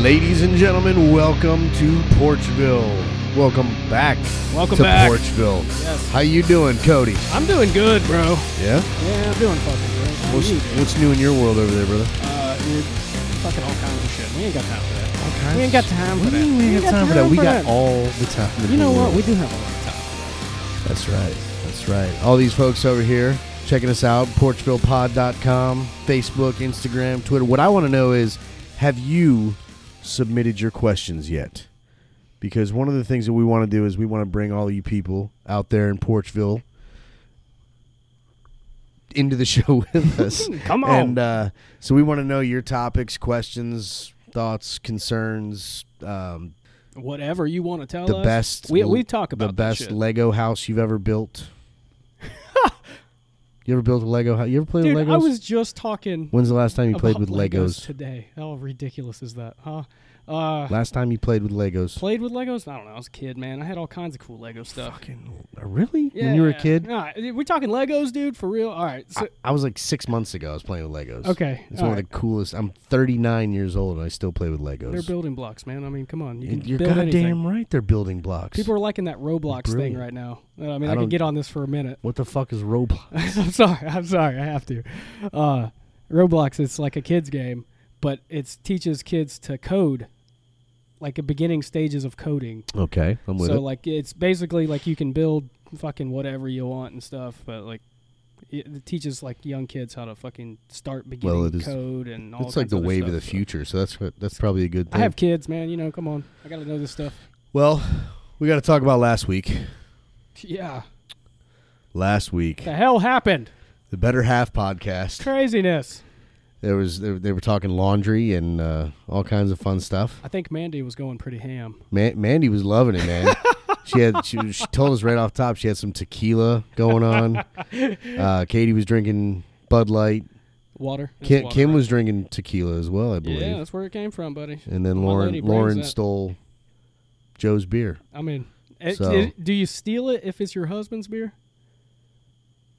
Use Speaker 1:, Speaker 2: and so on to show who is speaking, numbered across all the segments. Speaker 1: Ladies and gentlemen, welcome to Porchville. Welcome back.
Speaker 2: Welcome
Speaker 1: to
Speaker 2: back.
Speaker 1: Porchville.
Speaker 2: Yes.
Speaker 1: How you doing, Cody?
Speaker 2: I'm doing good, bro.
Speaker 1: Yeah.
Speaker 2: Yeah, I'm doing fucking good. How are
Speaker 1: What's,
Speaker 2: you?
Speaker 1: what's new in your world over there, brother?
Speaker 2: Uh, dude, fucking all kinds of shit. We ain't got time for that.
Speaker 1: Okay.
Speaker 2: We ain't got time for
Speaker 1: We
Speaker 2: that.
Speaker 1: ain't got time for that. We got all the time. in
Speaker 2: You
Speaker 1: the
Speaker 2: know what?
Speaker 1: world.
Speaker 2: We do have a lot of time.
Speaker 1: That's right. That's right. All these folks over here checking us out, porchvillePod.com, Facebook, Instagram, Twitter. What I want to know is have you submitted your questions yet? Because one of the things that we want to do is we want to bring all you people out there in Porchville into the show with us.
Speaker 2: Come on.
Speaker 1: And uh, so we want to know your topics, questions, thoughts, concerns, um,
Speaker 2: Whatever you want to tell
Speaker 1: the
Speaker 2: us.
Speaker 1: best
Speaker 2: We, we talk about
Speaker 1: the
Speaker 2: that
Speaker 1: best
Speaker 2: shit.
Speaker 1: Lego house you've ever built. you ever built a Lego house? You ever played
Speaker 2: Dude,
Speaker 1: with Legos?
Speaker 2: I was just talking.
Speaker 1: When's the last time you played
Speaker 2: about
Speaker 1: with Legos?
Speaker 2: today. How ridiculous is that, huh? Uh,
Speaker 1: Last time you played with Legos?
Speaker 2: played with Legos? I don't know. I was a kid, man. I had all kinds of cool Lego stuff.
Speaker 1: Fucking really? When you were a
Speaker 2: Yeah.
Speaker 1: kid?
Speaker 2: Nah, we're talking Legos, dude. For real. All right. So,
Speaker 1: I, I was like six months ago. I was playing with Legos.
Speaker 2: Okay,
Speaker 1: it's one
Speaker 2: all
Speaker 1: of the coolest. I'm 39 years old and I still play with Legos.
Speaker 2: they're building blocks, man. I mean, come on. You can
Speaker 1: You're
Speaker 2: build
Speaker 1: goddamn
Speaker 2: anything.
Speaker 1: right. They're building blocks.
Speaker 2: People are liking that Roblox
Speaker 1: Brilliant.
Speaker 2: thing right now. Uh, I mean,
Speaker 1: I
Speaker 2: I,
Speaker 1: don't-
Speaker 2: could get on this for a minute.
Speaker 1: what the fuck is Roblox?
Speaker 2: I'm sorry. I'm sorry. I have to. Uh, Roblox is like a kids game, but it teaches kids to code, like the beginning stages of coding.
Speaker 1: Okay, I'm with
Speaker 2: so
Speaker 1: it.
Speaker 2: like it's basically like you can build fucking whatever you want and stuff, but like it, it teaches like young kids how to fucking start beginning
Speaker 1: it is-
Speaker 2: code and all.
Speaker 1: it's like
Speaker 2: kinds
Speaker 1: the
Speaker 2: other
Speaker 1: wave of the
Speaker 2: stuff, so.
Speaker 1: future. So that's what, that's probably a good
Speaker 2: I
Speaker 1: thing.
Speaker 2: have kids, man. You know, come on. I gotta know this stuff.
Speaker 1: well, we got to talk about last week.
Speaker 2: Yeah.
Speaker 1: Last week,
Speaker 2: The hell happened?
Speaker 1: the Better Half podcast.
Speaker 2: Craziness.
Speaker 1: There was they, they were talking laundry and uh, all kinds of fun stuff.
Speaker 2: I think Mandy was going pretty ham.
Speaker 1: Ma- Mandy was loving it, man. she had she, she told us right off top she had some tequila going on. Uh, Katie was drinking Bud Light.
Speaker 2: Water. It's
Speaker 1: Kim,
Speaker 2: water.
Speaker 1: Kim was drinking tequila as well, I believe.
Speaker 2: Yeah, that's where it came from, buddy.
Speaker 1: and then
Speaker 2: my
Speaker 1: Lauren
Speaker 2: lady brings
Speaker 1: Lauren
Speaker 2: that.
Speaker 1: stole Joe's beer.
Speaker 2: I mean, it,
Speaker 1: So-
Speaker 2: it- do you steal it if it's your husband's beer?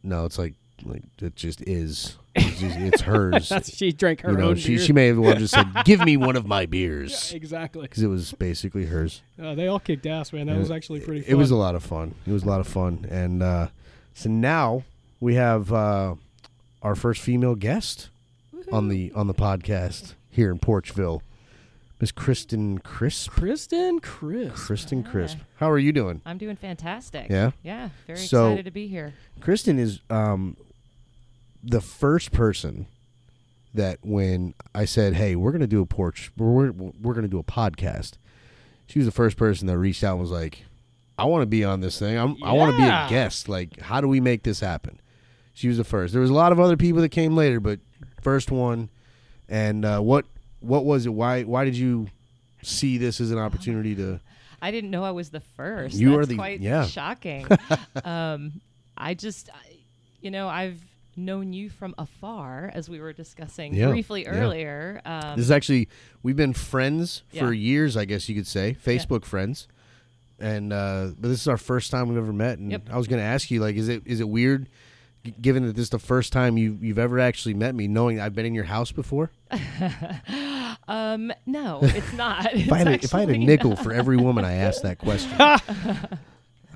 Speaker 1: No, it's like like it just is. It's, just- it's hers.
Speaker 2: That's she drank her
Speaker 1: you know,
Speaker 2: own
Speaker 1: she
Speaker 2: beer.
Speaker 1: she may have well just said, "Give me one of my
Speaker 2: Yeah,
Speaker 1: beers,"
Speaker 2: exactly.
Speaker 1: because it was basically hers.
Speaker 2: Uh, they all kicked ass, man. That
Speaker 1: And
Speaker 2: was actually pretty.
Speaker 1: It was a
Speaker 2: fun.
Speaker 1: lot of fun. It was a lot of fun, and uh, so now we have uh, our first female guest on the on the podcast here in Porchville, Miss Kristen Crisp.
Speaker 2: Kristen, Chris.
Speaker 1: Kristen
Speaker 3: Hi.
Speaker 1: Crisp, how are you doing?
Speaker 3: I'm doing fantastic.
Speaker 1: Yeah?
Speaker 3: Yeah. Very
Speaker 1: So-
Speaker 3: excited to be here.
Speaker 1: Kristen is um, the first person that when I said, "Hey, we're gonna do a porch, we're we're gonna do a podcast," she was the first person that reached out and was like, "I want to be on this thing. I'm, I want to be a
Speaker 2: Yeah.
Speaker 1: guest. Like, how do we make this happen?" She was the first. There was a lot of other people that came later, but first one. And uh, what what was it? Why why did you see this as an opportunity to?
Speaker 3: I didn't know I was the first.
Speaker 1: You are
Speaker 3: That's
Speaker 1: the-
Speaker 3: quite
Speaker 1: yeah.
Speaker 3: shocking. um, I just, I, you know, I've known you from afar, as we were discussing
Speaker 1: Yeah,
Speaker 3: briefly
Speaker 1: yeah.
Speaker 3: earlier. Um,
Speaker 1: This is actually we've been friends
Speaker 3: Yeah.
Speaker 1: for years, I guess you could say, Facebook friends, and uh, but this is our first time we've ever met. And
Speaker 3: Yep.
Speaker 1: I was going to ask you, like, is it is it weird, g- given that this is the first time you you've ever actually met me, knowing I've been in your house before?
Speaker 3: um, no, it's not.
Speaker 1: If I had a, if I had a nickel for every woman I asked that question, I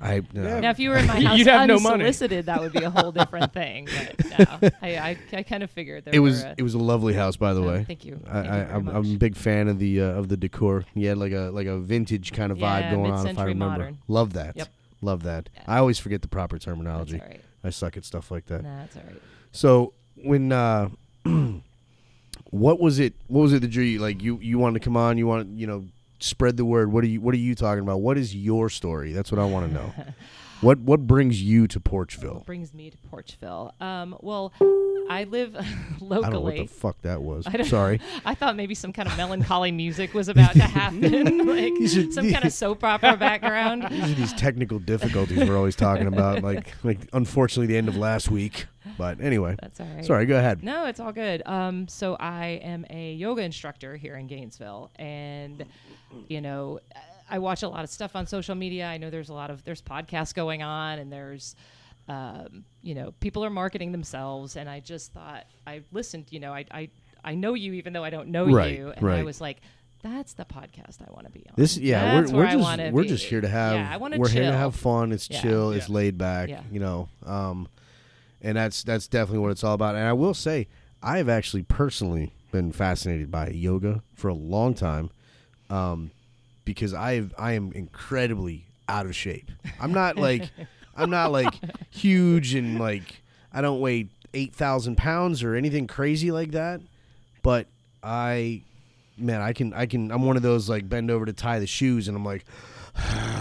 Speaker 1: uh,
Speaker 3: Now, if you were in my house
Speaker 2: You'd have no money.
Speaker 3: unsolicited, that would be a whole different thing. But no, I, I, I kind of figured there
Speaker 1: it was
Speaker 3: were a-
Speaker 1: it was a lovely house, by the
Speaker 3: Oh,
Speaker 1: way.
Speaker 3: thank you.
Speaker 1: I,
Speaker 3: Thank you
Speaker 1: I,
Speaker 3: very
Speaker 1: I'm,
Speaker 3: much.
Speaker 1: I'm a big fan of the uh, of the decor. You had like a like a vintage kind of vibe
Speaker 3: Yeah,
Speaker 1: going on. If I
Speaker 3: mid-century
Speaker 1: remember,
Speaker 3: modern.
Speaker 1: love that.
Speaker 3: Yep.
Speaker 1: Love that. I always forget the proper
Speaker 3: That's
Speaker 1: terminology.
Speaker 3: all right.
Speaker 1: I suck at stuff like that.
Speaker 3: No, that's all right.
Speaker 1: So when uh, what was it? What was it that drew you? Like you you wanted to come on? You want you know spread the word? What are you What are you talking about? What is your story? That's what I want to know. what What brings you to Porchville?
Speaker 3: brings me to Porchville. Um, well, I live locally.
Speaker 1: I don't know what the fuck that was.
Speaker 3: I don't-
Speaker 1: Sorry.
Speaker 3: I thought maybe some kind of melancholy music was about to happen, like
Speaker 1: should-
Speaker 3: some kind of soap opera background.
Speaker 1: These are these technical difficulties we're always talking about. Like like unfortunately the end of last week. But anyway,
Speaker 3: That's all right.
Speaker 1: sorry. Go ahead.
Speaker 3: No, it's all good. Um, so I am a yoga instructor here in Gainesville, and you know, I watch a lot of stuff on social media. I know there's a lot of there's podcasts going on, and there's um, you know people are marketing themselves, and I just thought I listened. You know, I I, I know you even though I don't know
Speaker 1: Right,
Speaker 3: you, and I
Speaker 1: right.
Speaker 3: was like, That's the podcast I want to be on.
Speaker 1: This yeah,
Speaker 3: That's
Speaker 1: we're we're
Speaker 3: where I wanna
Speaker 1: just we're
Speaker 3: be.
Speaker 1: just here to have
Speaker 3: Yeah, I wanna
Speaker 1: we're here to
Speaker 3: chill.
Speaker 1: have fun. It's
Speaker 3: Yeah.
Speaker 1: chill. It's
Speaker 4: Yeah.
Speaker 1: laid back.
Speaker 3: Yeah.
Speaker 1: You know, um, and that's that's definitely what it's all about. And I will say, I have actually personally been fascinated by yoga for a long time, um, because I I am incredibly out of shape. I'm not like I'm not like huge and like I don't weigh eight thousand pounds or anything crazy like that, but I man, I can, I can, I'm one of those like bend over to tie the shoes, and I'm like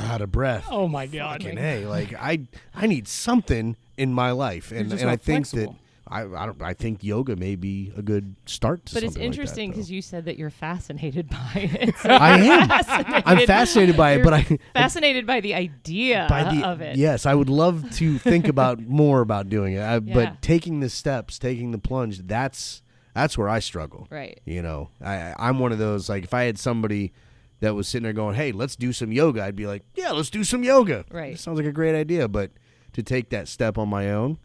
Speaker 1: out of breath.
Speaker 2: Oh my god.
Speaker 1: Fucking hey, like I, I need something in my life, and
Speaker 2: just
Speaker 1: and I
Speaker 2: not
Speaker 1: think
Speaker 2: flexible.
Speaker 1: that I, I don't, I think yoga may be a good start. To
Speaker 3: but it's interesting because you said that you're fascinated by it.
Speaker 1: I am.
Speaker 3: Fascinated.
Speaker 1: I'm fascinated by it,
Speaker 3: You're
Speaker 1: but I.
Speaker 3: fascinated by the idea
Speaker 1: By the,
Speaker 3: Uh, of it.
Speaker 1: Yes, I would love to think about more about doing it, I,
Speaker 3: Yeah.
Speaker 1: but taking the steps, taking the plunge, that's that's where I struggle.
Speaker 3: Right.
Speaker 1: You know, I I- I'm one of those like if I had somebody that was sitting there going, "Hey, let's do some yoga," I'd be like, "Yeah, let's do some yoga."
Speaker 3: Right.
Speaker 1: That sounds like a great idea, but to take that step on my own,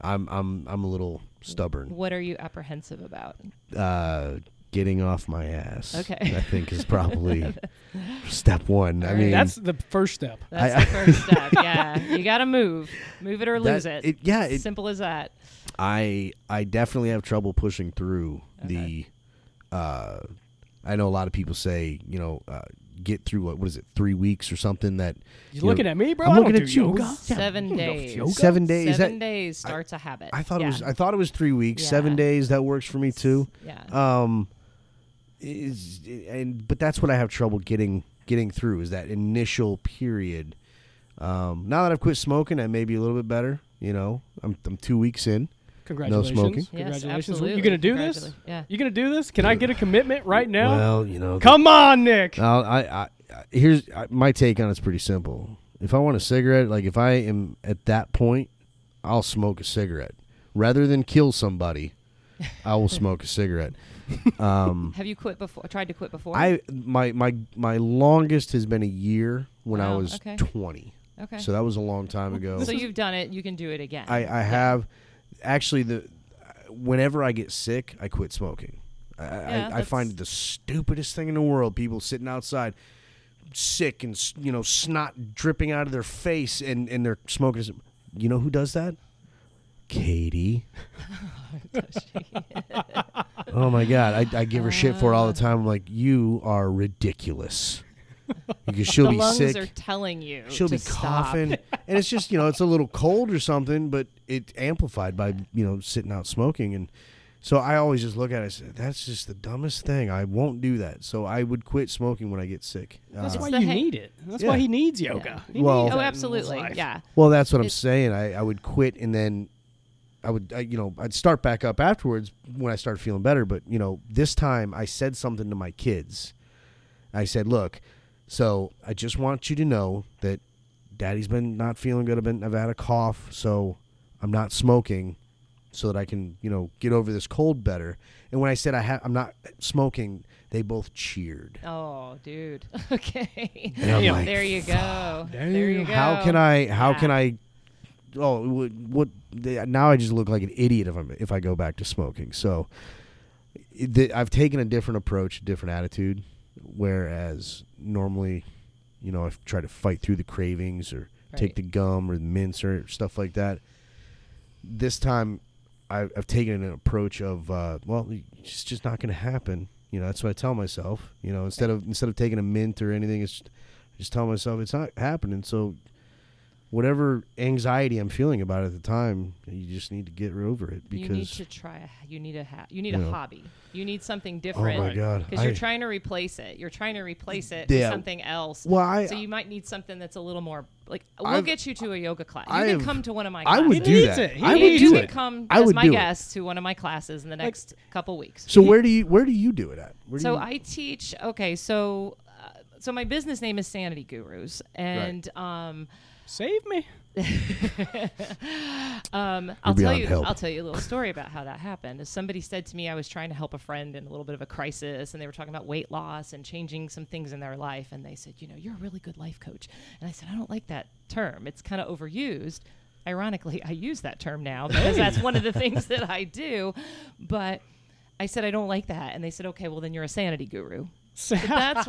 Speaker 1: I'm I'm I'm a little stubborn.
Speaker 3: What are you apprehensive about?
Speaker 1: Uh, getting off my ass.
Speaker 3: Okay.
Speaker 1: I think is probably step one. I
Speaker 3: All right.
Speaker 1: mean,
Speaker 2: That's the first step.
Speaker 3: That's
Speaker 1: I-
Speaker 3: the first step. Yeah, you got to move, move it or lose
Speaker 1: that-
Speaker 3: it.
Speaker 1: Yeah, it,
Speaker 3: Simple as that.
Speaker 1: I I definitely have trouble pushing through the. Uh, I know a lot of people say you know uh, get through what what is it three weeks or something that
Speaker 2: You
Speaker 1: know,
Speaker 2: looking at me, bro?
Speaker 1: I'm
Speaker 2: I don't
Speaker 1: looking
Speaker 2: do
Speaker 1: at you.
Speaker 2: yoga.
Speaker 1: Yeah.
Speaker 3: Seven
Speaker 2: You don't do
Speaker 3: days.
Speaker 2: yoga?
Speaker 1: seven days.
Speaker 3: Seven
Speaker 1: that,
Speaker 3: days starts a habit.
Speaker 1: I thought
Speaker 3: Yeah.
Speaker 1: it was I thought it was three weeks.
Speaker 3: Yeah.
Speaker 1: Seven days that works for me too.
Speaker 3: Yeah.
Speaker 1: Um, is and but that's what I have trouble getting getting through is that initial period. Um, now that I've quit smoking, I may be a little bit better. You know, I'm I'm two weeks in.
Speaker 2: Congratulations.
Speaker 1: smoking. Yes,
Speaker 2: Congratulations.
Speaker 3: absolutely.
Speaker 2: You gonna do this?
Speaker 3: Congratulations. Yeah.
Speaker 2: You gonna do this? Can I get a commitment right now?
Speaker 1: Well, you know,
Speaker 2: Come on, Nick.
Speaker 1: I'll, I, I, I here's I, my take on it's pretty simple. If I want a cigarette, like if I am at that point, I'll smoke a cigarette rather than kill somebody. I will smoke a cigarette. Um,
Speaker 3: Have you quit before? Tried to quit before?
Speaker 1: I my my my longest has been a year when I
Speaker 3: Wow,
Speaker 1: was
Speaker 3: okay.
Speaker 1: twenty,
Speaker 3: okay.
Speaker 1: so that was a long time ago.
Speaker 3: So you've done it. You can do it again.
Speaker 1: I, uh, I have actually the whenever I get sick, I quit smoking. I,
Speaker 3: Yeah,
Speaker 1: I, I find it the
Speaker 3: that's-
Speaker 1: stupidest thing in the world. People sitting outside, sick and s- you know snot dripping out of their face, and and they're smoking. You know who does that? Katie. oh my god, I, I give her shit for it all the time. I'm like, you are ridiculous. Because she'll
Speaker 3: the
Speaker 1: be
Speaker 3: lungs
Speaker 1: sick
Speaker 3: are telling you.
Speaker 1: she'll
Speaker 3: to
Speaker 1: be
Speaker 3: stop.
Speaker 1: coughing and it's just you know it's a little cold or something but it amplified by you know sitting out smoking and so i always just look at it and say that's just the dumbest thing i won't do that so i would quit smoking when i get sick
Speaker 2: That's
Speaker 1: Uh,
Speaker 2: why
Speaker 3: the
Speaker 2: you
Speaker 3: hang-
Speaker 2: need it. That's
Speaker 1: Yeah.
Speaker 2: why he needs yoga. He
Speaker 1: Well-
Speaker 2: needs that
Speaker 3: Oh,
Speaker 2: in his
Speaker 3: absolutely.
Speaker 2: life.
Speaker 3: Yeah.
Speaker 1: well that's what i'm
Speaker 3: It's-
Speaker 1: saying I, I would quit and then i would I, you know i'd start back up afterwards when i started feeling better but you know this time i said something to my kids i said look so i just want you to know that daddy's been not feeling good i've been i've had a cough so i'm not smoking so that i can you know get over this cold better and when i said i ha- i'm not smoking they both cheered
Speaker 3: Oh, dude. Okay.
Speaker 1: And I'm
Speaker 2: Damn.
Speaker 1: like,
Speaker 3: there you go. There you
Speaker 2: Damn.
Speaker 3: go.
Speaker 1: How can I? How
Speaker 3: Yeah.
Speaker 1: can I? Oh, what? what they, now I just look like an idiot if I if I go back to smoking. So, it- the, I've taken a different approach, a different attitude. Whereas normally, you know, I try to fight through the cravings or take
Speaker 3: Right.
Speaker 1: the gum or the mints or stuff like that. This time, I, I've taken an approach of uh, well, it's just not going to happen. You know, that's what I tell myself. You know, instead of instead of taking a mint or anything, it's just, I just tell myself it's not happening. So, whatever anxiety I'm feeling about it at the time, you just need to get over it
Speaker 3: you need
Speaker 1: because
Speaker 3: to try. A, you need a ha- you need
Speaker 1: You know.
Speaker 3: a hobby. You need something
Speaker 1: oh
Speaker 3: different.
Speaker 1: my god,
Speaker 3: Because you're
Speaker 1: I-
Speaker 3: trying to replace it. You're trying to replace it
Speaker 1: Yeah.
Speaker 3: with something else.
Speaker 1: Well, I-
Speaker 3: so you might need something that's a little more like we'll
Speaker 1: I've-
Speaker 3: get you to a yoga class. You
Speaker 1: I
Speaker 3: can
Speaker 1: have-
Speaker 3: come to one of my
Speaker 1: I
Speaker 3: classes.
Speaker 1: would
Speaker 2: He
Speaker 1: do
Speaker 2: needs
Speaker 1: that.
Speaker 2: it. He
Speaker 1: I would
Speaker 2: needs
Speaker 1: do
Speaker 3: you
Speaker 2: it.
Speaker 1: it.
Speaker 3: can come
Speaker 1: I
Speaker 3: as
Speaker 1: would
Speaker 3: my
Speaker 1: do it.
Speaker 3: guest to one of my classes in the next couple weeks.
Speaker 1: So where do you where do you do it at? Where do
Speaker 3: So
Speaker 1: you-
Speaker 3: I teach. Okay, so uh, so my business name is Sanity Gurus, and um,
Speaker 2: Save me.
Speaker 3: um, I'll tell
Speaker 1: beyond
Speaker 3: you.
Speaker 1: help.
Speaker 3: I'll tell you a little story about how that happened. Is Somebody said to me, I was trying to help a friend in a little bit of a crisis, and they were talking about weight loss and changing some things in their life. And they said, you know, you're a really good life coach. And I said, I don't like that term. It's kind of overused. Ironically, I use that term now because that's one of the things that I do. But I said, I don't like that. And they said, okay, well, then you're a sanity guru. That's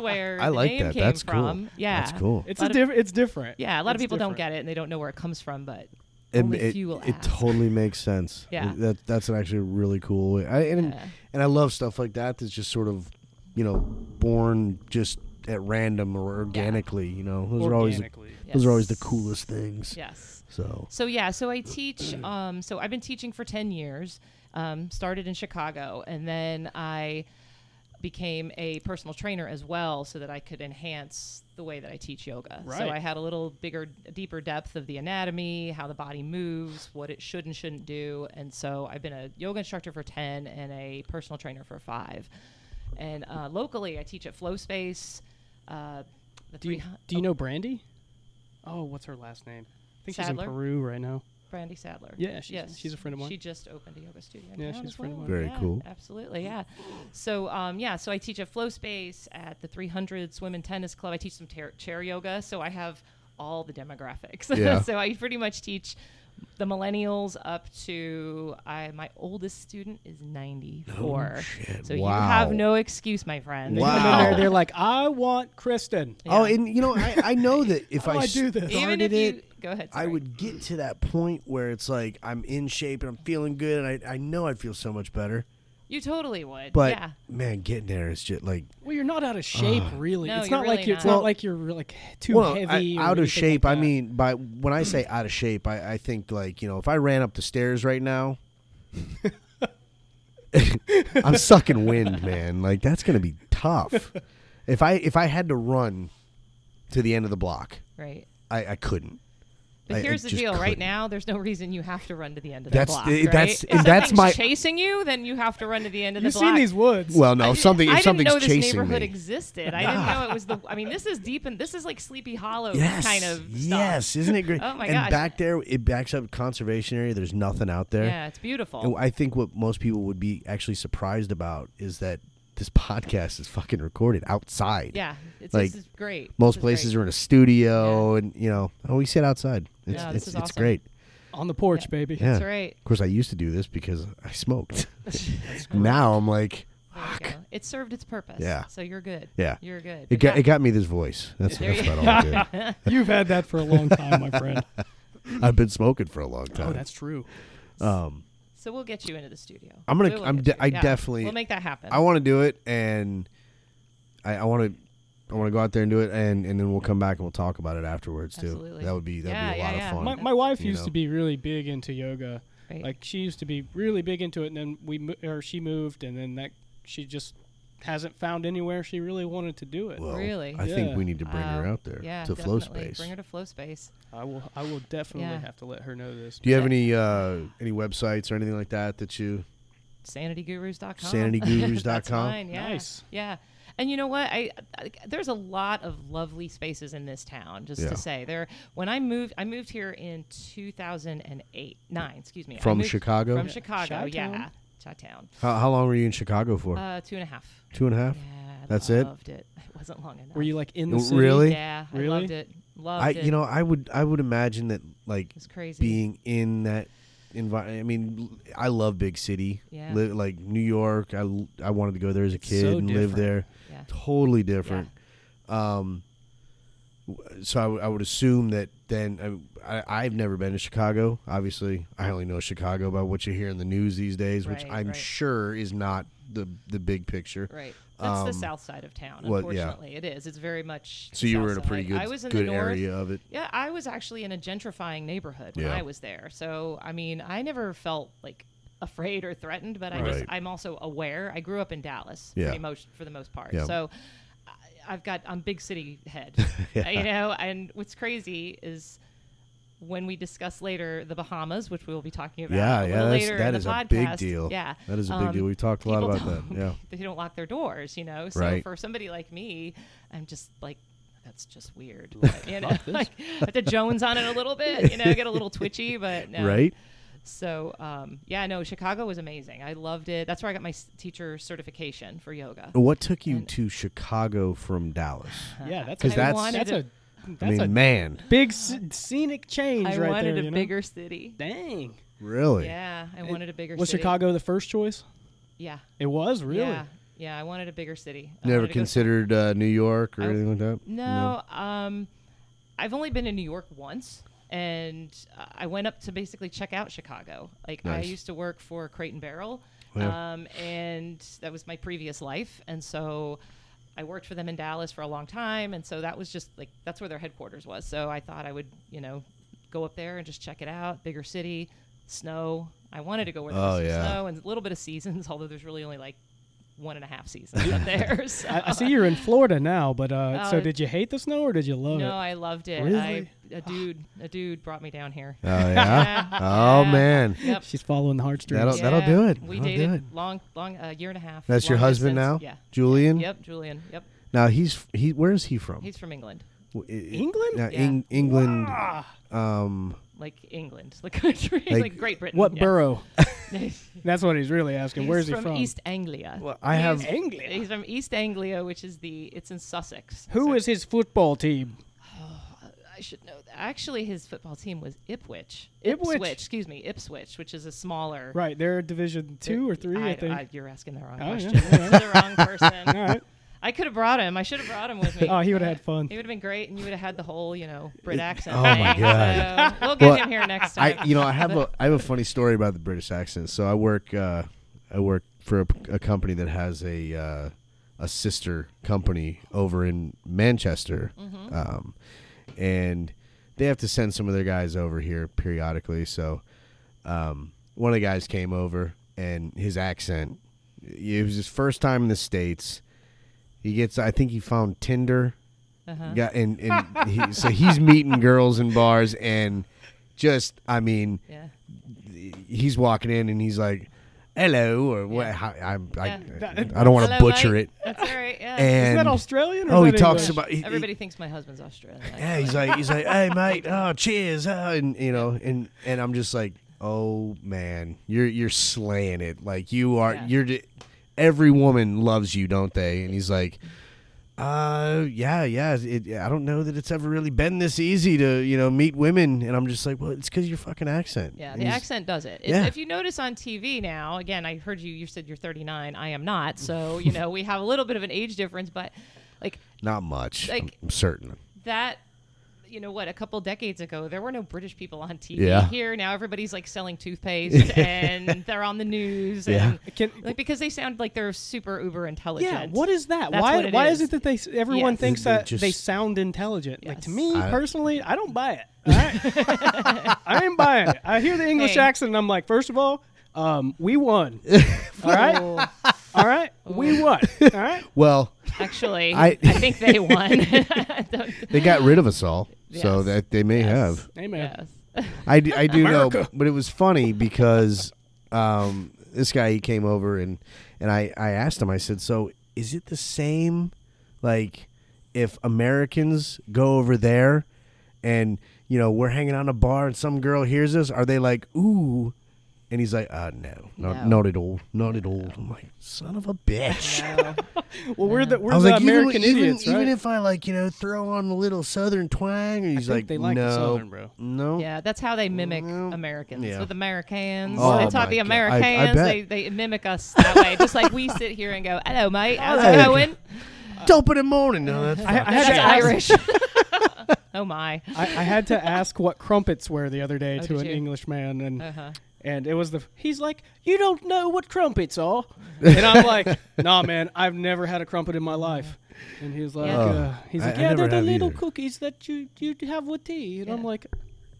Speaker 3: where
Speaker 1: I
Speaker 3: the
Speaker 1: like
Speaker 3: name
Speaker 1: that.
Speaker 3: came
Speaker 1: That's cool.
Speaker 3: from. Yeah,
Speaker 1: That's cool.
Speaker 2: It's a
Speaker 3: A lot of-
Speaker 2: different. It's different.
Speaker 3: Yeah, a lot of
Speaker 2: It's
Speaker 3: people don't
Speaker 2: different.
Speaker 3: get it and they don't know where it comes from, but
Speaker 1: It-
Speaker 3: only
Speaker 1: it,
Speaker 3: few will
Speaker 1: it
Speaker 3: ask.
Speaker 1: totally makes sense.
Speaker 3: Yeah.
Speaker 1: That that's an actually really cool way. I, and
Speaker 3: Yeah.
Speaker 1: and I love stuff like that that's just sort of, you know, born just at random or organically, you know. Those are always the,
Speaker 2: Organically.
Speaker 1: those are always the
Speaker 3: Yes.
Speaker 1: coolest things.
Speaker 3: yes.
Speaker 1: So
Speaker 3: So yeah, so I teach. Um, so I've been teaching for ten years. Um, started in Chicago, and then I became a personal trainer as well, so that I could enhance the way that I teach yoga. So
Speaker 2: Right.
Speaker 3: I had a little bigger, deeper depth of the anatomy, how the body moves, what it should and shouldn't do, and so I've been a yoga instructor for ten and a personal trainer for five. And uh, locally, I teach at Flow Space. Uh, the
Speaker 2: Do you,
Speaker 3: 300
Speaker 2: do you know Brandy? Oh, what's her last name? I think she's
Speaker 3: Sadler?
Speaker 2: in Peru right now.
Speaker 3: Brandy Sadler.
Speaker 2: Yeah, she's- she's a friend of mine.
Speaker 3: She just opened a yoga studio. in
Speaker 2: Yeah,
Speaker 3: town
Speaker 2: she's a
Speaker 3: as
Speaker 2: friend of
Speaker 3: well.
Speaker 2: mine.
Speaker 1: Very
Speaker 3: Yeah,
Speaker 1: cool.
Speaker 3: Absolutely, yeah. So, um, yeah, so I teach at Flow Space at the 300 Swim and Tennis Club. I teach some ter- chair yoga, so I have all the demographics.
Speaker 1: Yeah.
Speaker 3: so I pretty much teach the millennials up to I, my oldest student is 94.
Speaker 1: Oh, shit.
Speaker 3: So you
Speaker 1: Wow.
Speaker 3: have no excuse, my friend.
Speaker 2: And they come in there,
Speaker 1: Wow.
Speaker 2: they're like, I want Kristen.
Speaker 1: Oh,
Speaker 3: Yeah.
Speaker 1: and you know, I, I know that if
Speaker 2: How do
Speaker 1: I
Speaker 2: I do this?
Speaker 3: Even
Speaker 1: started
Speaker 3: if you
Speaker 1: it,
Speaker 3: go ahead,
Speaker 1: I
Speaker 3: sorry.
Speaker 1: would get to that point where it's like I'm in shape and I'm feeling good and I, I know I'd feel so much better.
Speaker 3: You totally would.
Speaker 1: But
Speaker 3: yeah.
Speaker 1: man, getting there is just like
Speaker 2: Well, you're not out of shape, really.
Speaker 3: No,
Speaker 2: it's
Speaker 3: you're
Speaker 2: not like
Speaker 3: really
Speaker 2: you're, it's
Speaker 3: not.
Speaker 2: not like you're like too
Speaker 1: well,
Speaker 2: heavy.
Speaker 1: I,
Speaker 2: or
Speaker 1: out
Speaker 2: anything
Speaker 1: of shape.
Speaker 2: like
Speaker 1: I
Speaker 2: that.
Speaker 1: mean, by when I say out of shape, I, I think like you know, if I ran up the stairs right now, I'm sucking wind, man. Like that's gonna be tough. If I if I had to run to the end of the block,
Speaker 3: Right.
Speaker 1: I, I couldn't.
Speaker 3: But
Speaker 1: I- I
Speaker 3: here's the
Speaker 1: just
Speaker 3: deal: right
Speaker 1: couldn't.
Speaker 3: now, there's no reason you have to run to the end of
Speaker 1: That's
Speaker 3: the block.
Speaker 1: the-
Speaker 3: right?
Speaker 1: that's-
Speaker 3: if
Speaker 1: that's
Speaker 3: something's
Speaker 1: my-
Speaker 3: chasing you, then you have to run to the end of
Speaker 2: you've
Speaker 3: the block.
Speaker 2: seen these woods.
Speaker 1: Well, no, something
Speaker 3: I
Speaker 1: if
Speaker 3: didn't
Speaker 1: something's
Speaker 3: know this
Speaker 1: chasing
Speaker 3: neighborhood
Speaker 1: me. Ah.
Speaker 3: existed. I didn't know it was the. I mean, this is deep in. This is like Sleepy Hollow
Speaker 1: yes,
Speaker 3: kind of. Stuff.
Speaker 1: yes, isn't it great?
Speaker 3: Oh my
Speaker 1: and
Speaker 3: gosh.
Speaker 1: back there, it backs up conservation area. There's nothing out there.
Speaker 3: Yeah, it's beautiful.
Speaker 1: And Oh, I think what most people would be actually surprised about is that this podcast is fucking recorded outside.
Speaker 3: yeah, it's
Speaker 1: like,
Speaker 3: this is great.
Speaker 1: Most
Speaker 3: This is
Speaker 1: places
Speaker 3: great.
Speaker 1: are in a studio, and you know, oh, we sit outside. It's
Speaker 3: Yeah,
Speaker 1: it's,
Speaker 3: this is
Speaker 1: it's
Speaker 3: awesome.
Speaker 1: great.
Speaker 2: on the porch, baby.
Speaker 1: Yeah.
Speaker 3: That's right.
Speaker 1: Of course, I used to do this because I smoked. now I'm like,
Speaker 3: There you go. It served its purpose.
Speaker 1: Yeah.
Speaker 3: So you're good.
Speaker 1: Yeah.
Speaker 3: You're good.
Speaker 1: it
Speaker 3: But
Speaker 1: got
Speaker 3: yeah,
Speaker 1: it got me this voice. That's,
Speaker 3: There
Speaker 1: that's
Speaker 3: you-
Speaker 1: about all I did.
Speaker 2: You've had that for a long time, my friend.
Speaker 1: I've been smoking for a long time.
Speaker 2: Oh, that's true.
Speaker 1: um,
Speaker 3: So we'll get you into the studio.
Speaker 1: I'm gonna-
Speaker 3: We will
Speaker 1: I'm
Speaker 3: get
Speaker 1: de-
Speaker 3: you.
Speaker 1: I
Speaker 3: Yeah.
Speaker 1: definitely-
Speaker 3: We'll make that happen.
Speaker 1: I want to do it, and I, I want to I want to go out there and do it, and and then we'll come back and we'll talk about it afterwards too.
Speaker 3: Absolutely.
Speaker 1: That would be that'd
Speaker 3: Yeah,
Speaker 1: be a
Speaker 3: yeah,
Speaker 1: lot
Speaker 3: yeah.
Speaker 1: of fun.
Speaker 2: My, my wife
Speaker 1: You
Speaker 2: used
Speaker 1: know.
Speaker 2: to be really big into yoga.
Speaker 3: Right.
Speaker 2: Like she used to be really big into it, and then we mo- or she moved, and then that she just hasn't found anywhere she really wanted to do it.
Speaker 1: Well,
Speaker 3: Really?
Speaker 1: I think
Speaker 2: Yeah.
Speaker 1: we need to bring her
Speaker 3: Wow.
Speaker 1: out there
Speaker 3: Um, Yeah,
Speaker 1: to flow
Speaker 3: definitely.
Speaker 1: space.
Speaker 3: Bring her to flow space.
Speaker 2: I will. I will definitely
Speaker 3: Yeah.
Speaker 2: have to let her know this.
Speaker 1: Do you have any uh, any websites or anything like that that you
Speaker 3: sanitygurus.com. That's
Speaker 1: sanitygurus.com?
Speaker 3: mine, yeah.
Speaker 2: Nice.
Speaker 3: Yeah. And you know what? I, I there's a lot of lovely spaces in this town. Just
Speaker 1: Yeah.
Speaker 3: to say, there. When I moved, I moved here in 2008, nine. Excuse me. I
Speaker 1: From
Speaker 3: moved
Speaker 1: Chicago?
Speaker 3: From
Speaker 1: Yeah.
Speaker 3: Chicago.
Speaker 2: Chi-town.
Speaker 3: Yeah. Chi-town.
Speaker 1: How, how long were you in Chicago for?
Speaker 3: Uh, two and a half.
Speaker 1: Two and a half.
Speaker 3: Yeah. I
Speaker 1: That's it?
Speaker 3: loved it. It wasn't long enough.
Speaker 2: Were you like in the
Speaker 1: Oh,
Speaker 2: city?
Speaker 1: really?
Speaker 3: Yeah.
Speaker 2: Really?
Speaker 3: I loved it. Loved
Speaker 1: I
Speaker 3: it.
Speaker 1: you know I would I would imagine that like
Speaker 3: it's crazy.
Speaker 1: being in that environment. I mean, l- I love big city.
Speaker 3: Yeah.
Speaker 1: Li- like New York, I l- I wanted to go there as a
Speaker 2: It's
Speaker 1: kid
Speaker 2: so
Speaker 1: and live
Speaker 2: different.
Speaker 1: there.
Speaker 3: Yeah.
Speaker 1: Totally different. Um, w- so I would- I would assume that then I, I I've never been to Chicago. Obviously, I only know Chicago by what you hear in the news these days, which
Speaker 3: Right,
Speaker 1: I'm
Speaker 3: right.
Speaker 1: sure is not the the big picture.
Speaker 3: Right. That's
Speaker 1: Um,
Speaker 3: the south side of town.
Speaker 1: well, yeah.
Speaker 3: Unfortunately, it is. It's very much.
Speaker 1: So you
Speaker 3: south
Speaker 1: were in a
Speaker 3: side.
Speaker 1: pretty good
Speaker 3: I was in
Speaker 1: good
Speaker 3: the north.
Speaker 1: area of it.
Speaker 3: Yeah, I was actually in a gentrifying neighborhood when
Speaker 1: Yeah.
Speaker 3: I was there. So, I mean, I never felt like afraid or threatened, but I just
Speaker 1: Right.
Speaker 3: I'm also aware. I grew up in Dallas
Speaker 1: Yeah.
Speaker 3: pretty much for the most part.
Speaker 1: Yeah.
Speaker 3: So, I- I've got I'm big city head.
Speaker 1: Yeah.
Speaker 3: You know, and what's crazy is when we discuss later the Bahamas, which we'll be talking about
Speaker 1: Yeah, yeah,
Speaker 3: a little
Speaker 1: that's-
Speaker 3: later
Speaker 1: that
Speaker 3: in the
Speaker 1: is a
Speaker 3: podcast.
Speaker 1: big deal.
Speaker 3: Yeah, Um,
Speaker 1: That is a big deal. We've talked a lot
Speaker 3: people
Speaker 1: about that,
Speaker 3: don't-
Speaker 1: yeah.
Speaker 3: they don't lock their doors, you know. So
Speaker 1: Right.
Speaker 3: for somebody like me, I'm just like, that's just weird. Like, you know, like, I have to Jones on it a little bit, you know, get a little twitchy, but no.
Speaker 1: Right?
Speaker 3: So um, yeah, no, Chicago was amazing. I loved it. That's where I got my s- teacher certification for yoga.
Speaker 1: What took you
Speaker 3: And-
Speaker 1: to Chicago from Dallas?
Speaker 2: Yeah, that's
Speaker 1: 'Cause
Speaker 2: a,
Speaker 1: Uh-huh. that's-
Speaker 2: that's, a
Speaker 1: I
Speaker 2: that's
Speaker 1: mean,
Speaker 2: a
Speaker 1: man,
Speaker 2: big sc- scenic change
Speaker 3: I
Speaker 2: right
Speaker 3: wanted
Speaker 2: there. you
Speaker 3: a
Speaker 2: know?
Speaker 3: bigger city.
Speaker 2: Dang.
Speaker 1: really?
Speaker 3: Yeah, I wanted a bigger
Speaker 2: Was
Speaker 3: city.
Speaker 2: Chicago the first choice?
Speaker 3: Yeah.
Speaker 2: It was really.
Speaker 3: Yeah. Yeah, I wanted a bigger city. I
Speaker 1: Never
Speaker 3: wanted to go
Speaker 1: considered uh, New York or
Speaker 3: I-
Speaker 1: anything like that.
Speaker 3: No, um, I've only been in New York once, and uh, I went up to basically check out Chicago. Like
Speaker 1: Nice.
Speaker 3: I used to work for Crate and Barrel,
Speaker 1: Yeah.
Speaker 3: um, and that was my previous life, and so. I worked for them in Dallas for a long time, and so that was just like that's where their headquarters was. So I thought I would, you know, go up there and just check it out. Bigger city, snow. I wanted to go where there
Speaker 1: Oh,
Speaker 3: was some
Speaker 1: yeah.
Speaker 3: snow and a little bit of seasons, although there's really only like one and a half seasons up there. So.
Speaker 2: I, I see you're in Florida now, but uh, so
Speaker 3: Uh,
Speaker 2: did you hate the snow or did you love
Speaker 3: No,
Speaker 2: it?
Speaker 3: I loved it. I,
Speaker 1: Really?
Speaker 3: a dude, a dude brought me down here.
Speaker 1: Oh yeah. oh man.
Speaker 3: Yep.
Speaker 2: She's following the heartstrings.
Speaker 1: That'll- that'll do it.
Speaker 3: We
Speaker 1: That'll do
Speaker 3: dated
Speaker 1: it.
Speaker 3: long, long, a year and a half.
Speaker 1: That's your
Speaker 3: long
Speaker 1: husband
Speaker 3: distance.
Speaker 1: now?
Speaker 3: Yeah.
Speaker 1: Julian?
Speaker 3: Yep, Julian. Yep,
Speaker 1: Now he's he where is he from?
Speaker 3: he's from England,
Speaker 1: W- i- i-
Speaker 2: England? Ah.
Speaker 1: Now,
Speaker 3: Yeah.
Speaker 1: Eng- England um
Speaker 3: like England, the country,
Speaker 1: Like-
Speaker 3: like, Great Britain.
Speaker 2: What
Speaker 3: yeah.
Speaker 2: borough?
Speaker 3: He's
Speaker 2: That's what he's really asking. Where's he
Speaker 3: from?
Speaker 2: from?
Speaker 3: East Anglia.
Speaker 1: well, I have
Speaker 2: England.
Speaker 3: He's from East Anglia, which is the it's in Sussex.
Speaker 2: Who
Speaker 3: So
Speaker 2: is his football team?
Speaker 3: I should know. That. Actually, his football team was Ipswich.
Speaker 2: Ipswich?
Speaker 3: Excuse me, Ipswich, which is a smaller.
Speaker 2: Right, they're Division Two or Three, I,
Speaker 3: I-
Speaker 2: think.
Speaker 3: I- you're asking the wrong
Speaker 2: Oh, yeah.
Speaker 3: question. You're the wrong person.
Speaker 2: All right.
Speaker 3: I could have brought him. I should have brought him with me.
Speaker 2: Oh, he would have had fun.
Speaker 3: He would have been great, and you would have had the whole, you know, Brit accent.
Speaker 1: oh my
Speaker 3: thing.
Speaker 1: God.
Speaker 3: So we'll get
Speaker 1: Well,
Speaker 3: him here next time.
Speaker 1: I you know I have a I have a funny story about the British accent. So I work uh, I work for a, a company that has a uh, a sister company over in Manchester,
Speaker 3: Mm-hmm.
Speaker 1: um, and they have to send some of their guys over here periodically. So um, one of the guys came over, and his accent it was his first time in the states. He gets I think he found Tinder.
Speaker 3: Uh-huh.
Speaker 1: Yeah, and, and he, so he's meeting girls in bars and just I mean
Speaker 3: Yeah.
Speaker 1: he's walking in and he's like hello or what
Speaker 3: Yeah.
Speaker 1: how, I'm, I,
Speaker 2: Yeah.
Speaker 1: I don't want to
Speaker 3: Hello,
Speaker 1: butcher
Speaker 3: mate.
Speaker 1: it
Speaker 3: That's all right. Yeah.
Speaker 1: and
Speaker 2: Is that Australian? Or
Speaker 1: oh
Speaker 2: is
Speaker 1: he
Speaker 2: that
Speaker 1: talks
Speaker 2: English?
Speaker 1: about he- he-
Speaker 3: Everybody thinks my husband's Australian.
Speaker 1: yeah he's like he's like hey mate oh cheers oh, and you know and and I'm just like oh man you're you're slaying it like you are
Speaker 3: Yeah.
Speaker 1: you're di- every woman loves you don't they and he's like Uh, yeah, yeah. It, I don't know that it's ever really been this easy to you know meet women, and I'm just like, well, it's because your fucking accent.
Speaker 3: Yeah,
Speaker 1: And
Speaker 3: the
Speaker 1: he's-
Speaker 3: accent does it. If,
Speaker 1: Yeah.
Speaker 3: if you notice on TV now, again, I heard you. You said you're 39. I am not. So you know we have a little bit of an age difference, but like
Speaker 1: Not much.
Speaker 3: Like-
Speaker 1: I'm, I'm certain.
Speaker 3: that you know what a couple decades ago there were no british people on tv
Speaker 1: Yeah.
Speaker 3: here now everybody's like selling toothpaste and they're on the news
Speaker 1: Yeah.
Speaker 3: and
Speaker 2: Can-
Speaker 3: like because they sound like they're super uber intelligent
Speaker 2: Yeah, what is that?
Speaker 3: That's
Speaker 2: why
Speaker 3: what it
Speaker 2: why
Speaker 3: is.
Speaker 2: it that they s- everyone
Speaker 3: Yes.
Speaker 2: thinks
Speaker 1: They
Speaker 2: that
Speaker 1: just-
Speaker 2: they sound intelligent? Like to
Speaker 3: Yes.
Speaker 2: me
Speaker 1: I-
Speaker 2: personally, I don't buy it. All right? I ain't buying it. I hear the English
Speaker 3: Hey.
Speaker 2: accent and I'm like, first of all, um, we won. All right?
Speaker 3: Oh,
Speaker 2: All right? We won. All right?
Speaker 1: Well,
Speaker 3: actually
Speaker 1: I-
Speaker 3: I, think they won Don't-
Speaker 1: they got rid of us all, so
Speaker 3: Yes.
Speaker 1: that they may have.
Speaker 2: Amen.
Speaker 3: yes.
Speaker 1: I do, I do know,
Speaker 2: America.
Speaker 1: but it was funny because um, this guy he came over and and I I asked him. I said, so is it the same, like if Americans go over there and you know we're hanging out in a bar and some girl hears us, are they like ooh? And he's like, uh, no, not,
Speaker 3: No.
Speaker 1: not at all, not at all. I'm like, son of a bitch.
Speaker 3: No.
Speaker 2: Well, we're the, we're
Speaker 1: I
Speaker 2: the
Speaker 1: was like, even-
Speaker 2: American
Speaker 1: even,
Speaker 2: idiots,
Speaker 1: even
Speaker 2: right?
Speaker 1: if I like, you know, throw on a little southern twang, and he's
Speaker 2: think
Speaker 1: like,
Speaker 2: they like the
Speaker 1: no,
Speaker 2: Southern, bro."
Speaker 1: no,
Speaker 3: yeah that's how they mimic
Speaker 1: Well,
Speaker 3: americans
Speaker 1: yeah.
Speaker 3: with americans
Speaker 1: Oh,
Speaker 3: they taught
Speaker 1: my
Speaker 3: the
Speaker 1: God. I- I
Speaker 3: americans
Speaker 1: bet.
Speaker 3: they, they mimic us that way just like we sit here and go hello mate how's
Speaker 1: Hey.
Speaker 3: it going
Speaker 1: dope in the morning. No, that's
Speaker 2: I, I had
Speaker 3: that's
Speaker 2: to ask-
Speaker 3: irish oh my
Speaker 2: I, I had to ask what crumpets were the other day
Speaker 3: Oh,
Speaker 2: to
Speaker 3: did
Speaker 2: an
Speaker 3: you?
Speaker 2: Englishman, and
Speaker 3: uh-huh
Speaker 2: and it was the he's like, you don't know what crumpets are, and I'm like, nah, man, I've never had a crumpet in my life, and he was like,
Speaker 3: Uh-huh. Yeah.
Speaker 2: uh, he's
Speaker 1: I-
Speaker 2: like,
Speaker 1: I
Speaker 2: yeah,
Speaker 1: never
Speaker 2: they're the
Speaker 1: have
Speaker 2: little
Speaker 1: either."
Speaker 2: cookies that you you have with tea, and I'm
Speaker 3: Yeah.
Speaker 2: like,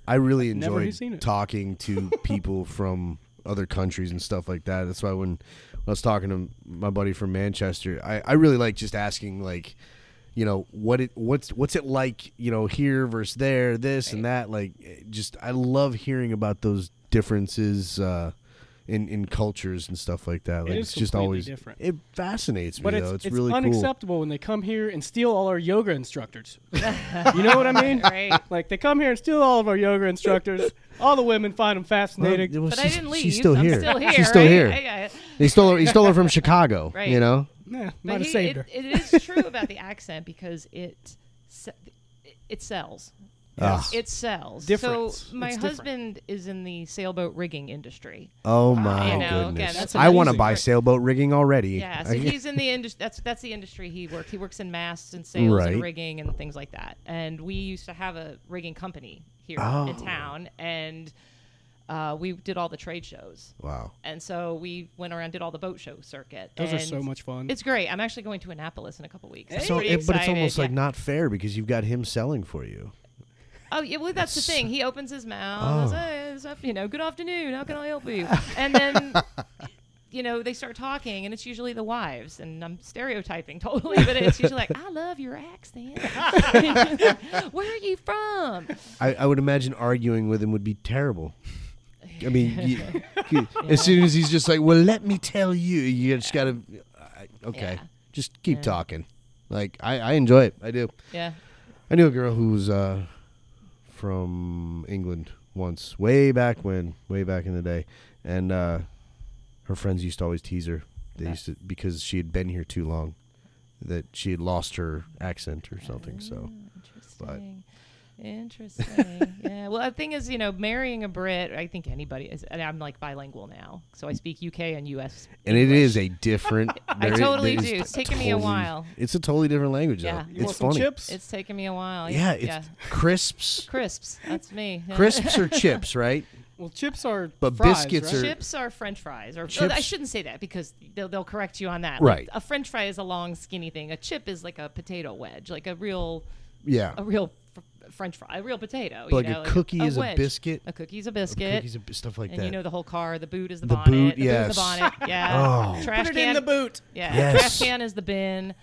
Speaker 1: I really
Speaker 2: Never
Speaker 1: enjoyed
Speaker 2: have seen it.
Speaker 1: talking to people from other countries and stuff like that. That's why when, when I was talking to my buddy from Manchester, I, I really like just asking like, you know, what it what's what's it like, you know, here versus there, this and that. Like, eh, just I love hearing about those differences uh, in in cultures and stuff like that. Like,
Speaker 2: is
Speaker 1: it's just
Speaker 2: completely
Speaker 1: always
Speaker 2: different.
Speaker 1: It fascinates me
Speaker 2: but
Speaker 1: though.
Speaker 2: it's
Speaker 1: It's, really cool.
Speaker 2: unacceptable when they come here and steal all our yoga instructors. you know what I mean?
Speaker 3: Right.
Speaker 2: Like they come here and steal all of our yoga instructors. all the women find them
Speaker 1: Well,
Speaker 2: fascinating.
Speaker 1: well,
Speaker 3: But I
Speaker 1: she's-
Speaker 3: didn't leave.
Speaker 1: She's still
Speaker 3: I'm
Speaker 1: here.
Speaker 3: Still here.
Speaker 1: She's still
Speaker 3: right?
Speaker 1: here.
Speaker 3: I- I-
Speaker 1: He stole her. He stole her from Chicago.
Speaker 3: Right.
Speaker 1: You know.
Speaker 2: Nah,
Speaker 3: but
Speaker 2: might have
Speaker 3: he-
Speaker 2: saved
Speaker 3: it-
Speaker 2: her.
Speaker 3: it is true about the accent because it se- it- it sells.
Speaker 1: Yes.
Speaker 3: it sells.
Speaker 2: Difference.
Speaker 3: So my
Speaker 2: It's different.
Speaker 3: husband is in the sailboat rigging industry.
Speaker 1: Oh
Speaker 3: You
Speaker 1: my
Speaker 3: know, again,
Speaker 1: goodness!
Speaker 3: that's
Speaker 1: I want to
Speaker 2: amazing.
Speaker 1: buy
Speaker 3: Right.
Speaker 1: sailboat rigging already.
Speaker 3: Yeah, so
Speaker 1: I-
Speaker 3: he's in the industry. That's that's the industry he works. He works in masts and sails
Speaker 1: Right.
Speaker 3: and rigging and things like that. And we used to have a rigging company here
Speaker 1: Oh.
Speaker 3: in town, and uh, we did all the trade shows.
Speaker 1: wow.
Speaker 3: And so we went around, did all the boat show circuit.
Speaker 2: Those are
Speaker 3: and
Speaker 2: so much fun.
Speaker 3: It's great. I'm actually going to Annapolis in a couple weeks. I'm
Speaker 1: So,
Speaker 3: pretty
Speaker 1: it- but it's
Speaker 3: excited,
Speaker 1: almost like
Speaker 3: yeah.
Speaker 1: not fair because you've got him selling for you.
Speaker 3: Oh yeah, well that's the thing. He opens his
Speaker 1: Oh.
Speaker 3: mouth, "Hey, it's up- you know, good afternoon. How can I help you? And then, you know, they start talking, and it's usually the wives, and I'm stereotyping totally, but it's usually like, "I love your accent. Where are you from?"
Speaker 1: I, I would imagine arguing with him would be terrible. I mean, you, you- as soon as he's just like, "Well, let me tell you," you just gotta, I- okay,
Speaker 3: Yeah.
Speaker 1: just keep talking. Like I, I enjoy it. I do.
Speaker 3: Yeah,
Speaker 1: I knew a girl who was uh, from England once, way back when, way back in the day, and uh, her friends used to always tease her. They used to because she had been here too long, that she had lost her accent or something. So
Speaker 3: Ah. interesting. Interesting. yeah. Well, the thing is, you know, marrying a Brit, I think anybody is, and I'm like bilingual now, so I speak UK and US.
Speaker 1: and it is a different. very-
Speaker 3: totally
Speaker 1: it is
Speaker 3: do. It's
Speaker 1: a
Speaker 3: taken me a
Speaker 1: totally-
Speaker 3: while.
Speaker 1: It's a totally different language.
Speaker 3: Yeah.
Speaker 1: though.
Speaker 2: You
Speaker 1: it's
Speaker 2: want
Speaker 1: funny.
Speaker 2: some chips?
Speaker 3: It's taken me a while.
Speaker 1: Yeah, it's
Speaker 3: yeah.
Speaker 1: crisps.
Speaker 3: Crisps. That's me. Yeah.
Speaker 1: Crisps or chips, right?
Speaker 2: well, chips are
Speaker 1: But
Speaker 2: fries,
Speaker 1: biscuits
Speaker 2: right?
Speaker 1: are-
Speaker 3: Chips are French fries, or
Speaker 1: Chips-
Speaker 3: oh, I shouldn't say that because they'll, they'll correct you on that.
Speaker 1: Right.
Speaker 3: Like, a French fry is a long, skinny thing. A chip is like a potato wedge, like a real,
Speaker 1: Yeah.
Speaker 3: a real fr- French fry, a real potato.
Speaker 1: But like
Speaker 3: you
Speaker 1: a
Speaker 3: know,
Speaker 1: cookie is a
Speaker 3: wedge.
Speaker 1: biscuit.
Speaker 3: A cookie's a biscuit.
Speaker 1: Cookies and stuff like
Speaker 3: and
Speaker 1: that.
Speaker 3: you know the whole car. The boot is the,
Speaker 1: The
Speaker 3: bonnet.
Speaker 1: boot,
Speaker 3: the boot is the
Speaker 1: yes.
Speaker 3: bonnet. Yeah.
Speaker 1: Oh.
Speaker 3: Trash
Speaker 2: Put it
Speaker 3: can.
Speaker 2: in the boot.
Speaker 3: Yeah.
Speaker 1: Yes.
Speaker 3: Trash can is the bin.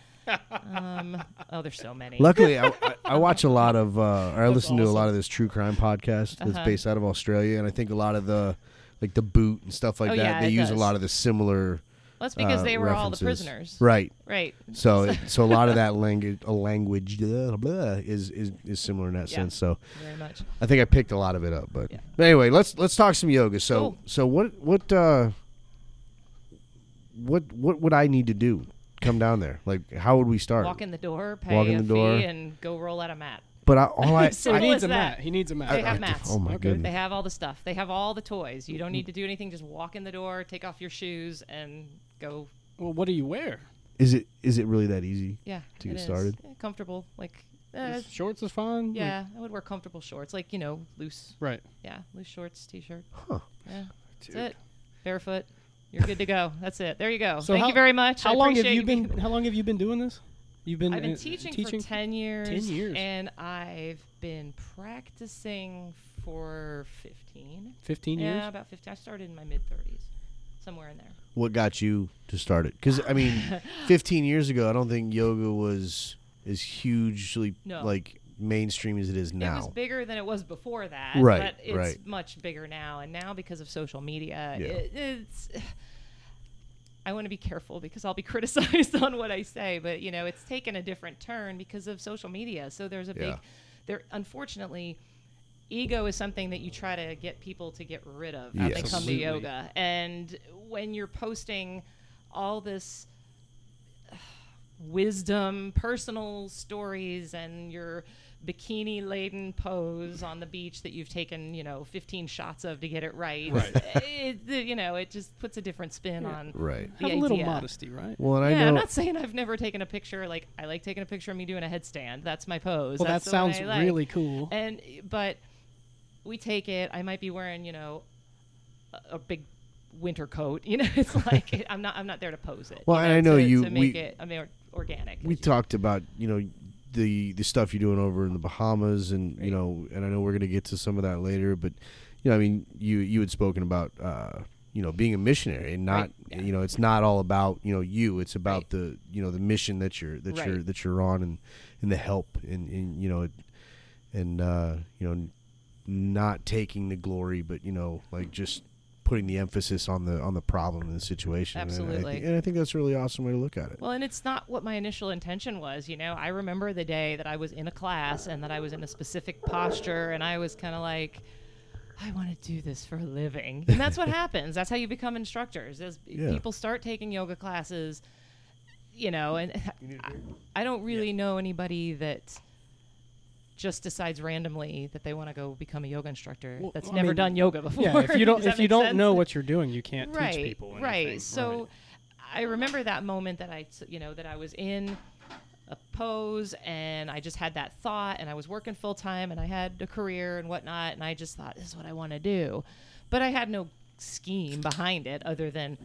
Speaker 3: Um, oh, there's so many.
Speaker 1: Luckily, I, I- I watch a lot of, uh, or I listen to a lot
Speaker 2: awesome.
Speaker 1: of this true crime podcast that's
Speaker 3: Uh-huh.
Speaker 1: based out of Australia, and I think a lot of the, like the boot and stuff like
Speaker 3: Oh,
Speaker 1: that,
Speaker 3: yeah,
Speaker 1: they
Speaker 3: it
Speaker 1: use a
Speaker 3: does.
Speaker 1: lot of the similar.
Speaker 3: That's because
Speaker 1: uh,
Speaker 3: they were all the
Speaker 1: references.
Speaker 3: prisoners.
Speaker 1: Right.
Speaker 3: Right.
Speaker 1: So, it, so a lot of that language, a language, blah, blah, is is is similar in that
Speaker 3: Yeah.
Speaker 1: sense. So,
Speaker 3: Very much.
Speaker 1: I think I picked a lot of it up, but
Speaker 3: Yeah.
Speaker 1: but anyway, let's let's talk some yoga. So
Speaker 3: Cool.
Speaker 1: so what what uh, what what would I need to do? Come down there. Like how would we start?
Speaker 3: Walk in the door, pay
Speaker 1: Walk in
Speaker 3: a
Speaker 1: the door.
Speaker 3: fee, and go roll out a mat.
Speaker 1: But I, all I,
Speaker 3: So-
Speaker 2: He
Speaker 1: I
Speaker 3: Simple
Speaker 2: needs
Speaker 3: as
Speaker 2: a
Speaker 3: that.
Speaker 2: mat. He needs a mat.
Speaker 3: They have mats.
Speaker 1: oh my
Speaker 2: Okay.
Speaker 3: They
Speaker 1: goodness.
Speaker 3: have all the stuff. They have all the toys. You don't need to do anything. Just walk in the door, take off your shoes, and go.
Speaker 2: Well, what do you wear?
Speaker 1: Is it is it really that easy?
Speaker 3: Yeah.
Speaker 1: To
Speaker 3: it
Speaker 1: get
Speaker 3: is.
Speaker 1: started.
Speaker 3: Yeah, comfortable. Like, uh,
Speaker 2: Shorts is fine. Like-
Speaker 3: yeah, I would wear comfortable shorts. Like, you know, loose.
Speaker 2: right.
Speaker 3: Yeah, loose shorts, t shirt.
Speaker 1: Huh.
Speaker 3: Yeah. That's
Speaker 2: Dude.
Speaker 3: it. Barefoot. You're good to go. That's it. There you go.
Speaker 2: So
Speaker 3: Thank
Speaker 2: how-
Speaker 3: you very much. I
Speaker 2: How long have
Speaker 3: appreciate
Speaker 2: you been?
Speaker 3: being-
Speaker 2: How long have you been doing this? You've been
Speaker 3: I've been
Speaker 2: uh,
Speaker 3: teaching,
Speaker 2: teaching
Speaker 3: for 10 years.
Speaker 2: 10 years.
Speaker 3: And I've been practicing for 15.
Speaker 2: 15
Speaker 3: yeah,
Speaker 2: years.
Speaker 3: about 15. I started in my mid 30s, somewhere in there.
Speaker 1: What got you to start it? Because I mean, 15 years ago, I don't think yoga was as hugely
Speaker 3: No.
Speaker 1: like mainstream as it is
Speaker 3: It was
Speaker 1: now.
Speaker 3: bigger than it was before that.
Speaker 1: Right,
Speaker 3: But it's
Speaker 1: right.
Speaker 3: much bigger now. And now because of social media,
Speaker 1: Yeah.
Speaker 3: it, it's. I want to be careful because I'll be criticized on what I say, but you know, it's taken a different turn because of social media. So there's a big,
Speaker 1: Yeah.
Speaker 3: there, unfortunately, ego is something that you try to get people to get rid of
Speaker 1: Yeah.
Speaker 3: when they come to
Speaker 2: Absolutely.
Speaker 3: yoga. And when you're posting all this wisdom, personal stories, and your bikini laden pose on the beach that you've taken, you know, 15 shots of to get it right.
Speaker 2: Right.
Speaker 3: It, it- you know, it just puts a different spin on.
Speaker 1: Right.
Speaker 3: The
Speaker 2: Have a little
Speaker 3: idea.
Speaker 2: modesty, right?
Speaker 1: Well, and
Speaker 3: Yeah,
Speaker 1: I
Speaker 3: I'm
Speaker 1: know.
Speaker 3: not saying I've never taken a picture. Like I like taking a picture of me doing a headstand. That's my pose.
Speaker 2: Well, that
Speaker 3: That's the one
Speaker 2: sounds
Speaker 3: I like.
Speaker 2: really cool.
Speaker 3: And but we take it. I might be wearing, you know, a, a big winter coat. You know, it's like I'm not. I'm not there to pose it.
Speaker 1: Well,
Speaker 3: you
Speaker 1: and I know
Speaker 3: to-
Speaker 1: you-
Speaker 3: to make
Speaker 1: we-
Speaker 3: it I mean, or- organic.
Speaker 1: we
Speaker 3: as you
Speaker 1: talked about you know the the stuff you're doing over in the Bahamas and you
Speaker 3: Right.
Speaker 1: know and I know we're gonna get to some of that later but you know I mean you you had spoken about uh, you know being a missionary and not
Speaker 3: Right, yeah.
Speaker 1: you know it's not all about you know you it's about
Speaker 3: Right.
Speaker 1: the you know the mission that you're that you're
Speaker 3: Right.
Speaker 1: that you're on and and the help and, and you know it, and uh, you know not taking the glory but you know like just putting the emphasis on the on the problem and the situation And I thi-
Speaker 3: Absolutely.
Speaker 1: and I think that's a really awesome way to look at it
Speaker 3: Well, and it's not what my initial intention was. You know, I remember the day that I was in a class and that I was in a specific posture, and I was kind of like, I want to do this for a living. And that's what happens. That's how you become instructors. As
Speaker 1: Yeah.
Speaker 3: people start taking yoga classes, you know, and I, I don't really know anybody that just decides randomly that they want to go become a yoga instructor
Speaker 2: Well,
Speaker 3: that's
Speaker 2: I
Speaker 3: never
Speaker 2: mean,
Speaker 3: done yoga before.
Speaker 2: Yeah, if you don't
Speaker 3: Does that
Speaker 2: if you
Speaker 3: make
Speaker 2: don't
Speaker 3: sense?
Speaker 2: know what you're doing, you can't teach people. Anything.
Speaker 3: Right. So I remember that moment that I, t- you know, that I was in a pose and I just had that thought and I was working full time and I had a career and whatnot. And I just thought, this is what I want to do. But I had no scheme behind it other than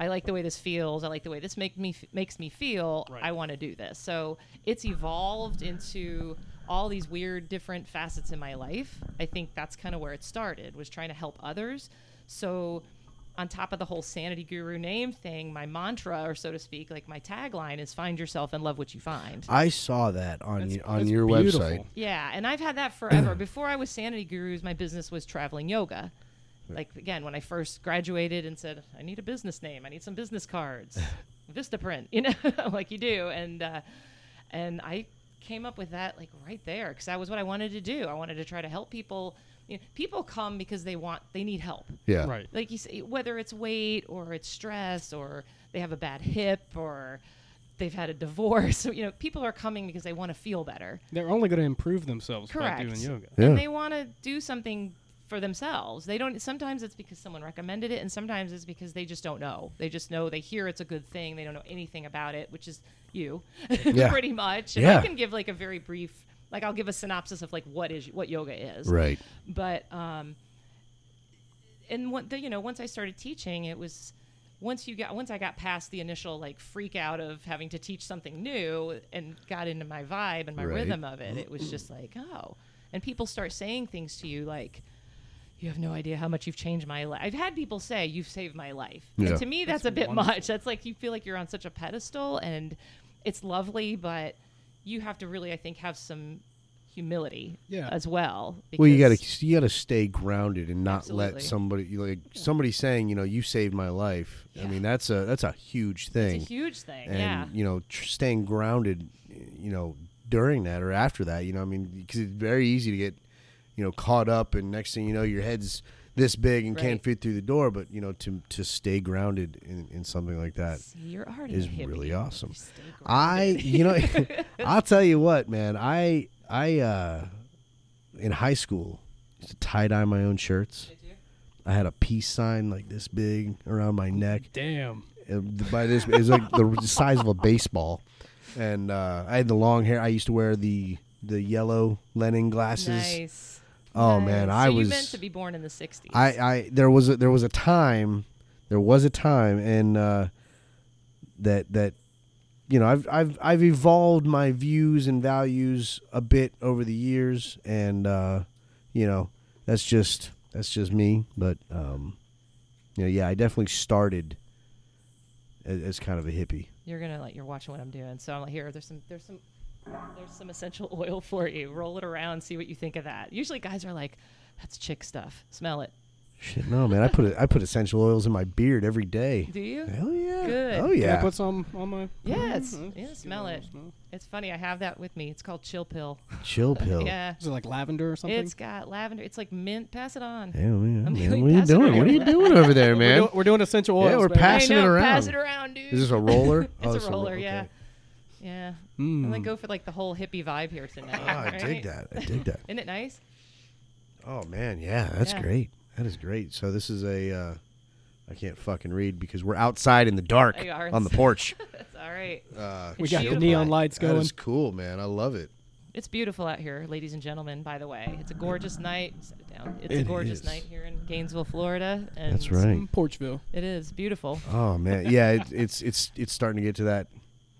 Speaker 3: I like the way this feels. I like the way this make me makes me feel.
Speaker 4: Right.
Speaker 3: I want to do this. So it's evolved into all these weird different facets in my life. I think that's kind of where it started was trying to help others. So on top of the whole sanity guru name thing, my mantra or so to speak, like my tagline is find yourself and love what you find.
Speaker 1: I saw that on
Speaker 2: That's-
Speaker 1: y- on
Speaker 2: that's
Speaker 1: your
Speaker 2: beautiful.
Speaker 1: website.
Speaker 3: Yeah, and I've had that forever. Before I was Sanity Gurus, my business was traveling yoga. Like again, when I first graduated and said, I need a business name, I need some business cards, Vistaprint, you know, like you do, and uh, and I came up with that like right there because that was what I wanted to do. I wanted to try to help people. You know, people come because they want, they need help
Speaker 1: Yeah.
Speaker 4: Right.
Speaker 3: like you say, whether it's weight or it's stress or they have a bad hip or they've had a divorce. So, you know, people are coming because they want to feel better.
Speaker 2: They're only going to improve themselves by doing
Speaker 3: Correct.
Speaker 2: yoga.
Speaker 1: Yeah.
Speaker 3: And they want to do something for themselves. They don't, sometimes it's because someone recommended it and sometimes it's because they just don't know. They just know they hear it's a good thing. They don't know anything about it, which is you
Speaker 1: Yeah.
Speaker 3: pretty much. And
Speaker 1: Yeah.
Speaker 3: I can give like a very brief, like I'll give a synopsis of like what is, what yoga is
Speaker 1: Right.
Speaker 3: but um and what the, you know once i started teaching it was once you got once i got past the initial like freak out of having to teach something new and got into my vibe and my
Speaker 1: Right.
Speaker 3: rhythm of it it was just like oh and people start saying things to you like you have no idea how much you've changed my life. I've had people say you've saved my life.
Speaker 1: Yeah.
Speaker 3: And to me that's,
Speaker 2: That's
Speaker 3: a bit
Speaker 2: wonderful.
Speaker 3: much. That's like you feel like you're on such a pedestal and it's lovely but you have to really I think have some humility
Speaker 2: Yeah.
Speaker 3: as well.
Speaker 1: Well, you
Speaker 3: because-
Speaker 1: gotta you gotta stay grounded and not let
Speaker 3: Absolutely.
Speaker 1: somebody you like somebody saying you know you saved my life. I
Speaker 3: Yeah.
Speaker 1: mean that's a that's a huge thing.
Speaker 3: It's a huge thing.
Speaker 1: and
Speaker 3: yeah.
Speaker 1: you know tr- staying grounded you know during that or after that you know i mean because it's very easy to get you know caught up and next thing you know your head's this big and can't
Speaker 3: Right.
Speaker 1: fit through the door but you know to to stay grounded in, in something like that
Speaker 3: See, you're already
Speaker 1: is
Speaker 3: a hippie.
Speaker 1: really awesome
Speaker 3: You stay grounded.
Speaker 1: i you know i'll tell you what man i i uh in high school used to tie dye my own shirts
Speaker 3: Did you?
Speaker 1: i had a peace sign like this big around my neck
Speaker 2: Damn.
Speaker 1: uh, by this is like the size of a baseball, and uh, I had the long hair. I used to wear the the yellow Lenin glasses.
Speaker 3: Nice.
Speaker 1: Oh
Speaker 3: Nice.
Speaker 1: man,
Speaker 3: So
Speaker 1: I was
Speaker 3: You meant to be born in the '60s.
Speaker 1: I I there was a, there was a time, there was a time, and uh, that that you know I've I've I've evolved my views and values a bit over the years, and uh, you know that's just that's just me, but um, you know yeah, I definitely started as, as kind of a hippie.
Speaker 3: You're gonna like you're watching what I'm doing. So I'm like, here. There's some. There's some. There's some essential oil for you. Roll it around. See what you think of that. Usually guys are like, "That's chick stuff. Smell it."
Speaker 1: Shit, no man, I put a, I put essential oils in my beard every day.
Speaker 3: Do you?
Speaker 1: Hell yeah!
Speaker 3: Good.
Speaker 1: Oh
Speaker 3: Can
Speaker 2: Can
Speaker 1: yeah!
Speaker 2: I put some on my?
Speaker 3: Yeah, it's-
Speaker 2: Mm,
Speaker 3: yeah,
Speaker 2: that's
Speaker 3: Mm-hmm. smell
Speaker 2: good.
Speaker 3: it. It's funny. I have that with me. It's called Chill Pill.
Speaker 1: Chill pill.
Speaker 3: Yeah.
Speaker 2: Is it like lavender or something?
Speaker 3: It's got lavender. It's like mint. Pass it on.
Speaker 1: Hey, man,
Speaker 3: I'm
Speaker 1: man,
Speaker 3: really
Speaker 1: what are you
Speaker 3: passing
Speaker 1: doing? What are
Speaker 3: around.
Speaker 1: you doing over there,
Speaker 2: we're,
Speaker 1: man?
Speaker 2: doing, we're doing essential
Speaker 1: Yeah,
Speaker 2: oils.
Speaker 1: we're
Speaker 2: baby.
Speaker 1: passing-
Speaker 3: I know,
Speaker 1: it around.
Speaker 3: Pass it around, dude.
Speaker 1: Is this a roller?
Speaker 3: it's a
Speaker 1: a
Speaker 3: roller,
Speaker 1: Oh, okay.
Speaker 3: yeah. Yeah.
Speaker 2: Mm.
Speaker 3: I'm gonna go for like the whole hippie vibe here tonight.
Speaker 1: Oh, I dig
Speaker 3: right?
Speaker 1: that. I dig that.
Speaker 3: Isn't it nice?
Speaker 1: Oh man, yeah, that's
Speaker 3: Yeah.
Speaker 1: great. That is great. So this is a. Uh, I can't fucking read because we're outside in the dark
Speaker 3: There you are.
Speaker 1: on the porch.
Speaker 3: That's all right.
Speaker 1: Uh,
Speaker 2: We got the
Speaker 1: shit,
Speaker 2: neon
Speaker 1: man.
Speaker 2: lights
Speaker 1: That
Speaker 2: going.
Speaker 1: is cool, man. I love it.
Speaker 3: It's beautiful out here, ladies and gentlemen. By the way, it's a gorgeous night. Set it down. It's
Speaker 1: It
Speaker 3: a gorgeous
Speaker 1: is.
Speaker 3: night here in Gainesville, Florida. And
Speaker 1: That's right.
Speaker 2: Mm, Porchville.
Speaker 3: It is beautiful.
Speaker 1: Oh man, yeah. It, it's it's it's starting to get to that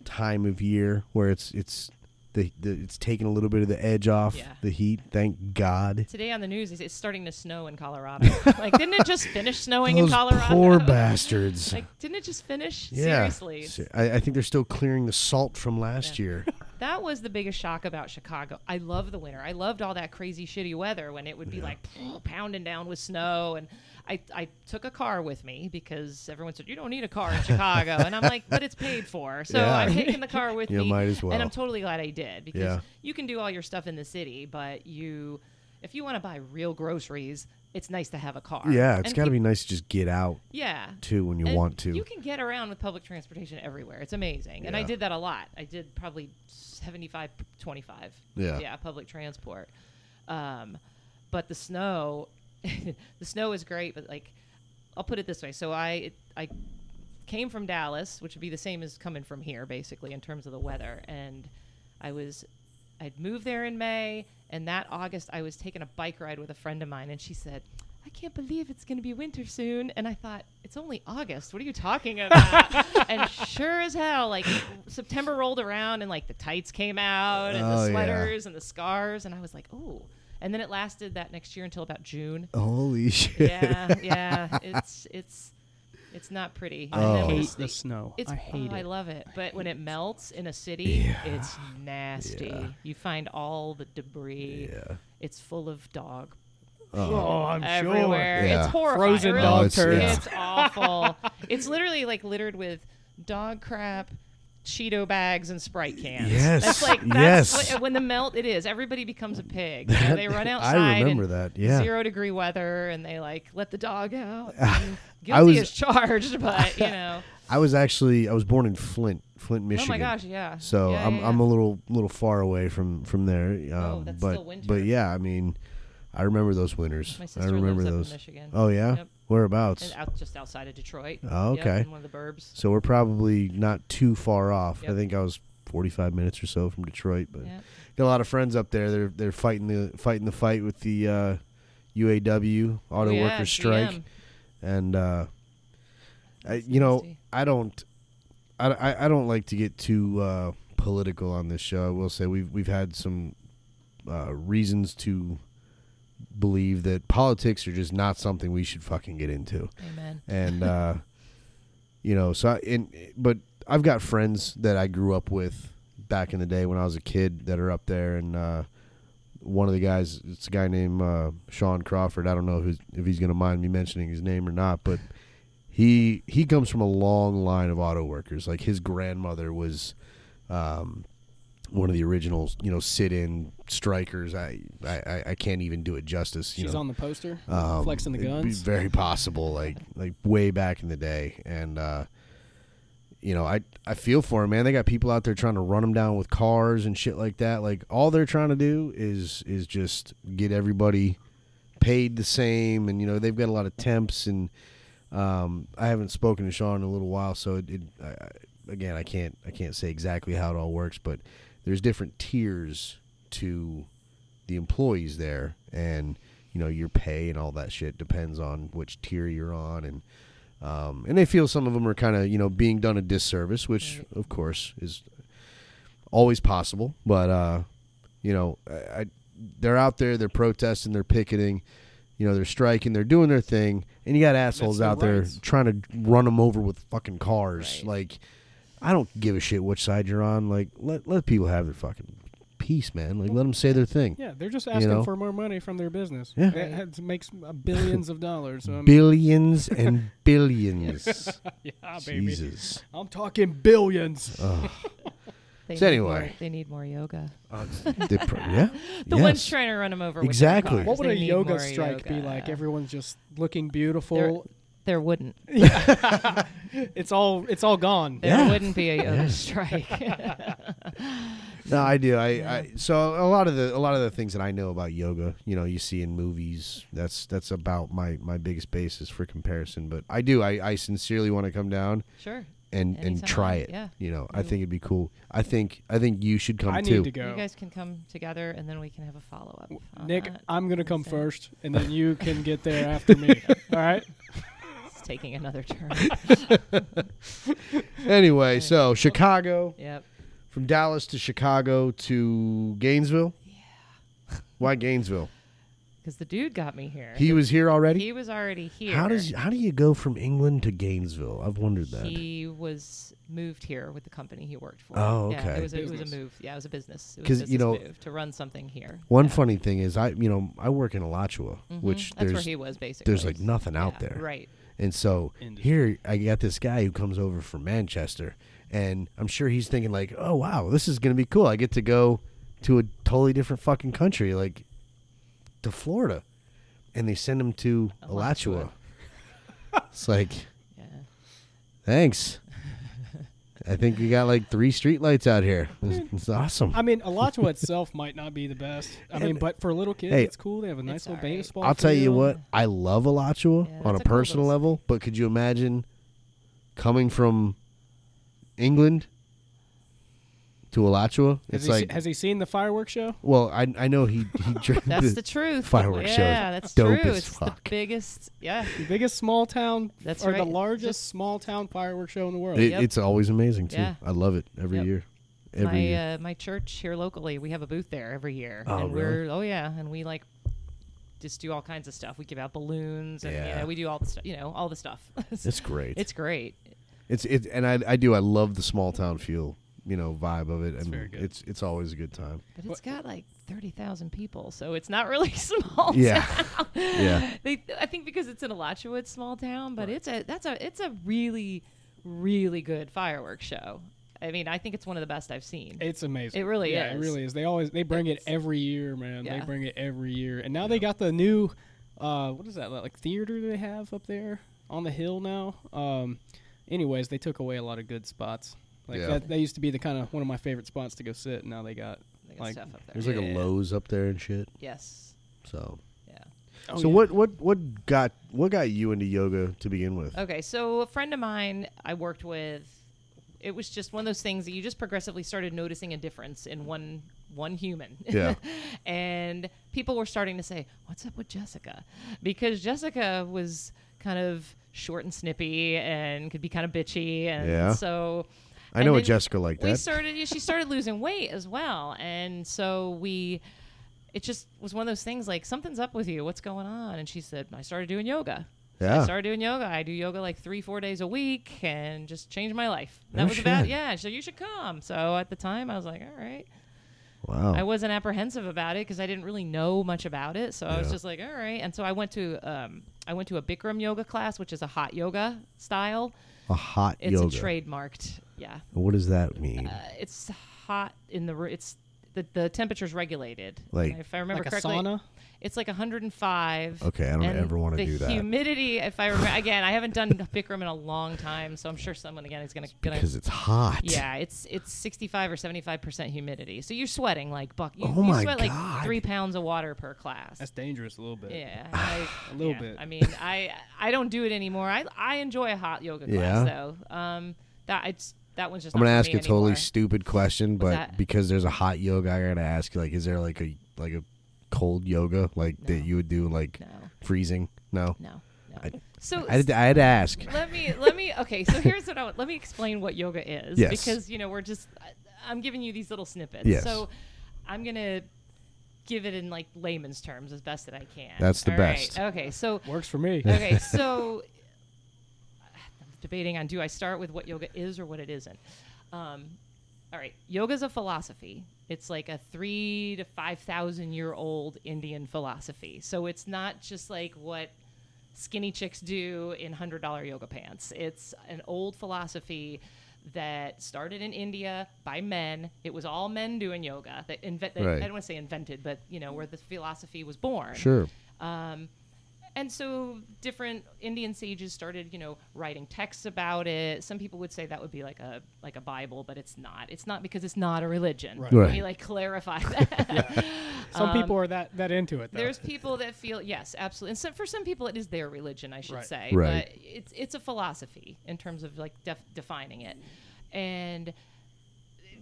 Speaker 1: time of year where it's it's the, the it's taking a little bit of the edge off
Speaker 3: Yeah.
Speaker 1: the heat. Thank God.
Speaker 3: Today on the news, it's- it's starting to snow in Colorado. like, didn't it just finish snowing
Speaker 1: Those
Speaker 3: in Colorado?
Speaker 1: poor bastards.
Speaker 3: Like, didn't it just finish?
Speaker 1: yeah.
Speaker 3: Seriously. it's-
Speaker 1: Se- I, I think they're still clearing the salt from last
Speaker 3: Yeah.
Speaker 1: year.
Speaker 3: That was the biggest shock about Chicago. I love the winter. I loved all that crazy shitty weather when it would be like pounding down with snow and I, I took a car with me because everyone said you don't need a car in Chicago and I'm like but it's paid for. So
Speaker 1: Yeah.
Speaker 3: I'm taking the car with
Speaker 1: You
Speaker 3: me.
Speaker 1: might as well.
Speaker 3: And I'm totally glad I did because
Speaker 1: Yeah.
Speaker 3: you can do all your stuff in the city but you if you want to buy real groceries it's nice to have a car.
Speaker 1: Yeah, it's
Speaker 3: And
Speaker 1: got to
Speaker 3: peop-
Speaker 1: be nice to just get out
Speaker 3: Yeah.
Speaker 1: too when you
Speaker 3: And
Speaker 1: want to.
Speaker 3: You can get around with public transportation everywhere. It's amazing. And I
Speaker 1: Yeah.
Speaker 3: did that a lot. I did probably 75, 25.
Speaker 1: Yeah.
Speaker 3: Yeah, public transport. Um, but the snow, the snow is great, but like, I'll put it this way. So I, it, I came from Dallas, which would be the same as coming from here, basically, in terms of the weather. And I was, I'd moved there in May, and that August I was taking a bike ride with a friend of mine, and she said, I can't believe it's going to be winter soon. And I thought, it's only August. What are you talking about? and sure as hell, like September rolled around, and like the tights came out, and
Speaker 1: Oh,
Speaker 3: the
Speaker 1: yeah.
Speaker 3: sweaters, and the scarves. And I was like, oh. And then it lasted that next year until about June.
Speaker 1: Holy shit!
Speaker 3: Yeah, yeah. It's, it's, it's not pretty.
Speaker 2: I
Speaker 3: And
Speaker 1: Oh.
Speaker 3: then
Speaker 2: hate
Speaker 3: was-
Speaker 2: the snow.
Speaker 3: Oh, it's,
Speaker 2: I hate
Speaker 3: oh, I
Speaker 2: it.
Speaker 3: love it. But when
Speaker 2: hate
Speaker 3: it melts in a city,
Speaker 1: Yeah.
Speaker 3: it's nasty.
Speaker 1: Yeah.
Speaker 3: You find all the debris.
Speaker 1: Yeah.
Speaker 3: It's full of dog
Speaker 2: oh, I'm
Speaker 3: everywhere.
Speaker 1: Yeah.
Speaker 3: It's horrifying.
Speaker 2: Frozen
Speaker 3: It really-
Speaker 1: dog it's-
Speaker 2: dog
Speaker 1: turds.
Speaker 2: turds.
Speaker 1: yeah.
Speaker 3: It's awful. it's literally like littered with dog crap. Cheeto bags and Sprite cans.
Speaker 1: Yes.
Speaker 3: that's like that's
Speaker 1: Yes.
Speaker 3: what- when the melt it is. Everybody becomes a pig. You know, they run
Speaker 1: I
Speaker 3: outside.
Speaker 1: remember
Speaker 3: in
Speaker 1: that, yeah.
Speaker 3: zero degree weather, and they like let the dog out. and Guilty
Speaker 1: I was-
Speaker 3: as charged, but you know.
Speaker 1: I was actually I was born in Flint, Flint, Michigan.
Speaker 3: Oh my gosh, yeah.
Speaker 1: So
Speaker 3: Yeah,
Speaker 1: I'm
Speaker 3: yeah,
Speaker 1: I'm
Speaker 3: yeah.
Speaker 1: a little little far away from from there. Um,
Speaker 3: Oh, that's
Speaker 1: but
Speaker 3: still winter.
Speaker 1: but yeah, I mean, I remember those winters.
Speaker 3: My
Speaker 1: I
Speaker 3: sister
Speaker 1: remember
Speaker 3: lives up in
Speaker 1: those.
Speaker 3: Michigan.
Speaker 1: Oh yeah,
Speaker 3: Yep.
Speaker 1: whereabouts?
Speaker 3: And out just outside of Detroit.
Speaker 1: Oh,
Speaker 3: Yep,
Speaker 1: okay.
Speaker 3: in one of the burbs.
Speaker 1: So we're probably not too far off. I
Speaker 3: Yep.
Speaker 1: think I was 45 minutes or so from Detroit, but
Speaker 3: Yeah.
Speaker 1: got a lot of friends up there. They're they're fighting the fighting the fight with the uh, UAW auto
Speaker 3: Yeah,
Speaker 1: workers strike,
Speaker 3: GM.
Speaker 1: and uh, I, you know
Speaker 3: nasty.
Speaker 1: I don't I, I, I don't like to get too uh, political on this show. I will say we've we've had some uh, reasons to believe that politics are just not something we should fucking get into
Speaker 3: Amen.
Speaker 1: and uh, you know, so I, and but I've got friends that I grew up with back in the day when I was a kid that are up there, and uh, one of the guys, it's a guy named uh, Sean Crawford. I don't know if he's, if he's going to mind me mentioning his name or not, but he he comes from a long line of auto workers. Like his grandmother was. Um, one of the original, you know, sit-in strikers. I, I, I- I can't even do it justice. You
Speaker 2: She's
Speaker 1: know,
Speaker 2: on the poster,
Speaker 1: um,
Speaker 2: flexing the
Speaker 1: it'd be
Speaker 2: guns.
Speaker 1: very possible, like like way back in the day, and uh, you know, I I feel for him, man. They got people out there trying to run them down with cars and shit like that. Like all they're trying to do is is just get everybody paid the same, and you know they've got a lot of temps, and um, I haven't spoken to Sean in a little while, so it, it I, I- again I can't I can't say exactly how it all works, but there's different tiers to the employees there and you know your pay and all that shit depends on which tier you're on and um, and they feel some of them are kind of you know being done a disservice which
Speaker 3: Right.
Speaker 1: of course is always possible but uh you know I, I they're out there they're protesting they're picketing you know they're striking they're doing their thing and you got assholes
Speaker 2: their
Speaker 1: out there
Speaker 2: rights.
Speaker 1: trying to run them over with fucking cars
Speaker 3: Right.
Speaker 1: like I don't give a shit which side you're on. Like, let let people have their fucking peace, man. Like, let them say their thing.
Speaker 2: yeah, they're just asking
Speaker 1: know?
Speaker 2: for more money from their business.
Speaker 1: Yeah.
Speaker 2: That- that makes uh, billions of dollars. So I'm,
Speaker 1: Billions and billions.
Speaker 2: yeah, baby.
Speaker 1: Jesus. Oh,
Speaker 2: I'm talking billions.
Speaker 1: Ugh.
Speaker 3: They
Speaker 1: So
Speaker 3: need
Speaker 1: anyway.
Speaker 3: more- they need more yoga.
Speaker 1: They pr- yeah.
Speaker 3: The
Speaker 1: yes.
Speaker 3: ones trying to run them over. with their
Speaker 1: Exactly.
Speaker 3: cars.
Speaker 2: What would
Speaker 3: They
Speaker 2: a
Speaker 3: need
Speaker 2: yoga
Speaker 3: more
Speaker 2: strike be
Speaker 3: yoga.
Speaker 2: like? Everyone's just looking beautiful.
Speaker 3: there wouldn't.
Speaker 2: It's all it's all gone.
Speaker 3: There
Speaker 1: Yeah.
Speaker 3: wouldn't be a yoga strike.
Speaker 1: No, I do. I, I so a lot of the a lot of the things that I know about yoga, you know, you see in movies. That's that's about my my biggest basis for comparison. But I do. I I sincerely want to come down
Speaker 3: sure.
Speaker 1: and and
Speaker 3: Anytime.
Speaker 1: try it.
Speaker 3: Yeah. Mm.
Speaker 1: You know, I think it'd be cool. I think I think you should come
Speaker 2: I
Speaker 1: too.
Speaker 2: need to go.
Speaker 3: You guys can come together and then we can have a follow up.
Speaker 2: Nick,
Speaker 3: that.
Speaker 2: I'm gonna come
Speaker 3: That's it.
Speaker 2: first, and then you can get there after me. All right.
Speaker 3: It's taking another turn.
Speaker 1: Anyway, so Chicago.
Speaker 3: yep.
Speaker 1: from Dallas to Chicago to Gainesville. Yeah. Why Gainesville?
Speaker 3: Because the dude got me here.
Speaker 1: He was here already.
Speaker 3: He was already here.
Speaker 1: How does how do you go from England to Gainesville? I've wondered that.
Speaker 3: He was moved here with the company he worked for.
Speaker 1: Oh,
Speaker 3: Yeah,
Speaker 1: okay.
Speaker 3: it was a, it was a
Speaker 2: Business.
Speaker 3: move. Yeah, it was a business. It was a
Speaker 1: 'Cause,
Speaker 3: business
Speaker 1: you know,
Speaker 3: move to run something here.
Speaker 1: One
Speaker 3: yeah. Mm-hmm.
Speaker 1: funny thing is I you know I work in Alachua, which
Speaker 3: That's where
Speaker 1: there's
Speaker 3: he was basically.
Speaker 1: there's like nothing out
Speaker 3: Yeah,
Speaker 1: there,
Speaker 3: Right.
Speaker 1: and so
Speaker 2: Industry.
Speaker 1: here I got this guy who comes over from Manchester, and I'm sure he's thinking like, oh wow, this is gonna be cool. I get to go to a totally different fucking country, like to Florida, and they send them to Alachua.
Speaker 3: Alachua.
Speaker 1: it's like,
Speaker 3: Yeah.
Speaker 1: thanks. I think we got like three streetlights out here. It's, it's awesome.
Speaker 2: I mean, Alachua itself might not be the best. I mean, but for little kids,
Speaker 1: Hey,
Speaker 2: it's cool. They have a nice
Speaker 3: it's
Speaker 2: little
Speaker 3: alright.
Speaker 2: baseball.
Speaker 1: I'll tell you
Speaker 2: field.
Speaker 1: what, I love Alachua
Speaker 3: Yeah,
Speaker 1: on a
Speaker 3: that's a cool
Speaker 1: personal
Speaker 3: little
Speaker 1: level, but could you imagine coming from England to Alachua?
Speaker 2: Has,
Speaker 1: It's
Speaker 2: he, se-
Speaker 1: like,
Speaker 2: has he seen the fireworks show?
Speaker 1: well, I I know he he dr-
Speaker 3: That's the truth.
Speaker 1: fireworks
Speaker 3: yeah,
Speaker 1: show is
Speaker 3: that's
Speaker 1: dope
Speaker 3: true.
Speaker 1: as
Speaker 3: it's
Speaker 1: fuck.
Speaker 3: the biggest. Yeah.
Speaker 2: The biggest small town,
Speaker 3: That's
Speaker 2: or the
Speaker 3: right.
Speaker 2: largest
Speaker 3: Just-
Speaker 2: small town fireworks show in the world.
Speaker 1: It,
Speaker 3: Yep.
Speaker 1: It's always amazing too.
Speaker 3: Yeah.
Speaker 1: I love it every
Speaker 3: Yep.
Speaker 1: year. Every
Speaker 3: my
Speaker 1: year.
Speaker 3: uh, my church here locally, we have a booth there every year,
Speaker 1: Oh,
Speaker 3: and
Speaker 1: really?
Speaker 3: we're oh yeah, and we like just do all kinds of stuff. We give out balloons, and you
Speaker 1: Yeah.
Speaker 3: know, we do all the stuff, you know, all the stuff. it's,
Speaker 1: it's great. It's
Speaker 3: great.
Speaker 1: it's it, and I I do I love the small town feel you know vibe of it. It's and
Speaker 2: very good.
Speaker 1: It's it's always a good time.
Speaker 3: But it's got like thirty thousand people, so it's not really small.
Speaker 1: Yeah.
Speaker 3: town.
Speaker 1: Yeah.
Speaker 3: They, I think because it's in Alachua, it's small town, but it's a that's a it's a really really good fireworks show. I mean, I think it's one of the best I've seen.
Speaker 2: It's amazing.
Speaker 3: It really
Speaker 2: yeah, It
Speaker 3: is.
Speaker 2: really is. They always they bring it
Speaker 3: It's-
Speaker 2: every year, man. They
Speaker 3: Yeah.
Speaker 2: bring it every year, and now they got the new, uh, what is that like theater they have up there on the hill now? Um, anyways, they took away a lot of good spots. Like
Speaker 1: Yeah.
Speaker 2: that, that used to be the kind of one of my favorite spots to go sit. And now they got.
Speaker 3: They got
Speaker 2: Like,
Speaker 3: stuff up there.
Speaker 1: There's like
Speaker 3: Yeah.
Speaker 1: a Lowe's up there and shit.
Speaker 3: Yes.
Speaker 1: So
Speaker 3: Yeah.
Speaker 2: Oh,
Speaker 1: so
Speaker 2: yeah.
Speaker 1: what what what got what got you into yoga to begin with?
Speaker 3: Okay, so a friend of mine I worked with, it was just one of those things that you just progressively started noticing a difference in one one human.
Speaker 1: Yeah.
Speaker 3: and people were starting to say, "What's up with Jessica?" Because Jessica was kind of short and snippy and could be kind of bitchy and
Speaker 1: Yeah.
Speaker 3: so
Speaker 1: I know
Speaker 3: and
Speaker 1: a
Speaker 3: then
Speaker 1: Jessica like
Speaker 3: we
Speaker 1: that.
Speaker 3: started yeah, she started losing weight as well and so we it just was one of those things like something's up with you what's going on and she said i started doing yoga
Speaker 1: Yeah.
Speaker 3: i started doing yoga i do yoga like three four days a week and just changed my life that
Speaker 1: No
Speaker 3: was about
Speaker 1: shit.
Speaker 3: yeah so you should come so at the time i was like all right
Speaker 1: wow.
Speaker 3: I wasn't apprehensive about it because I didn't really know much about it. So I was
Speaker 1: Yeah.
Speaker 3: just like, all right. And so I went to um, I went to a Bikram yoga class, which is a hot yoga style.
Speaker 1: a hot
Speaker 3: It's
Speaker 1: yoga.
Speaker 3: a trademarked, yeah.
Speaker 1: What does that mean?
Speaker 3: Uh, it's hot in the room. It's the the temperature's regulated.
Speaker 1: Like-
Speaker 3: if I remember
Speaker 2: Like a
Speaker 3: correctly,
Speaker 2: sauna.
Speaker 3: it's like 105.
Speaker 1: Okay, I don't
Speaker 3: and
Speaker 1: ever wanna
Speaker 3: the
Speaker 1: do that.
Speaker 3: Humidity, if I remember, again, I haven't done Bikram in a long time, so I'm sure someone again is gonna gonna.
Speaker 1: because it's hot.
Speaker 3: Yeah, it's it's 65 or 75 percent humidity, so you're sweating like buck. You,
Speaker 1: Oh
Speaker 3: you
Speaker 1: my
Speaker 3: sweat
Speaker 1: God.
Speaker 3: like three pounds of water per class.
Speaker 2: That's dangerous a little bit.
Speaker 3: yeah, I-
Speaker 2: A little
Speaker 3: yeah.
Speaker 2: bit.
Speaker 3: I mean, I I don't do it anymore. I I enjoy a hot yoga class
Speaker 1: Yeah.
Speaker 3: though. Um, that it's that one's just.
Speaker 1: I'm
Speaker 3: not
Speaker 1: gonna
Speaker 3: for
Speaker 1: ask a
Speaker 3: me
Speaker 1: totally
Speaker 3: anymore.
Speaker 1: stupid question, but
Speaker 3: that?
Speaker 1: because there's a hot yoga, I gotta ask. Like, is there like a like a cold yoga like that
Speaker 3: No.
Speaker 1: you would do like
Speaker 3: No.
Speaker 1: freezing? No.
Speaker 3: No, no.
Speaker 1: I-
Speaker 3: so
Speaker 1: I had, to, I had to ask.
Speaker 3: let me let me okay. So here's what I want. Let me explain what yoga is
Speaker 1: Yes.
Speaker 3: because you know we're just I- I'm giving you these little snippets.
Speaker 1: Yes.
Speaker 3: So I'm gonna give it in like layman's terms as best that I can.
Speaker 1: That's the
Speaker 3: All right.
Speaker 1: best.
Speaker 3: Okay. So
Speaker 2: Works for me.
Speaker 3: okay. So I'm debating on do I start with what yoga is or what it isn't. Um, all right. Yoga's a philosophy. It's like a three to five thousand year old Indian philosophy. So it's not just like what skinny chicks do in hundred dollar yoga pants. It's an old philosophy that started in India by men. It was all men doing yoga. That invent. that-
Speaker 1: Right.
Speaker 3: I don't want to say invented, but you know where the philosophy was born.
Speaker 1: Sure.
Speaker 3: Um, and so different Indian sages started, you know, writing texts about it. Some people would say that would be like a like a Bible, but it's not. It's not because it's not a religion.
Speaker 2: Right.
Speaker 1: Right.
Speaker 3: Let me like clarify that.
Speaker 2: Some people are that that into it. Though.
Speaker 3: Um, There's people that feel yes, absolutely. And so for some people, it is their religion, I should
Speaker 2: Right.
Speaker 3: say.
Speaker 1: Right.
Speaker 3: But it's it's a philosophy in terms of like def- defining it. And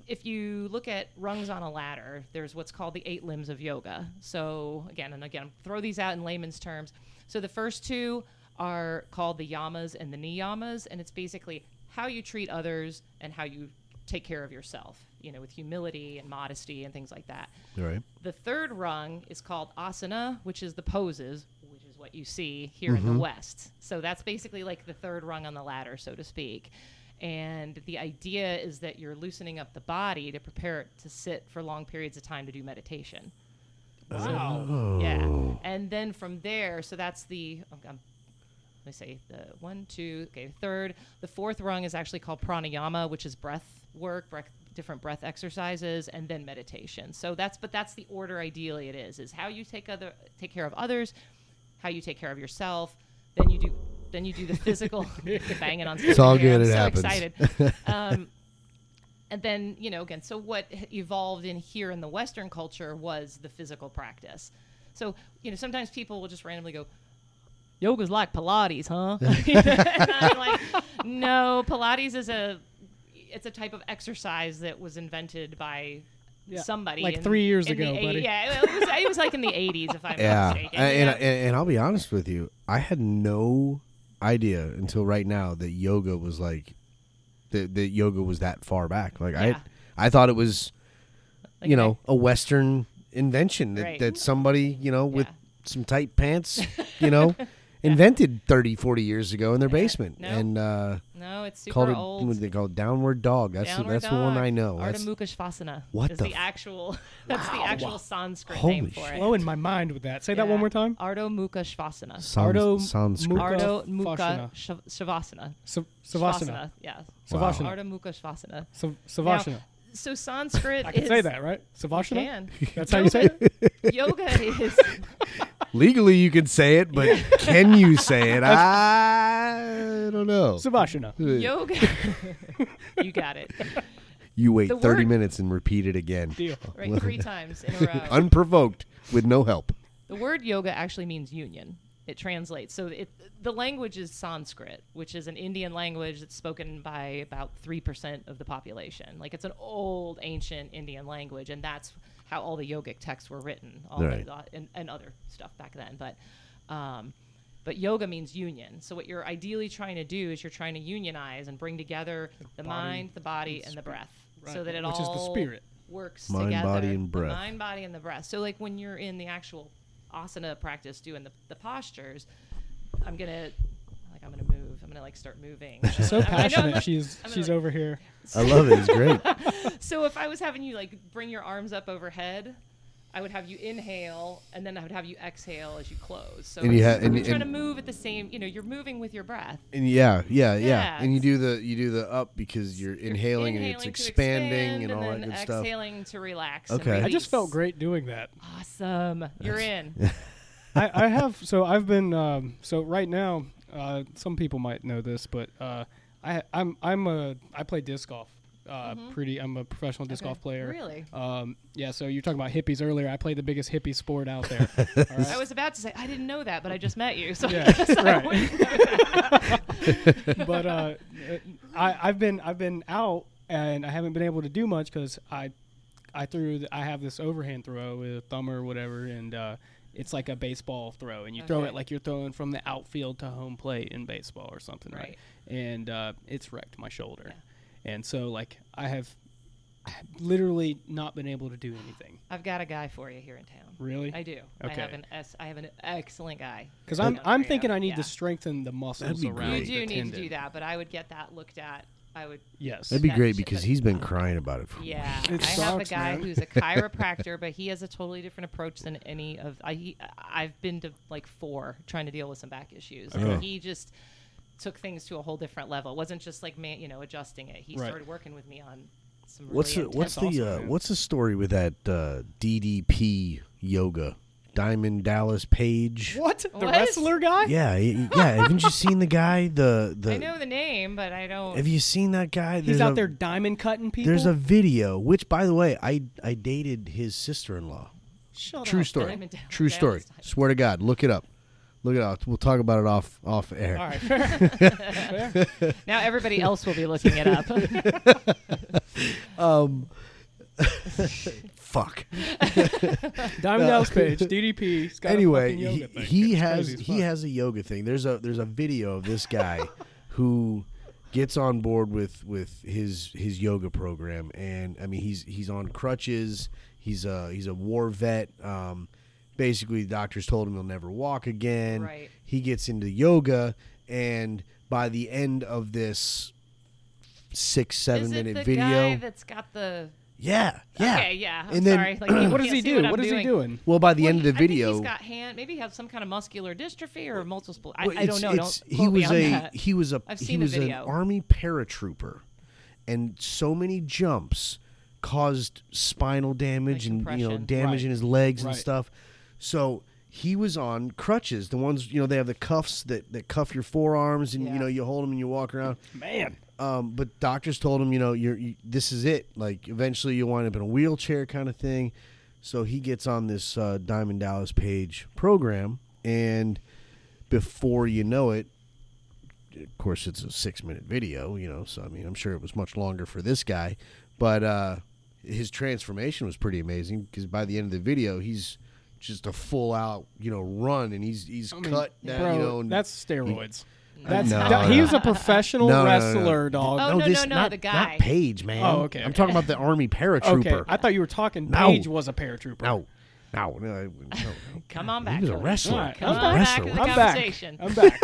Speaker 3: if you look at rungs on a ladder, there's what's called the eight limbs of yoga. So again, and again, throw these out in layman's terms. So the first two are called the yamas and the niyamas, and it's basically how you treat others and how you take care of yourself. You know, with humility and modesty and things like that.
Speaker 1: Right.
Speaker 3: The third rung is called asana, which is the poses, which is what you see here in the West. So that's basically like the third rung on the ladder, so to speak. And the idea is that you're loosening up the body to prepare it to sit for long periods of time to do meditation.
Speaker 2: wow.
Speaker 1: Oh.
Speaker 3: Yeah. And then from there, so that's the, I'm- I'm- let me say the one, two, okay, third. The fourth rung is actually called pranayama, which is breath work, breath, different breath exercises, and then meditation. So that's, but that's the order ideally it is, is how you take other, take care of others, how you take care of yourself. Then you do then you do the physical banging on.
Speaker 1: It's all good.
Speaker 3: I'm
Speaker 1: it
Speaker 3: so
Speaker 1: happens.
Speaker 3: excited. Um, and then you know again so what h- evolved in here in the western culture was the physical practice so you know sometimes people will just randomly go yoga's like pilates huh And I'm like, no pilates is a it's a type of exercise that was invented by
Speaker 2: Yeah,
Speaker 3: somebody
Speaker 2: like
Speaker 3: in-
Speaker 2: three years
Speaker 3: in the
Speaker 2: ago,
Speaker 3: eight-
Speaker 2: buddy.
Speaker 3: yeah it was, it was like in the 80s if i'm
Speaker 1: yeah,
Speaker 3: not mistaken
Speaker 1: and,
Speaker 3: yeah.
Speaker 1: and and I'll be honest with you, I had no idea until right now that yoga was like that that yoga was that far back. Like
Speaker 3: Yeah.
Speaker 1: I I thought it was
Speaker 3: Like,
Speaker 1: you know a Western invention that,
Speaker 3: Right.
Speaker 1: that somebody you know with
Speaker 3: Yeah.
Speaker 1: some tight pants you know invented 30, 40 years ago in their basement
Speaker 3: No.
Speaker 1: and uh,
Speaker 3: no it's super
Speaker 1: called it
Speaker 3: old
Speaker 1: what do they call it? downward dog. That's the,
Speaker 3: Downward
Speaker 1: that's the one
Speaker 3: dog.
Speaker 1: I know. That's-
Speaker 3: Ardha Mukha Shavasana
Speaker 1: What
Speaker 3: is
Speaker 1: the
Speaker 3: the,
Speaker 1: f-
Speaker 3: actual that's the actual Sanskrit
Speaker 1: Holy
Speaker 3: name for it.
Speaker 2: Blowing my mind with that. Say that
Speaker 3: Yeah.
Speaker 2: one more time.
Speaker 3: Ardha Mukha Shavasana.
Speaker 1: Sans-
Speaker 2: Ardha
Speaker 1: Sanskrit.
Speaker 2: Mukha-
Speaker 3: Ardha Mukha
Speaker 2: Fasana.
Speaker 3: Shav- Shavasana.
Speaker 2: Sa- Savasana.
Speaker 3: Yeah.
Speaker 1: Wow.
Speaker 2: Savasana.
Speaker 3: Ardha Mukha Shavasana.
Speaker 2: Sa-
Speaker 3: Now,
Speaker 2: Savasana.
Speaker 3: so Sanskrit
Speaker 2: I can
Speaker 3: is
Speaker 2: say that, right? Savasana?
Speaker 3: Can.
Speaker 2: That's how you say it?
Speaker 3: Yoga is
Speaker 1: Legally, you can say it, but can you say it? I don't know.
Speaker 2: Savasana.
Speaker 3: yoga. you got it.
Speaker 1: You wait
Speaker 3: the
Speaker 1: 30
Speaker 3: word-
Speaker 1: minutes and repeat it again.
Speaker 2: Deal.
Speaker 3: Right, three times in a row.
Speaker 1: Unprovoked, with no help.
Speaker 3: The word yoga actually means union. It translates. So it, the language is Sanskrit, which is an Indian language that's spoken by about 3% of the population. Like it's an old, ancient Indian language, and that's how all the yogic texts were written all
Speaker 1: Right.
Speaker 3: the, uh, and, and other stuff back then. But, um, but yoga means union. So what you're ideally trying to do is you're trying to unionize and bring together the
Speaker 2: body
Speaker 3: mind, the body,
Speaker 2: and
Speaker 3: and the
Speaker 2: spirit.
Speaker 3: breath.
Speaker 2: Right.
Speaker 3: So that it
Speaker 2: Which is the
Speaker 3: all
Speaker 2: spirit.
Speaker 3: works
Speaker 1: Mind,
Speaker 3: together.
Speaker 1: body, and
Speaker 3: The
Speaker 1: breath.
Speaker 3: mind, body, and the breath. So like when you're in the actual asana practice doing the, the postures, I'm gonna like I'm gonna move. I'm gonna like start moving.
Speaker 2: She's so
Speaker 3: I know, I'm
Speaker 2: passionate.
Speaker 3: like-
Speaker 2: She's
Speaker 3: I'm
Speaker 2: she's
Speaker 3: like-
Speaker 2: over here.
Speaker 1: I love it. It's great.
Speaker 3: so if I was having you like bring your arms up overhead, I would have you inhale and then I would have you exhale as you close. So
Speaker 1: And you
Speaker 3: it's-
Speaker 1: ha- and-
Speaker 3: you're trying
Speaker 1: and-
Speaker 3: to move at the same. You know, you're moving with your breath.
Speaker 1: And yeah, yeah, yeah,
Speaker 3: Yeah.
Speaker 1: And you do the you do the up because you're inhaling, and it's
Speaker 3: Inhaling to
Speaker 1: expanding
Speaker 3: expand
Speaker 1: and all
Speaker 3: then
Speaker 1: that good stuff.
Speaker 3: Exhaling to relax.
Speaker 1: Okay.
Speaker 3: And
Speaker 2: I just
Speaker 3: release.
Speaker 2: felt great doing that.
Speaker 3: Awesome. You're in.
Speaker 2: I, I have so I've been um, so right now. Uh, some people might know this, but uh, I I'm I'm a I play disc golf. Uh, Pretty, I'm a professional disc
Speaker 3: Mm-hmm. Okay.
Speaker 2: golf player.
Speaker 3: Really?
Speaker 2: Um, yeah. So you're talking about hippies earlier. I play the biggest hippie sport out there. All right?
Speaker 3: I was about to say I didn't know that, but I just met you, so
Speaker 2: Yeah, right.
Speaker 3: I wouldn't know
Speaker 2: but uh, I, I've been I've been out and I haven't been able to do much because I I threw the, I have this overhand throw with a thumb or whatever and uh, it's like a baseball throw and you throw
Speaker 3: Okay.
Speaker 2: it like you're throwing from the outfield to home plate in baseball or something right, and uh, it's wrecked my shoulder and so like I have I have literally not been able to do anything
Speaker 3: I've got a guy for you here in town.
Speaker 2: Really?
Speaker 3: I do. I
Speaker 2: Okay.
Speaker 3: have an S, I have an excellent guy.
Speaker 2: because
Speaker 3: here
Speaker 2: I'm
Speaker 3: in town
Speaker 2: I'm
Speaker 3: for
Speaker 2: thinking
Speaker 3: you.
Speaker 2: I need
Speaker 3: Yeah.
Speaker 2: to strengthen the muscles
Speaker 1: uh, be
Speaker 2: around
Speaker 1: great.
Speaker 3: You
Speaker 2: the
Speaker 3: do need to do
Speaker 2: tendon.
Speaker 3: that, but I would get that looked at. I would.
Speaker 2: yes
Speaker 1: That'd be
Speaker 3: that
Speaker 1: great
Speaker 3: shit,
Speaker 1: because
Speaker 3: but-
Speaker 1: he's been crying about it for.
Speaker 3: Yeah,
Speaker 2: It
Speaker 3: I have a
Speaker 2: sucks,
Speaker 3: guy
Speaker 2: man.
Speaker 3: who's a chiropractor, but he has a totally different approach than any of I. He, I've been to like four trying to deal with some back issues,
Speaker 1: Okay.
Speaker 3: and he just took things to a whole different level. It wasn't just like man, you know, adjusting it. He
Speaker 2: Right.
Speaker 3: started working with me on some.
Speaker 1: What's
Speaker 3: really
Speaker 1: the what's
Speaker 3: intense-
Speaker 1: the uh,
Speaker 2: awesome, man.
Speaker 1: what's the story with that uh, DDP yoga? Diamond Dallas Page.
Speaker 2: what the
Speaker 3: What?
Speaker 2: wrestler guy
Speaker 1: Yeah, y- yeah. Haven't you seen the guy? The the.
Speaker 3: I know the name, but I don't.
Speaker 1: Have you seen that guy?
Speaker 2: He's
Speaker 1: There's
Speaker 2: out
Speaker 1: a-
Speaker 2: there diamond cutting people.
Speaker 1: There's a video, which, by the way, I I dated his sister-in-law.
Speaker 3: Shut
Speaker 1: True
Speaker 3: up.
Speaker 1: story.
Speaker 3: I'm in Dallas-
Speaker 1: True
Speaker 3: Dallas
Speaker 1: story.
Speaker 3: time.
Speaker 1: Swear to God, look it up. Look it up. We'll talk about it off off air.
Speaker 2: All right, fair.
Speaker 3: Now everybody else will be looking it up.
Speaker 1: Um, fuck.
Speaker 2: Diamond Dallas Page, DDP. He's got a
Speaker 1: anyway,
Speaker 2: fucking
Speaker 1: he,
Speaker 2: yoga thing.
Speaker 1: he
Speaker 2: It's
Speaker 1: has
Speaker 2: crazy as
Speaker 1: he
Speaker 2: fuck.
Speaker 1: has a yoga thing. There's a there's a video of this guy who gets on board with with his his yoga program, and I mean he's he's on crutches. He's a he's a war vet. Um, basically, the doctors told him he'll never walk again.
Speaker 3: Right.
Speaker 1: He gets into yoga, and by the end of this six seven
Speaker 3: Is it
Speaker 1: minute
Speaker 3: the
Speaker 1: video,
Speaker 3: guy that's got the?
Speaker 1: yeah, yeah.
Speaker 3: Okay, yeah. I'm
Speaker 1: And then-
Speaker 3: sorry. Like, you
Speaker 2: What does
Speaker 3: can't
Speaker 2: he
Speaker 3: see
Speaker 2: do? What,
Speaker 3: I'm
Speaker 2: is he doing?
Speaker 1: Well, by the
Speaker 3: Well,
Speaker 1: end of the
Speaker 3: I think
Speaker 1: video,
Speaker 3: he's got hand. Maybe he has some kind of muscular dystrophy or multiple. I,
Speaker 1: Well,
Speaker 3: I don't
Speaker 1: it's-
Speaker 3: know.
Speaker 1: it's-
Speaker 3: don't
Speaker 1: he
Speaker 3: quote me
Speaker 1: was
Speaker 3: on
Speaker 1: a
Speaker 3: that.
Speaker 1: he was a
Speaker 3: I've
Speaker 1: he
Speaker 3: seen the
Speaker 1: was an
Speaker 3: video.
Speaker 1: army paratrooper, and so many jumps caused spinal damage
Speaker 3: Like
Speaker 1: and you know
Speaker 3: compression.
Speaker 1: damage
Speaker 2: Right.
Speaker 1: in his legs
Speaker 2: Right.
Speaker 1: and stuff. So he was on crutches, the ones you know they have the cuffs that that cuff your forearms, and you
Speaker 3: Yeah.
Speaker 1: know you hold them and you walk around.
Speaker 2: Man,
Speaker 1: Um, but doctors told him, you know, you're you, this is it. Like eventually you wind up in a wheelchair kind of thing. So he gets on this uh, Diamond Dallas Page program, and before you know it, of course it's a six minute video, you know. So I mean, I'm sure it was much longer for this guy, but uh, his transformation was pretty amazing because by the end of the video, he's just a full out, you know, run, and he's he's
Speaker 2: I mean,
Speaker 1: cut down,
Speaker 2: bro,
Speaker 1: you know. and-
Speaker 2: that's steroids. That's
Speaker 1: No,
Speaker 2: that-
Speaker 1: no.
Speaker 2: he's a professional
Speaker 1: No, no, no, no.
Speaker 2: wrestler, dog.
Speaker 3: Oh, no, no, no,
Speaker 1: not,
Speaker 3: the
Speaker 1: not
Speaker 3: guy.
Speaker 1: Page, man.
Speaker 2: Oh, okay,
Speaker 1: I'm
Speaker 2: okay.
Speaker 1: talking about the army paratrooper.
Speaker 2: Okay, I thought you were talking.
Speaker 1: No.
Speaker 2: Page was a paratrooper.
Speaker 1: no, no, no, no, no.
Speaker 3: Come on back.
Speaker 1: He was a
Speaker 3: Jordan.
Speaker 1: wrestler.
Speaker 2: Alright,
Speaker 1: He was a
Speaker 3: Come on back to
Speaker 1: wrestler.
Speaker 3: the
Speaker 2: I'm back.
Speaker 3: conversation.
Speaker 2: I'm back.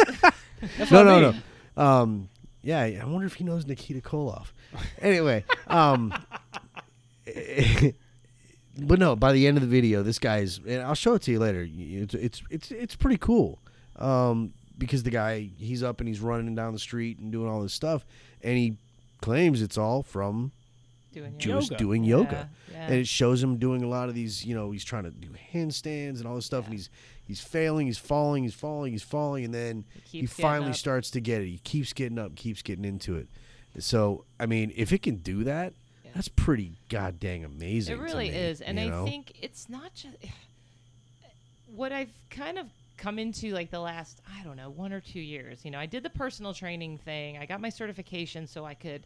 Speaker 2: That's
Speaker 1: no,
Speaker 2: what I
Speaker 1: no,
Speaker 2: mean.
Speaker 1: no. Um, yeah, I wonder if he knows Nikita Koloff. Anyway, um, but no. By the end of the video, this guy's, and I'll show it to you later. You- It's it's it's it's pretty cool. Um, because the guy he's up and he's running down the street and doing all this stuff, and he claims it's all from
Speaker 3: Doing your-
Speaker 1: Jewish
Speaker 2: Yoga.
Speaker 1: doing yoga.
Speaker 3: Yeah, yeah.
Speaker 1: And it shows him doing a lot of these, you know, he's trying to do handstands and all this stuff and he's he's failing, he's falling, he's falling, he's falling and then
Speaker 3: He
Speaker 1: he,
Speaker 3: keeps getting
Speaker 1: finally
Speaker 3: up.
Speaker 1: starts to get it. He keeps getting up, keeps getting into it. So, I mean, if it can do that,
Speaker 3: Yeah.
Speaker 1: that's pretty god dang amazing.
Speaker 3: It
Speaker 1: to
Speaker 3: really
Speaker 1: me,
Speaker 3: is, and
Speaker 1: you
Speaker 3: I
Speaker 1: know?
Speaker 3: think it's not just what I've kind of come into like the last I don't know one or two years. You know, I did the personal training thing. I got my certification so I could.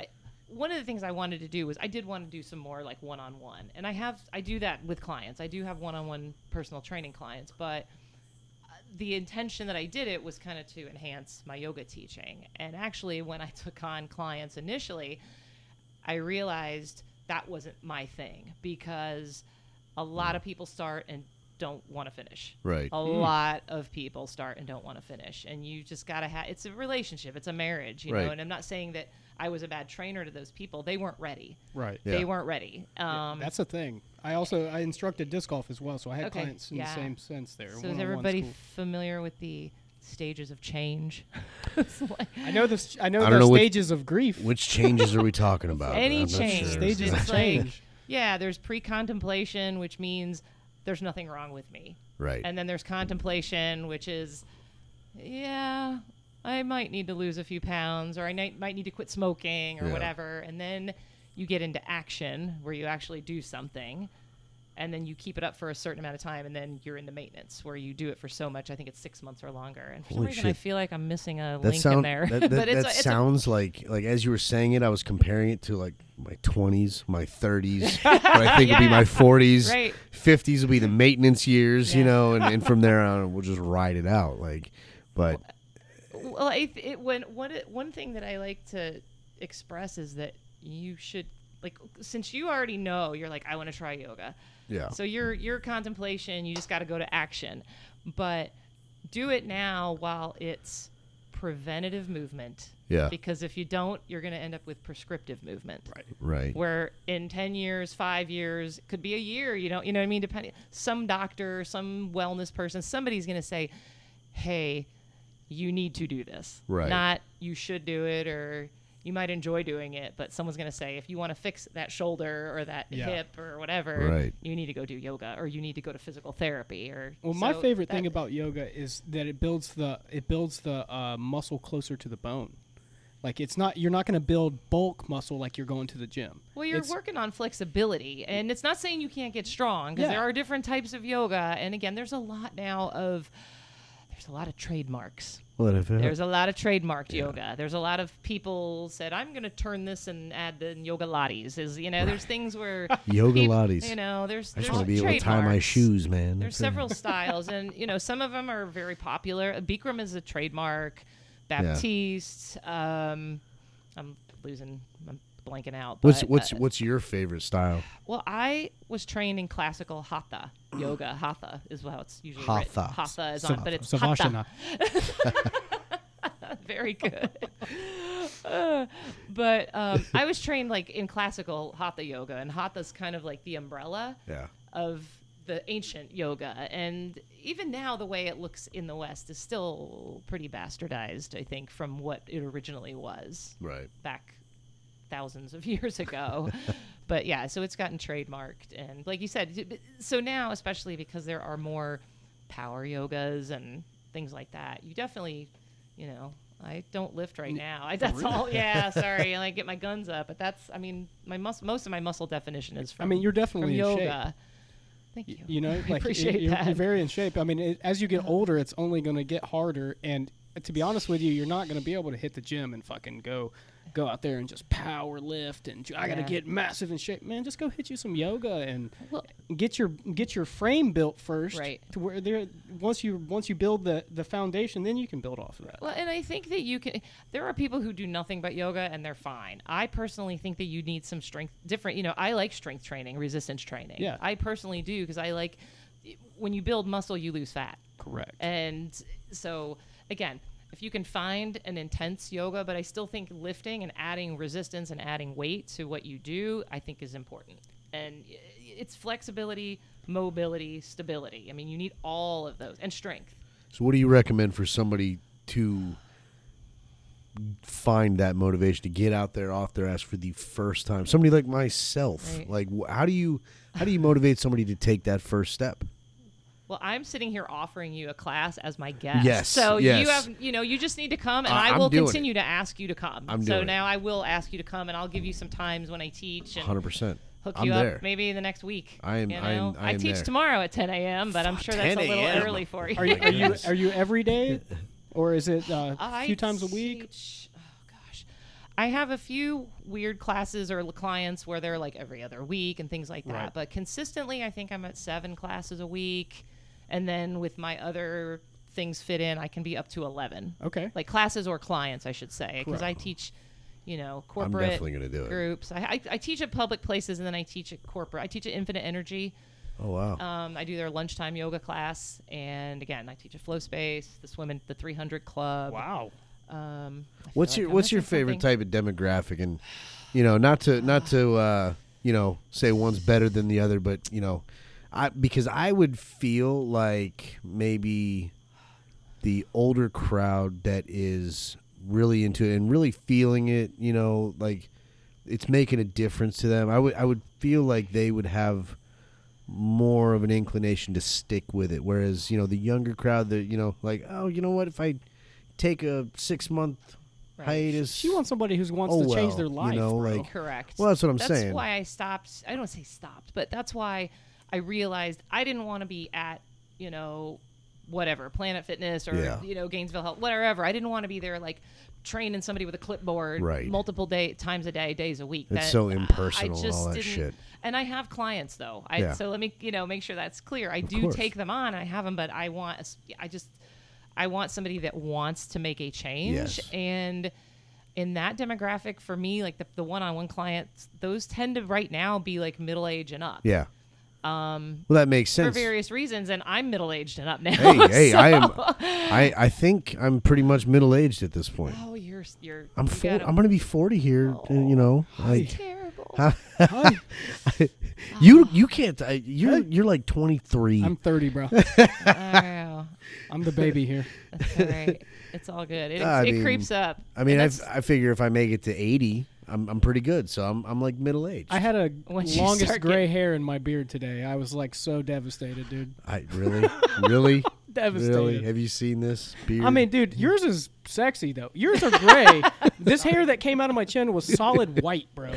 Speaker 3: I, one of the things I wanted to do was I did want to do some more like one on one, and I have I do that with clients. I do have one on one personal training clients, but the intention that I did it was kind of to enhance my yoga teaching. And actually, when I took on clients initially, I realized that wasn't my thing because a lot of people start and don't want to finish.
Speaker 1: Right.
Speaker 3: A lot of people start and don't want to finish. And you just got to have it's a relationship, it's a marriage, you
Speaker 1: Right.
Speaker 3: know. And I'm not saying that I was a bad trainer to those people, they weren't ready.
Speaker 2: Right.
Speaker 1: Yeah.
Speaker 3: They weren't ready. Um,
Speaker 2: That's the thing. I also I instructed disc golf as well, so I had
Speaker 3: Okay,
Speaker 2: clients in
Speaker 3: yeah.
Speaker 2: the same sense there.
Speaker 3: so, is
Speaker 2: one-on-one's
Speaker 3: everybody
Speaker 2: cool.
Speaker 3: familiar with the stages of change? It's like-
Speaker 2: I know this. I know
Speaker 1: I don't
Speaker 2: the
Speaker 1: know which-
Speaker 2: stages of grief.
Speaker 1: Which changes are we talking about? I'm
Speaker 3: Any
Speaker 1: not
Speaker 3: change.
Speaker 1: sure.
Speaker 2: stages
Speaker 3: It's
Speaker 2: of
Speaker 3: like-
Speaker 2: change.
Speaker 3: Yeah, there's pre contemplation, which means there's nothing wrong with me.
Speaker 1: Right.
Speaker 3: And then there's contemplation, which is, yeah, I might need to lose a few pounds or I might, might need to quit smoking or
Speaker 1: Yeah.
Speaker 3: whatever. And then you get into action where you actually do something and then you keep it up for a certain amount of time and then you're into maintenance where you do it for so much. I think it's six months or longer. And for some
Speaker 1: Holy
Speaker 3: reason, I
Speaker 1: shit.
Speaker 3: feel like I'm missing a
Speaker 1: that
Speaker 3: link
Speaker 1: sound-
Speaker 3: in there.
Speaker 1: That, that-
Speaker 3: but it's,
Speaker 1: that
Speaker 3: a, it's a
Speaker 1: sounds like like as you were saying it, I was comparing it to like my twenties, my thirties, what I think would be my forties,
Speaker 3: Right.
Speaker 1: fifties will be the maintenance years, you
Speaker 3: Yeah.
Speaker 1: know, and, and from there on we'll just ride it out. Like, but
Speaker 3: Well, I th- it, when one one thing that I like to express is that you should like since you already know you're like I want to try yoga.
Speaker 1: yeah,
Speaker 3: So your your contemplation, you just got to go to action. But do it now while it's preventative movement.
Speaker 1: Yeah.
Speaker 3: Because if you don't, you're going to end up with prescriptive movement. Right
Speaker 1: right,
Speaker 3: where in 10 years, 5 years, could be a year, you don't you know what I mean, depending some doctor, some wellness person, somebody's going to say, "Hey, you need to do this."
Speaker 1: Right.
Speaker 3: Not you should do it or you might enjoy doing it, but someone's going to say, "If you want to fix that shoulder or that
Speaker 2: Yeah.
Speaker 3: hip or whatever,
Speaker 1: Right.
Speaker 3: you need to go do yoga or you need to go to physical therapy or
Speaker 2: Well, my
Speaker 3: so
Speaker 2: favorite thing
Speaker 3: that-
Speaker 2: about yoga is that it builds the it builds the uh, muscle closer to the bone. Like it's not you're not going to build bulk muscle like you're going to the gym.
Speaker 3: Well, you're
Speaker 2: It's-
Speaker 3: working on flexibility, and it's not saying you can't get strong because
Speaker 2: Yeah.
Speaker 3: there are different types of yoga. And again, there's a lot now of there's a lot of trademarks.
Speaker 1: What if it-
Speaker 3: There's a lot of trademarked yoga. There's a lot of people said, "I'm going to turn this and add the yoga lattes." Is you know, there's things where
Speaker 1: Yoga
Speaker 3: peop-
Speaker 1: lattes.
Speaker 3: You know, there's
Speaker 1: I just
Speaker 3: there's
Speaker 1: want to be able to tie my
Speaker 3: trademarks.
Speaker 1: shoes, man. That's
Speaker 3: There's
Speaker 1: it.
Speaker 3: several styles, and you know some of them are very popular. Bikram is a trademark. Baptiste. Um, I'm losing. I'm blanking out.
Speaker 1: What's
Speaker 3: but,
Speaker 1: what's
Speaker 3: uh,
Speaker 1: what's your favorite style?
Speaker 3: well, I was trained in classical hatha yoga. Hatha is how it's usually written.
Speaker 1: Hatha.
Speaker 3: Hatha is
Speaker 2: Sav-
Speaker 3: on, but it's
Speaker 2: Savasana.
Speaker 3: hatha. Very good. Uh, but um, I was trained like in classical hatha yoga, and hatha's kind of like the umbrella
Speaker 1: Yeah,
Speaker 3: of the ancient yoga. And even now, the way it looks in the West is still pretty bastardized, I think, from what it originally was
Speaker 1: right.
Speaker 3: back thousands of years ago. but yeah, so it's gotten trademarked. And like you said, so now, especially because there are more power yogas and things like that. You definitely, you know, I don't lift right
Speaker 2: oh,
Speaker 3: now. I, that's all. Yeah, sorry. And I get my guns up, but that's. I mean, my mus- most of my muscle definition is from.
Speaker 2: I mean, you're definitely
Speaker 3: from
Speaker 2: in shape.
Speaker 3: yoga. Thank you.
Speaker 2: You know,
Speaker 3: I
Speaker 2: like y-
Speaker 3: appreciate
Speaker 2: you're,
Speaker 3: that.
Speaker 2: you're very in shape. I mean, it, as you get older, it's only going to get harder. And uh, to be honest with you, you're not going to be able to hit the gym and fucking go go out there and just power lift and ju- I got to
Speaker 3: Yeah.
Speaker 2: get massive in shape. Man, just go hit you some yoga and
Speaker 3: Well-
Speaker 2: get your get your frame built first.
Speaker 3: Right.
Speaker 2: To where there once you once you build the the foundation, then you can build off of that.
Speaker 3: Well, and I think that you can. There are people who do nothing but yoga and they're fine. I personally think that you need some strength, different. You know, I like strength training, resistance training.
Speaker 2: Yeah.
Speaker 3: I personally do because I like when you build muscle, you lose fat.
Speaker 2: Correct.
Speaker 3: And so, again, if you can find an intense yoga, but I still think lifting and adding resistance and adding weight to what you do, I think is important. And i- it's flexibility, mobility, stability. I mean, you need all of those and strength.
Speaker 1: So, what do you recommend for somebody to find that motivation to get out there off their ass for the first time? Somebody like myself,
Speaker 3: Right.
Speaker 1: like wh- how do you how do you motivate somebody to take that first step?
Speaker 3: Well, I'm sitting here offering you a class as my guest.
Speaker 1: Yes,
Speaker 3: So
Speaker 1: yes.
Speaker 3: you have, you know, you just need to come, and
Speaker 1: I-
Speaker 3: I,
Speaker 1: I'm
Speaker 3: will
Speaker 1: doing
Speaker 3: continue to ask you to come.
Speaker 1: I'm
Speaker 3: so
Speaker 1: doing it.
Speaker 3: now I will ask you to come, and I'll give you some times when I teach and
Speaker 1: Hundred percent.
Speaker 3: hook
Speaker 1: I'm
Speaker 3: you
Speaker 1: there.
Speaker 3: up maybe the next week.
Speaker 1: I am-
Speaker 3: You know?
Speaker 1: I am- I am
Speaker 3: teach
Speaker 1: there.
Speaker 3: tomorrow at 10 a.m., but I'm sure that's a
Speaker 1: 10
Speaker 3: little
Speaker 1: a.m..
Speaker 3: early for you.
Speaker 2: Are you are you
Speaker 1: Yes.
Speaker 2: are you every day, or is it uh, a
Speaker 3: I
Speaker 2: few times a week?
Speaker 3: teach- oh gosh, I have a few weird classes or l- clients where they're like every other week and things like that.
Speaker 2: Right.
Speaker 3: But consistently, I think I'm at seven classes a week, and then with my other things fit in, I can be up to eleven.
Speaker 2: Okay.
Speaker 3: Like classes or clients, I should say, because I
Speaker 2: Correct.
Speaker 3: teach, you know, corporate
Speaker 1: definitely gonna do it.
Speaker 3: groups. I, I, I teach at public places and then I teach at corporate. I teach at Infinite Energy.
Speaker 1: Oh wow.
Speaker 3: Um, I do their lunchtime yoga class, and again, I teach at Flow Space, the Swim in the 300 Club.
Speaker 2: Wow.
Speaker 3: Um, I feel
Speaker 1: what's
Speaker 3: like
Speaker 1: your
Speaker 3: I'm
Speaker 1: what's your
Speaker 3: missing
Speaker 1: favorite
Speaker 3: something.
Speaker 1: type of demographic? And you know, not to not to uh, you know say one's better than the other, but you know, I because I would feel like maybe the older crowd that is really into it and really feeling it, you know, like it's making a difference to them. I would I would feel like they would have more of an inclination to stick with it whereas, you know, the younger crowd that, you know, like, oh, you know what, if I take a 6 month
Speaker 3: Right.
Speaker 1: hiatus,
Speaker 2: She wants somebody who wants
Speaker 1: Oh,
Speaker 2: to change
Speaker 1: well,
Speaker 2: their
Speaker 1: you
Speaker 2: life.
Speaker 1: know,
Speaker 2: bro.
Speaker 1: like-
Speaker 3: Correct.
Speaker 1: Well, that's what I'm
Speaker 3: that's
Speaker 1: saying.
Speaker 3: why I stopped. I don't say stopped, but that's why I realized I didn't want to be at, you know, whatever, Planet Fitness or,
Speaker 1: Yeah.
Speaker 3: you know, Gainesville Health, whatever. I didn't want to be there like training somebody with a clipboard
Speaker 1: Right.
Speaker 3: multiple day times a day, days a week.
Speaker 1: It's
Speaker 3: That-
Speaker 1: so
Speaker 3: I-
Speaker 1: impersonal
Speaker 3: I
Speaker 1: and
Speaker 3: just
Speaker 1: all that
Speaker 3: didn't-
Speaker 1: shit.
Speaker 3: And I have clients though. I,
Speaker 1: Yeah.
Speaker 3: So let me, you know, make sure that's clear. I do
Speaker 1: course.
Speaker 3: take them on. I have them, but I want, a s- I just, I want somebody that wants to make a change
Speaker 1: Yes.
Speaker 3: and in that demographic for me like the, the one-on-one clients those tend to right now be like middle age and up
Speaker 1: Yeah. Um, well, that makes
Speaker 3: for
Speaker 1: sense.
Speaker 3: various reasons and i'm middle aged and up now
Speaker 1: hey, hey, I am.
Speaker 3: so-
Speaker 1: I, I think I'm pretty much middle aged at this point.
Speaker 3: oh you're you're
Speaker 1: I'm
Speaker 3: you
Speaker 1: four,
Speaker 3: gotta- Oh,
Speaker 1: I'm gonna be forty here. uh, You know, like
Speaker 3: terrible
Speaker 2: Hi.
Speaker 1: you you can't. I, you're you're like 23.
Speaker 2: I'm 30, bro.
Speaker 3: oh,
Speaker 2: I'm the baby here.
Speaker 3: that's all right it's all good it,
Speaker 1: I
Speaker 3: it
Speaker 1: mean-
Speaker 3: creeps up
Speaker 1: I mean,
Speaker 3: And
Speaker 1: I
Speaker 3: that's-
Speaker 1: I figure if I make it to 80, I'm I'm pretty good. So I'm I'm like middle aged.
Speaker 2: I had a
Speaker 3: Once you
Speaker 2: longest
Speaker 3: start
Speaker 2: gray hair in my beard today. I was like so devastated, dude.
Speaker 1: I really really
Speaker 2: Devastated.
Speaker 1: really. Have you seen this beard?
Speaker 2: I mean, dude, yours is sexy though. Yours are gray. this hair that came out of my chin was solid white, bro.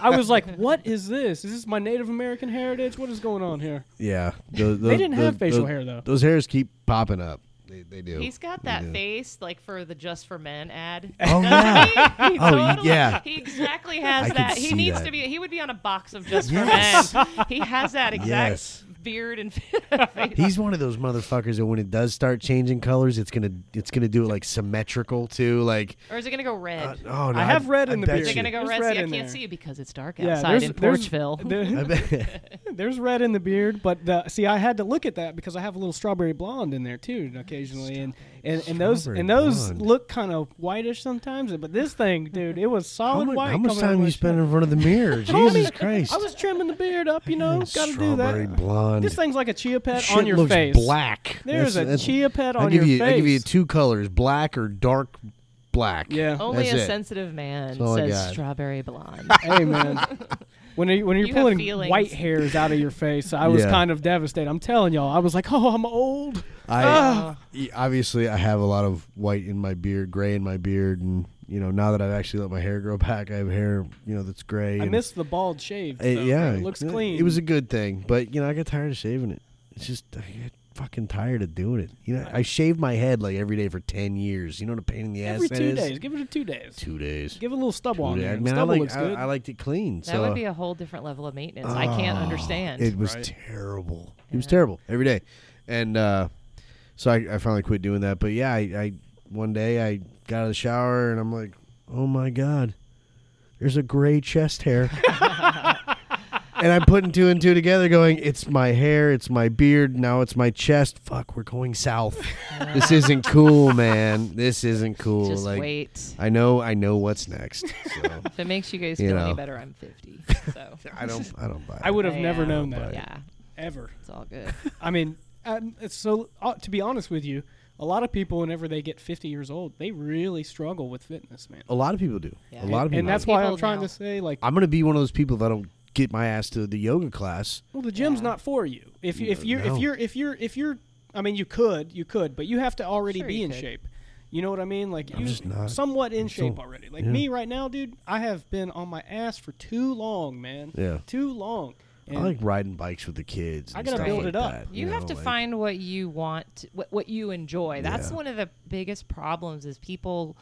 Speaker 2: I was like, "What is this? Is this my Native American heritage? What is going on here?"
Speaker 1: yeah. tho- tho-
Speaker 2: They didn't
Speaker 1: tho-
Speaker 2: have facial
Speaker 1: tho-
Speaker 2: hair though.
Speaker 1: Those hairs keep popping up. They, they do.
Speaker 3: He's got that
Speaker 1: Yeah.
Speaker 3: face like for the Just for Men ad.
Speaker 1: Oh,
Speaker 3: Doesn't
Speaker 1: yeah.
Speaker 3: he? He
Speaker 1: Oh,
Speaker 3: totally-
Speaker 1: yeah.
Speaker 3: He exactly has
Speaker 1: I could
Speaker 3: that. He
Speaker 1: see
Speaker 3: needs
Speaker 1: that.
Speaker 3: to be. He would be on a box of Just
Speaker 1: Yes.
Speaker 3: for Men. He has that exact
Speaker 1: Yes.
Speaker 3: beard and face.
Speaker 1: He's one of those motherfuckers that when it does start changing colors, it's gonna it's gonna do it like symmetrical too. Like
Speaker 3: or is it gonna go red?
Speaker 1: uh, oh no,
Speaker 2: I have red
Speaker 1: I
Speaker 2: in the
Speaker 1: bet
Speaker 2: beard.
Speaker 3: is
Speaker 1: you.
Speaker 3: it gonna go
Speaker 2: There's
Speaker 3: red?
Speaker 2: red
Speaker 3: See, I
Speaker 2: in
Speaker 3: can't
Speaker 2: there.
Speaker 3: see you because it's dark
Speaker 2: Yeah,
Speaker 3: outside
Speaker 2: there's-
Speaker 3: in
Speaker 2: there's-
Speaker 3: Porchville.
Speaker 2: there-
Speaker 1: I bet-
Speaker 2: There's red in the beard, but the, see, I had to look at that because I have a little strawberry blonde in there too, occasionally, and and, and those
Speaker 1: Strawberry
Speaker 2: and those
Speaker 1: blonde.
Speaker 2: look kind of whitish sometimes. But this thing, dude, it was
Speaker 1: how,
Speaker 2: solid
Speaker 1: mu-
Speaker 2: white.
Speaker 1: how much
Speaker 2: coming out of
Speaker 1: time
Speaker 2: my
Speaker 1: you spend
Speaker 2: chin.
Speaker 1: in front of the mirror? Jesus Christ!
Speaker 2: I was trimming the beard up, you know. Got to do
Speaker 1: Strawberry
Speaker 2: that.
Speaker 1: blonde.
Speaker 2: This thing's like a chia pet
Speaker 1: Shit
Speaker 2: on your
Speaker 1: looks
Speaker 2: face.
Speaker 1: black.
Speaker 2: There's a chia pet
Speaker 1: I
Speaker 2: on
Speaker 1: give
Speaker 2: your
Speaker 1: you.
Speaker 2: face.
Speaker 1: I give you two colors: black or dark black.
Speaker 2: Yeah.
Speaker 3: Only
Speaker 1: That's
Speaker 3: a
Speaker 1: it.
Speaker 3: sensitive man
Speaker 1: That's all I
Speaker 3: says
Speaker 1: got.
Speaker 3: strawberry blonde.
Speaker 2: Hey man, when you, when you're
Speaker 3: You have
Speaker 2: pulling
Speaker 3: feelings.
Speaker 2: white hairs out of your face, I was
Speaker 1: Yeah.
Speaker 2: kind of devastated. I'm telling y'all, I was like, oh, I'm old.
Speaker 1: I y- obviously I have a lot of white in my beard, gray in my beard, and you know now that I've actually let my hair grow back, I have hair you know that's gray.
Speaker 2: I
Speaker 1: and-
Speaker 2: miss the bald shave.
Speaker 1: Uh,
Speaker 2: though.
Speaker 1: yeah,
Speaker 2: it looks
Speaker 1: yeah,
Speaker 2: clean.
Speaker 1: It was a good thing, but you know I got tired of shaving it. It's just I get fucking tired of doing it. You know I shaved my head like every day for ten years. You know what a pain in the
Speaker 2: every
Speaker 1: ass that
Speaker 2: two
Speaker 1: is?
Speaker 2: days. Give it a two days.
Speaker 1: Two days.
Speaker 2: Give it a little stubble
Speaker 1: Two
Speaker 2: on
Speaker 1: days.
Speaker 2: there.
Speaker 1: I
Speaker 2: and
Speaker 1: mean, I
Speaker 2: stubble
Speaker 1: like
Speaker 2: looks
Speaker 1: I,
Speaker 2: good.
Speaker 1: I liked it clean.
Speaker 3: That
Speaker 1: so
Speaker 3: would be a whole different level of maintenance. I can't
Speaker 1: Oh,
Speaker 3: understand.
Speaker 1: It was
Speaker 2: Right.
Speaker 1: terrible. It was
Speaker 3: Yeah.
Speaker 1: terrible every day, and uh, so I, I finally quit doing that. But yeah, I, I one day I got out of the shower and I'm like, oh my god, there's a gray chest hair. And I'm putting two and two together, going, it's my hair, it's my beard, now it's my chest. Fuck, we're going south. this isn't cool, man. This isn't cool.
Speaker 3: Just
Speaker 1: like,
Speaker 3: wait.
Speaker 1: I know, I know what's next. So
Speaker 3: If it makes you guys
Speaker 1: You
Speaker 3: feel
Speaker 1: know.
Speaker 3: any better, I'm 50. So
Speaker 1: I don't, I don't buy.
Speaker 2: I would have
Speaker 3: Yeah.
Speaker 2: never known
Speaker 1: But-
Speaker 2: that
Speaker 3: yeah,
Speaker 2: ever.
Speaker 3: it's all good.
Speaker 2: I mean, um, it's so uh, to be honest with you, a lot of people whenever they get 50 years old, they really struggle with fitness, man.
Speaker 1: It. A lot of people do.
Speaker 3: Yeah.
Speaker 1: A lot of people.
Speaker 2: and that's
Speaker 1: do.
Speaker 2: why I'm
Speaker 3: People
Speaker 2: trying
Speaker 3: now.
Speaker 2: to say like,
Speaker 1: I'm gonna be one of those people that don't get my ass to the yoga class.
Speaker 2: well, the gym's
Speaker 3: Yeah.
Speaker 2: not for you. If you if you
Speaker 1: No.
Speaker 2: if you're if you're if you're, I mean, you could you could, but you have to already
Speaker 3: Sure
Speaker 2: be
Speaker 3: you
Speaker 2: in
Speaker 3: could.
Speaker 2: shape. You know what I mean? Like
Speaker 1: I'm
Speaker 2: you
Speaker 1: just not.
Speaker 2: somewhat in
Speaker 1: I'm still-
Speaker 2: shape already. Like
Speaker 1: yeah.
Speaker 2: me right now, dude, I have been on my ass for too long, man.
Speaker 1: Yeah.
Speaker 2: Too long. And
Speaker 1: I like riding bikes with the kids.
Speaker 2: I
Speaker 1: and
Speaker 2: gotta
Speaker 1: stuff
Speaker 2: build
Speaker 1: like
Speaker 2: it up.
Speaker 1: that,
Speaker 3: You have
Speaker 1: know,
Speaker 3: to
Speaker 1: like-
Speaker 3: find what you want, what, what you enjoy. That's
Speaker 1: Yeah.
Speaker 3: one of the biggest problems is people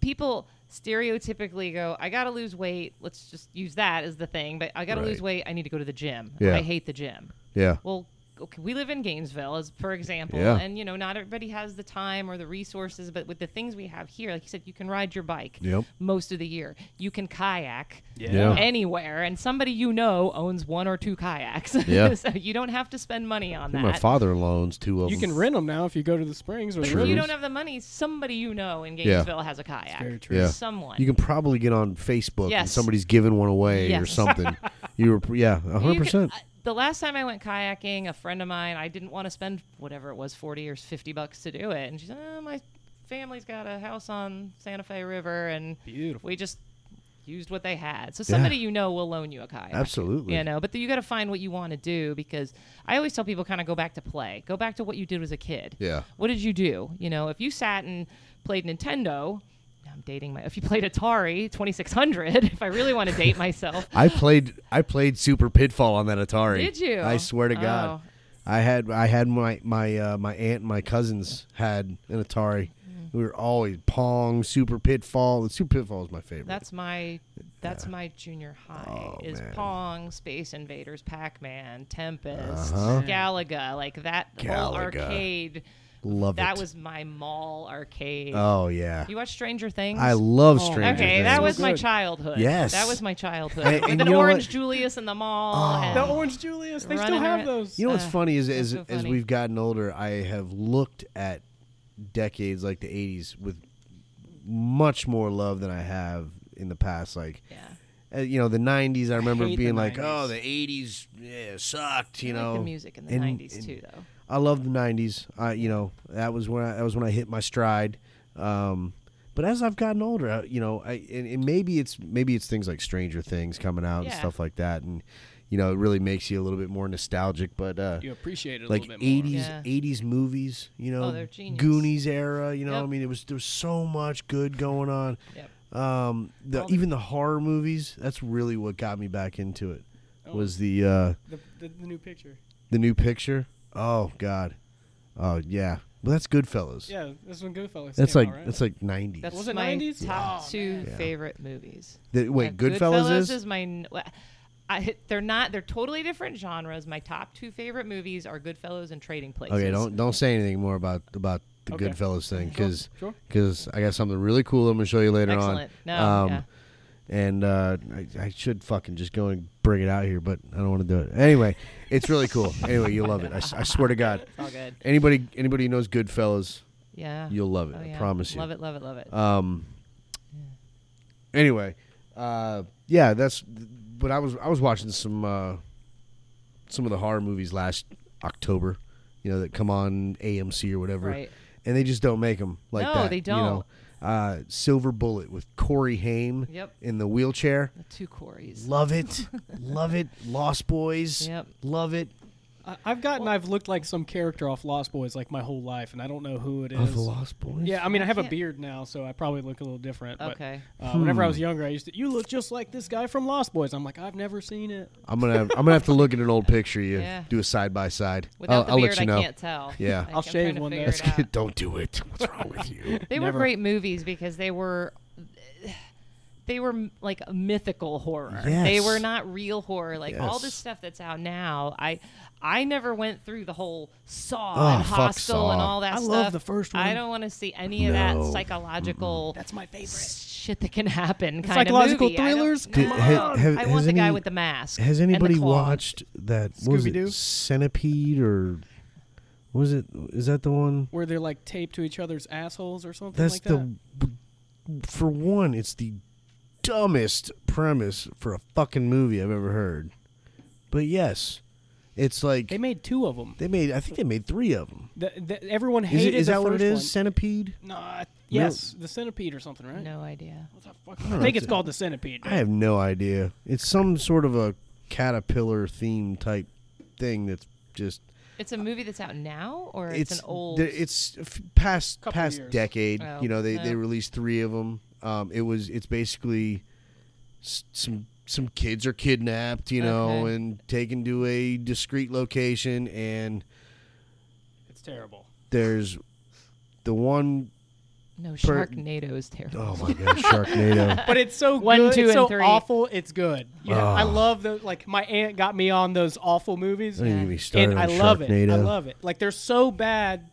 Speaker 3: people stereotypically go, I got to lose weight. Let's just use that as the thing, but I got to lose
Speaker 1: Right.
Speaker 3: weight. I need to go to the gym.
Speaker 1: Yeah.
Speaker 3: I hate the gym.
Speaker 1: Yeah.
Speaker 3: Well, okay, we live in Gainesville, as for example,
Speaker 1: Yeah.
Speaker 3: and you know, not everybody has the time or the resources, but with the things we have here, like you said, you can ride your bike
Speaker 1: Yep.
Speaker 3: most of the year. You can kayak
Speaker 1: Yeah.
Speaker 3: anywhere, and somebody you know owns one or two kayaks.
Speaker 1: Yeah.
Speaker 3: so you don't have to spend money on
Speaker 1: My
Speaker 3: that.
Speaker 1: father-in-law owns two of
Speaker 2: You
Speaker 1: them.
Speaker 2: can rent them now if you go to the springs or the
Speaker 1: True.
Speaker 3: If you
Speaker 2: rivers.
Speaker 3: don't have the money, somebody you know in
Speaker 1: Yeah.
Speaker 3: Gainesville has a kayak.
Speaker 2: Very true.
Speaker 1: Yeah.
Speaker 3: Someone.
Speaker 1: You can probably get on Facebook and
Speaker 3: Yes.
Speaker 1: somebody's giving one away or
Speaker 3: Yes.
Speaker 1: something. you were, yeah,
Speaker 3: You
Speaker 1: hundred
Speaker 3: could-
Speaker 1: percent.
Speaker 3: I- the last time I went kayaking, a friend of mine, I didn't want to spend whatever it was, forty or fifty bucks to do it, and she said, oh, "My family's got a house on Santa Fe River, and
Speaker 2: Beautiful.
Speaker 3: we just used what they had." So somebody you know will loan you a kayak.
Speaker 1: Absolutely.
Speaker 3: You know, but you got to find what you want to do because I always tell people kind of go back to play, go back to what you did as a kid.
Speaker 1: Yeah.
Speaker 3: What did you do? You know, if you sat and played Nintendo. now I'm dating my. If you played Atari 2600, if I really want to date myself,
Speaker 1: I played I played Super Pitfall on that Atari.
Speaker 3: uh, Did you?
Speaker 1: I swear to God.
Speaker 3: Oh.
Speaker 1: I had I had my my uh, my aunt and my cousins had an Atari.
Speaker 3: Mm.
Speaker 1: We were always Pong, Super Pitfall. Super Pitfall is my favorite.
Speaker 3: That's my that's my junior high
Speaker 1: Oh,
Speaker 3: is
Speaker 1: man.
Speaker 3: Pong, Space Invaders, Pac Man, Tempest,
Speaker 1: Uh-huh.
Speaker 3: Galaga, like that whole
Speaker 1: Galaga.
Speaker 3: arcade.
Speaker 1: Love
Speaker 3: that
Speaker 1: it.
Speaker 3: was my mall arcade.
Speaker 1: oh yeah.
Speaker 3: you watch Stranger Things?
Speaker 1: I love
Speaker 2: Oh,
Speaker 1: Stranger
Speaker 3: Okay,
Speaker 1: Things.
Speaker 3: that was my
Speaker 2: Good.
Speaker 3: childhood.
Speaker 1: Yes.
Speaker 3: that was my childhood.
Speaker 1: And- and
Speaker 3: With an
Speaker 1: you know what? Oh.
Speaker 3: orange Julius in the mall. and-
Speaker 2: The Orange Julius, they still
Speaker 3: Running
Speaker 2: have
Speaker 3: around-
Speaker 2: those.
Speaker 1: You know what's
Speaker 3: Ugh,
Speaker 1: funny is
Speaker 3: that's
Speaker 1: as,
Speaker 3: uh, so
Speaker 1: as
Speaker 3: funny.
Speaker 1: we've gotten older, I have looked at decades like the 80s with much more love than I have in the past. Like,
Speaker 3: yeah,
Speaker 1: uh, you know, the 90s, I remember
Speaker 2: hate the
Speaker 1: being like,
Speaker 2: 90s.
Speaker 1: oh, the 80s yeah, sucked, you
Speaker 3: I
Speaker 1: know.
Speaker 3: like the music in the
Speaker 1: And-
Speaker 3: '90s
Speaker 1: and
Speaker 3: too, though.
Speaker 1: I love the 90s. I, you know, that was when I, that was when I hit my stride. Um, but as I've gotten older, I, you know, I, and, and maybe it's maybe it's things like Stranger Things coming out and
Speaker 3: Yeah.
Speaker 1: stuff like that, and you know, it really makes you a little bit more nostalgic. But uh,
Speaker 2: You appreciate it a
Speaker 1: like
Speaker 2: little bit more.
Speaker 1: 80s
Speaker 3: Yeah.
Speaker 1: 80s movies you know
Speaker 3: Oh, they're genius.
Speaker 1: goonies era you know
Speaker 3: Yep.
Speaker 1: i mean it was there was so much good going on
Speaker 3: Yep.
Speaker 1: um the,
Speaker 3: All the-
Speaker 1: even the horror movies that's really what got me back into it
Speaker 2: Oh.
Speaker 1: was the uh
Speaker 2: the, the, the new picture.
Speaker 1: the new picture oh god oh yeah well that's goodfellas
Speaker 2: Yeah, this one Goodfellas.
Speaker 1: that's
Speaker 2: came
Speaker 1: like
Speaker 2: out, right?
Speaker 1: that's like 90s
Speaker 3: That's
Speaker 2: Was it
Speaker 3: my
Speaker 2: 90s?
Speaker 3: top
Speaker 2: Oh,
Speaker 3: two
Speaker 2: man.
Speaker 1: Yeah.
Speaker 3: favorite movies.
Speaker 1: The- wait
Speaker 3: Yeah,
Speaker 1: goodfellas, is,
Speaker 3: my. n- wha- I, they're not. They're totally different genres. My top two favorite movies are Goodfellas and Trading Places.
Speaker 1: okay don't don't say anything more about about the
Speaker 2: Okay.
Speaker 1: goodfellas thing because
Speaker 2: Sure.
Speaker 1: i got something really cool i'm gonna show you later on Um,
Speaker 3: Excellent. No, yeah.
Speaker 1: and uh, I, I should fucking just go and bring it out here, but I don't want to do it. Anyway, it's really cool. Anyway, you'll love it. I, s- I swear to God.
Speaker 3: It's all good.
Speaker 1: Anybody anybody who knows Goodfellas,
Speaker 3: Yeah.
Speaker 1: you'll love it.
Speaker 3: Oh,
Speaker 1: I
Speaker 3: yeah.
Speaker 1: promise you.
Speaker 3: Love it. Love it. Love it.
Speaker 1: Um. Anyway, uh, yeah, that's. But I was I was watching some uh, some of the horror movies last October, you know, that come on AMC or whatever,
Speaker 3: right.
Speaker 1: and they just don't make them like
Speaker 3: No,
Speaker 1: that.
Speaker 3: they
Speaker 1: You know?
Speaker 3: don't.
Speaker 1: uh, Silver Bullet with Corey Haim
Speaker 3: Yep.
Speaker 1: in the wheelchair.
Speaker 3: The two Corys.
Speaker 1: Love it. Love it. Lost Boys.
Speaker 3: Yep.
Speaker 1: Love it.
Speaker 2: I, I've gotten I've looked like some character off Lost Boys like my whole life, and I don't know who it is.
Speaker 1: Of the Lost Boys.
Speaker 2: Yeah, I mean, I have a
Speaker 3: can't-
Speaker 2: beard now, so I probably look a little different. but,
Speaker 3: Okay.
Speaker 2: uh, Whenever I
Speaker 1: Hmm.
Speaker 2: was younger, I used to. You look just like this guy from Lost Boys. I'm like, I've never seen it.
Speaker 1: I'm gonna have, I'm gonna have to look at an old picture. of You
Speaker 3: Yeah.
Speaker 1: do a side by side. I'll,
Speaker 3: Without the
Speaker 1: I'll
Speaker 3: beard,
Speaker 1: let you know.
Speaker 3: I can't tell.
Speaker 1: Yeah.
Speaker 3: Like,
Speaker 2: I'll
Speaker 3: I'm trying
Speaker 2: shave
Speaker 3: to
Speaker 2: one day.
Speaker 3: figure it out.
Speaker 1: Don't do it. What's wrong with you?
Speaker 3: They
Speaker 2: Never.
Speaker 3: were great movies because they were they were m- like mythical horror. They
Speaker 1: Yes.
Speaker 3: were not real horror. Like all
Speaker 1: Yes.
Speaker 3: this stuff that's out now, I I never went through the whole Saw
Speaker 1: Oh,
Speaker 3: and
Speaker 1: fuck
Speaker 3: Hostel and
Speaker 1: Saw.
Speaker 3: all that
Speaker 2: I
Speaker 3: stuff.
Speaker 2: love the first
Speaker 3: I
Speaker 2: one.
Speaker 3: don't want to see any of that
Speaker 1: No.
Speaker 3: psychological
Speaker 2: That's my favorite.
Speaker 3: shit that can happen. Kind
Speaker 2: Psychological
Speaker 3: of movie. I don't-
Speaker 2: thrillers?
Speaker 3: no.
Speaker 1: Did- ha- have-
Speaker 3: I
Speaker 1: has
Speaker 3: want the guy
Speaker 1: any-
Speaker 3: with the mask.
Speaker 1: Has
Speaker 3: and the
Speaker 1: anybody
Speaker 3: claw.
Speaker 1: watched that? What was
Speaker 2: Scooby-Doo?
Speaker 1: it Centipede or what was it? Is that the one?
Speaker 2: Where they're like taped to each other's assholes or something
Speaker 1: That's
Speaker 2: like that.
Speaker 1: the. For one, it's the dumbest premise for a fucking movie I've ever heard. But yes, it's like
Speaker 2: They
Speaker 1: they,
Speaker 2: made two of them.
Speaker 1: made. I think they made three of them.
Speaker 2: The, the, everyone
Speaker 1: Is,
Speaker 2: hated
Speaker 1: it, is
Speaker 2: the
Speaker 1: that what it
Speaker 2: first
Speaker 1: is?
Speaker 2: one.
Speaker 1: Centipede.
Speaker 2: No, I- yes, the centipede or something, right?
Speaker 3: No idea.
Speaker 2: What the fuck? I, think it's called the centipede.
Speaker 1: I have no idea. It's some sort of a caterpillar theme type thing that's just
Speaker 3: It's a movie that's out now, or it's,
Speaker 1: it's
Speaker 3: an old.
Speaker 1: there- it's f- past
Speaker 2: Couple
Speaker 1: past
Speaker 2: years.
Speaker 1: decade.
Speaker 3: Oh,
Speaker 1: you know, they, they
Speaker 3: yeah.
Speaker 1: released three of them. Um, it was it's basically s- some some kids are kidnapped, you know,
Speaker 3: Okay.
Speaker 1: and taken to a discreet location, and
Speaker 2: It's terrible.
Speaker 1: there's the one
Speaker 3: no,
Speaker 1: per-
Speaker 3: Sharknado is terrible.
Speaker 1: oh my gosh, Sharknado.
Speaker 2: But it's so
Speaker 3: One,
Speaker 2: good.
Speaker 3: two,
Speaker 2: it's
Speaker 3: and
Speaker 2: so
Speaker 3: three.
Speaker 2: awful. It's good. Yeah, I
Speaker 1: Ugh.
Speaker 2: love those. Like my aunt got me on those awful movies,
Speaker 1: Don't even get me
Speaker 3: And
Speaker 1: started
Speaker 2: and I
Speaker 1: on
Speaker 2: love
Speaker 1: Sharknado.
Speaker 2: it. I love it. Like they're so bad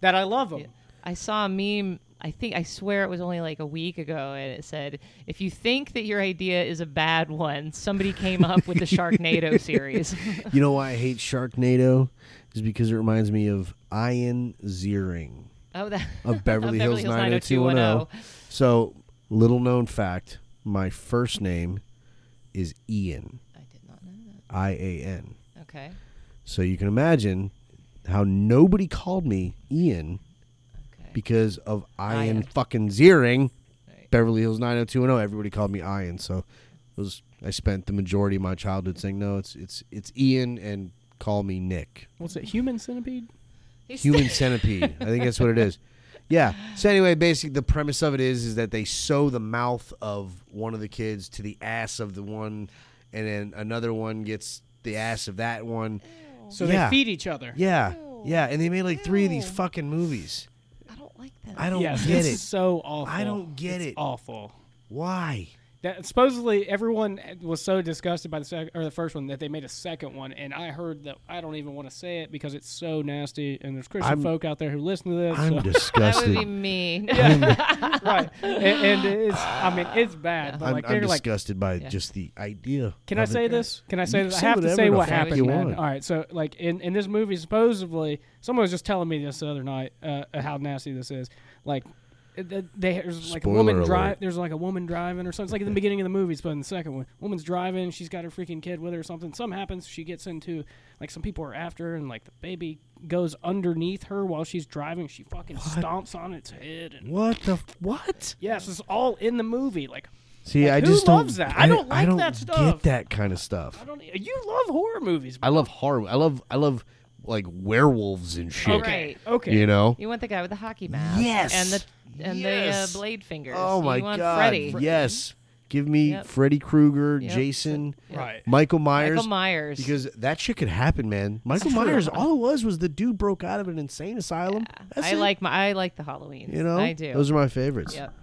Speaker 2: that I love them.
Speaker 3: Yeah. I saw a meme. I think I swear it was only like a week ago, and it said, "If you think that your idea is a bad one, somebody came up with the Sharknado series."
Speaker 1: You know why I hate Sharknado? Is because it reminds me of Ian Ziering
Speaker 3: oh, that
Speaker 1: of Beverly, Hills, 90210.
Speaker 3: 90210.
Speaker 1: So, little known fact, my first name is Ian,
Speaker 3: I did not know
Speaker 1: I A N.
Speaker 3: that. Okay,
Speaker 1: So you can imagine how nobody called me Ian
Speaker 3: okay.
Speaker 1: because of Ian,
Speaker 3: Ian.
Speaker 1: fucking Ziering,
Speaker 3: Right.
Speaker 1: Beverly Hills 90210. Everybody called me Ian, so it was I spent the majority of my childhood saying no, it's it's it's Ian and call me Nick.
Speaker 2: What's it? Human centipede?
Speaker 3: He's-
Speaker 1: human centipede. I think that's what it is. Yeah. So anyway, basically the premise of it is is that they sew the mouth of one of the kids to the ass of the one, and then another one gets the ass of that one.
Speaker 2: So
Speaker 1: Yeah.
Speaker 2: they feed each other.
Speaker 1: Yeah.
Speaker 3: Ew.
Speaker 1: Yeah. And they made like three of these
Speaker 3: Ew.
Speaker 1: fucking movies.
Speaker 3: I don't like that.
Speaker 1: I don't
Speaker 2: Yes,
Speaker 1: get
Speaker 2: it's
Speaker 1: it.
Speaker 2: so awful.
Speaker 1: I don't get
Speaker 2: It's
Speaker 1: it.
Speaker 2: Awful.
Speaker 1: Why?
Speaker 2: That supposedly everyone was so disgusted by the sec- or the first one that they made a second one, and I heard that I don't even want to say it because it's so nasty, and there's Christian
Speaker 1: I'm-
Speaker 2: folk out there who listen to this.
Speaker 1: I'm
Speaker 2: so-
Speaker 3: that would be
Speaker 1: disgusted.
Speaker 3: me.
Speaker 2: right, and, and it's I mean it's bad, but
Speaker 1: I'm,
Speaker 2: like
Speaker 1: I'm
Speaker 2: they're like
Speaker 1: disgusted by
Speaker 3: Yeah.
Speaker 1: just the idea.
Speaker 2: Can I
Speaker 1: of it.
Speaker 2: say this? Can I say
Speaker 1: You
Speaker 2: this?
Speaker 1: say
Speaker 2: I have to
Speaker 1: whatever
Speaker 2: say
Speaker 1: the
Speaker 2: what
Speaker 1: fuck
Speaker 2: happened,
Speaker 1: you
Speaker 2: man.
Speaker 1: want.
Speaker 2: All right, so like in, in this movie, supposedly someone was just telling me this the other night uh, how nasty this is. Like, it- it- they, there's like a
Speaker 1: Spoiler
Speaker 2: woman
Speaker 1: alert.
Speaker 2: drive. There's like a woman driving or something. It's like in the beginning of the movie, it's but in the second one, woman's driving. She's got her freaking kid with her or something. Something happens. She gets into like some people are after her, and like the baby goes underneath her while she's driving. She fucking stomps on its head. And
Speaker 1: What the f- what?
Speaker 2: yes, it's all in the movie. Like,
Speaker 1: See,
Speaker 2: Like,
Speaker 1: I
Speaker 2: who
Speaker 1: just
Speaker 2: loves
Speaker 1: don't.
Speaker 2: that? I don't
Speaker 1: I
Speaker 2: like
Speaker 1: don't
Speaker 2: that
Speaker 1: get
Speaker 2: stuff.
Speaker 1: that kind of stuff.
Speaker 2: I don't. e, You love horror movies.
Speaker 1: I love horror. I love I love like werewolves and shit.
Speaker 2: Okay.
Speaker 3: Right.
Speaker 2: Okay.
Speaker 1: You know.
Speaker 3: You want the guy with the hockey mask?
Speaker 1: Yes.
Speaker 3: And the and
Speaker 1: Yes.
Speaker 3: the uh, blade fingers.
Speaker 1: Oh my
Speaker 3: you want
Speaker 1: god.
Speaker 3: Freddy.
Speaker 1: Yes. Give me
Speaker 3: Yep.
Speaker 1: Freddy Krueger,
Speaker 3: Yep.
Speaker 1: Jason,
Speaker 3: Yeah.
Speaker 2: Right.
Speaker 1: Michael Myers.
Speaker 3: Michael Myers.
Speaker 1: Because that shit could happen, man. Michael Myers. All it was was the dude broke out of an insane asylum. That's
Speaker 3: I
Speaker 1: it.
Speaker 3: like my I like the Halloween.
Speaker 1: You know.
Speaker 3: I do.
Speaker 1: Those are my favorites.
Speaker 3: Yep.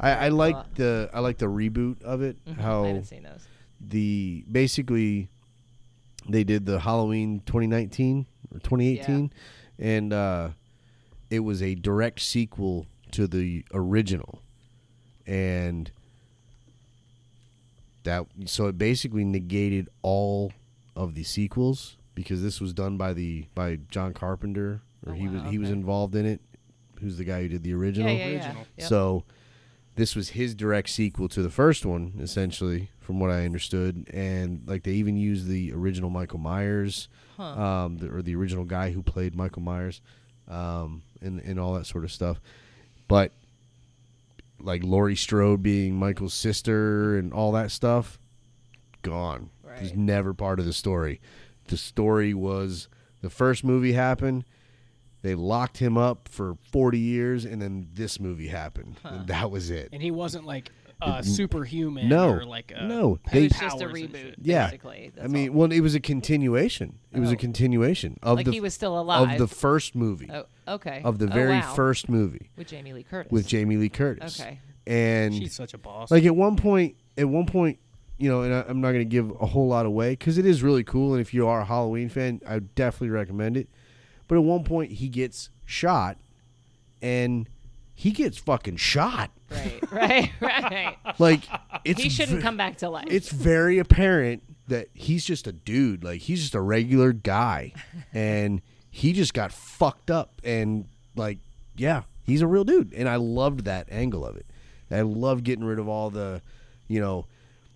Speaker 1: I, I like
Speaker 3: lot.
Speaker 1: the I like the reboot of it.
Speaker 3: I
Speaker 1: How
Speaker 3: haven't seen those.
Speaker 1: the basically they did the Halloween 2019 or 2018 and uh it was a direct sequel to the original and that so it basically negated all of the sequels because this was done by the by John Carpenter or
Speaker 3: Oh,
Speaker 1: he was
Speaker 3: wow,
Speaker 1: he was
Speaker 3: okay.
Speaker 1: involved in it who's the guy who did the original
Speaker 3: yeah, yeah, yeah.
Speaker 2: original.
Speaker 3: Yep.
Speaker 1: so this was his direct sequel to the first one, essentially, from what I understood. And like they even used the original Michael Myers, um, the, or the original guy who played Michael Myers, um, and and all that sort of stuff. But like Laurie Strode being Michael's sister and all that stuff, gone. It was
Speaker 3: Right.
Speaker 1: never part of the story. The story was the first movie happened. They locked him up for 40 years, and then this movie happened. And that was it.
Speaker 2: and he wasn't like uh, superhuman.
Speaker 1: no,
Speaker 2: or like uh,
Speaker 1: no,
Speaker 2: had
Speaker 1: they-
Speaker 3: it was just a
Speaker 2: powers and shit.
Speaker 3: reboot,
Speaker 1: Yeah.
Speaker 3: basically. That's
Speaker 1: I mean, well, it was a continuation. It was a
Speaker 3: Oh.
Speaker 1: continuation
Speaker 3: all.
Speaker 1: of
Speaker 3: like
Speaker 1: the
Speaker 3: he was still
Speaker 1: of
Speaker 3: alive.
Speaker 1: the first movie
Speaker 3: oh, okay.
Speaker 1: of the
Speaker 3: Oh,
Speaker 1: very
Speaker 3: wow.
Speaker 1: first movie
Speaker 3: with Jamie Lee Curtis.
Speaker 1: with Jamie Lee Curtis.
Speaker 3: Okay.
Speaker 1: and
Speaker 2: She's such a boss.
Speaker 1: like at one point at one point you know and I, i'm not going to give a whole lot away because it is really cool and if you are a halloween fan i would definitely recommend it but at one point he gets shot and he gets fucking shot
Speaker 3: right, right, right.
Speaker 1: like it's
Speaker 3: he shouldn't
Speaker 1: ve-
Speaker 3: come back to life.
Speaker 1: it's very apparent that he's just a dude like he's just a regular guy and he just got fucked up and like yeah he's a real dude and i loved that angle of it i love getting rid of all the you know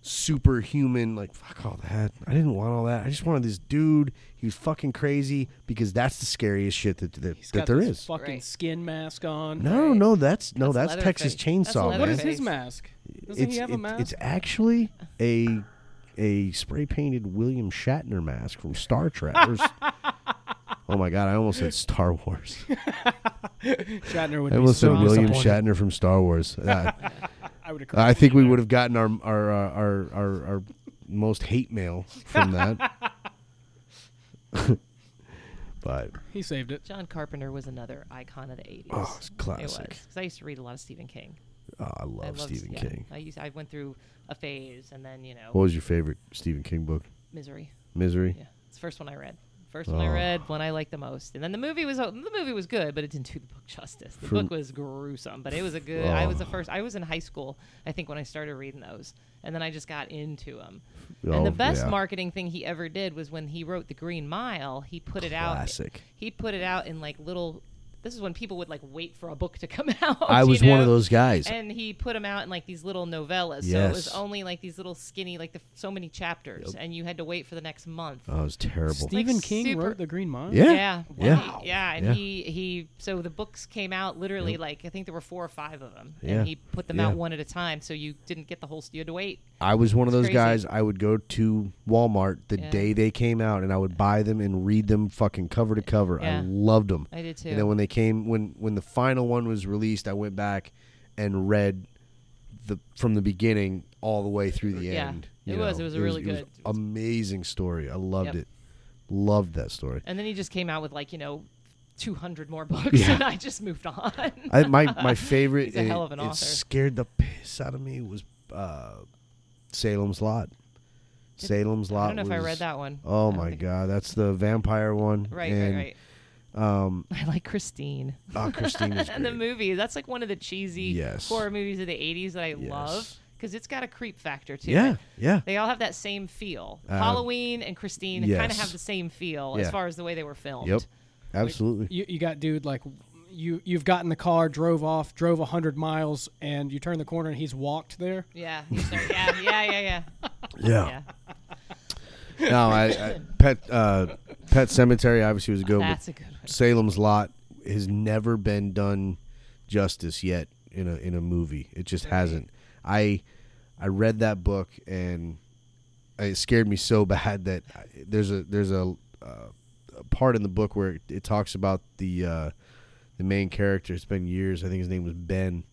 Speaker 1: superhuman like fuck all that i didn't want all that i just wanted this dude he was fucking crazy because that's the scariest shit that that,
Speaker 2: He's
Speaker 1: that
Speaker 2: got
Speaker 1: there
Speaker 2: this
Speaker 1: is
Speaker 2: fucking
Speaker 3: Right.
Speaker 2: skin mask on.
Speaker 1: no
Speaker 3: Right.
Speaker 1: no that's no that's,
Speaker 3: That's
Speaker 1: texas
Speaker 3: Leatherface. That's
Speaker 1: chainsaw
Speaker 2: What
Speaker 1: man
Speaker 2: is
Speaker 3: Leatherface.
Speaker 2: his mask? Doesn't
Speaker 1: it's
Speaker 2: he have a
Speaker 1: it-
Speaker 2: mask?
Speaker 1: it's actually a a spray painted William Shatner mask from Star Trek. Or s- oh my god, I almost said Star Wars.
Speaker 2: Shatner would
Speaker 1: I
Speaker 2: be
Speaker 1: almost
Speaker 2: so
Speaker 1: said William
Speaker 2: disappointed.
Speaker 1: Shatner from Star Wars. Uh,
Speaker 2: I would have.
Speaker 1: I think we would have gotten our our uh, our our, our most hate mail from that. but
Speaker 2: He saved it.
Speaker 3: John Carpenter was another icon of the 80s.
Speaker 1: Oh, it's classic.
Speaker 3: It was. 'Cause I used to read a lot of Stephen King.
Speaker 1: oh, I love
Speaker 3: I loved-
Speaker 1: Stephen
Speaker 3: yeah.
Speaker 1: King.
Speaker 3: I used I went through a phase and then, you know,
Speaker 1: What was your favorite Stephen King book?
Speaker 3: misery.
Speaker 1: Misery.
Speaker 3: Yeah. It's the first one I read. First one I
Speaker 1: Oh.
Speaker 3: read, one I liked the most. And then the movie was the movie was good, but it didn't do the book justice. The
Speaker 1: For-
Speaker 3: book was gruesome, but it was a good I was the
Speaker 1: Oh.
Speaker 3: first I was in high school, I think when I started reading those. And then I just got into them.
Speaker 1: Oh,
Speaker 3: and the best
Speaker 1: yeah.
Speaker 3: marketing thing he ever did was when he wrote The Green Mile, he put it out
Speaker 1: Classic.
Speaker 3: He put it out in like little this is when people would like wait for a book to come out.
Speaker 1: I
Speaker 2: Oh,
Speaker 3: you
Speaker 1: was one of
Speaker 3: know?
Speaker 1: those guys.
Speaker 3: And he put them out in like these little novellas. So it was
Speaker 1: Yes.
Speaker 3: only like these little skinny, like the, so many chapters, and you had to wait for the next month.
Speaker 1: Oh, it was terrible.
Speaker 2: Stephen King
Speaker 3: super-
Speaker 2: wrote The Green Mile.
Speaker 1: Yeah.
Speaker 3: Yeah.
Speaker 1: Wow.
Speaker 3: Yeah. Yeah. And
Speaker 1: Yeah.
Speaker 3: he he so the books came out literally like I think there were four or five of them,
Speaker 1: Yeah.
Speaker 3: and he put them
Speaker 1: Yeah.
Speaker 3: out one at a time, so you didn't get the whole. You had to wait.
Speaker 1: I was one of those
Speaker 3: crazy.
Speaker 1: guys. I would go to Walmart the
Speaker 3: Yeah.
Speaker 1: day they came out, and I would buy them and read them fucking cover to cover. I
Speaker 3: Yeah.
Speaker 1: loved them.
Speaker 3: I did too.
Speaker 1: And then when they came, when when the final one was released, I went back and read the from the beginning all the way through the
Speaker 3: Yeah.
Speaker 1: end.
Speaker 3: It
Speaker 1: you
Speaker 3: was-
Speaker 1: know.
Speaker 3: it was really
Speaker 1: it was
Speaker 3: good.
Speaker 1: amazing story. I loved
Speaker 3: Yep.
Speaker 1: it. Loved that story.
Speaker 3: And then he just came out with like you know, two hundred more books,
Speaker 1: Yeah.
Speaker 3: and I just moved on.
Speaker 1: I, my my favorite.
Speaker 3: He's a
Speaker 1: it-
Speaker 3: hell of an
Speaker 1: it
Speaker 3: author.
Speaker 1: scared the piss out of me was uh, Salem's Lot. Salem's Lot.
Speaker 3: I don't know if I
Speaker 1: was-
Speaker 3: read that one. I
Speaker 1: Oh
Speaker 3: don't
Speaker 1: my
Speaker 3: think-
Speaker 1: god, that's the vampire one.
Speaker 3: Right,
Speaker 1: and,
Speaker 3: right, right.
Speaker 1: um,
Speaker 3: I like Christine.
Speaker 1: Oh, Christine was
Speaker 3: and the
Speaker 1: great.
Speaker 3: movie. That's like one of the cheesy
Speaker 1: Yes.
Speaker 3: horror movies of the 80s that I love love
Speaker 1: Yes.
Speaker 3: because it's got a creep factor to
Speaker 1: Yeah,
Speaker 3: it.
Speaker 1: yeah.
Speaker 3: They all have that same feel.
Speaker 1: Uh,
Speaker 3: Halloween and Christine kind of
Speaker 1: yes.
Speaker 3: have the same feel
Speaker 1: Yeah.
Speaker 3: as far as the way they were filmed.
Speaker 1: Yep. Absolutely.
Speaker 2: You, you got dude like you you've got in the car, drove off, drove hundred miles, and you turn the corner and he's walked there.
Speaker 3: Yeah. you start- yeah. Yeah. Yeah. Yeah.
Speaker 1: Yeah.
Speaker 3: Yeah.
Speaker 1: No, I, I pet uh, pet cemetery obviously was a good. one,
Speaker 3: That's
Speaker 1: but
Speaker 3: a good one.
Speaker 1: Salem's Lot has never been done justice yet in a in a movie. It just hasn't. I I read that book and it scared me so bad that I, there's a there's a, uh, a part in the book where it, it talks about the uh, the main character. It's been years. I think his name was Ben.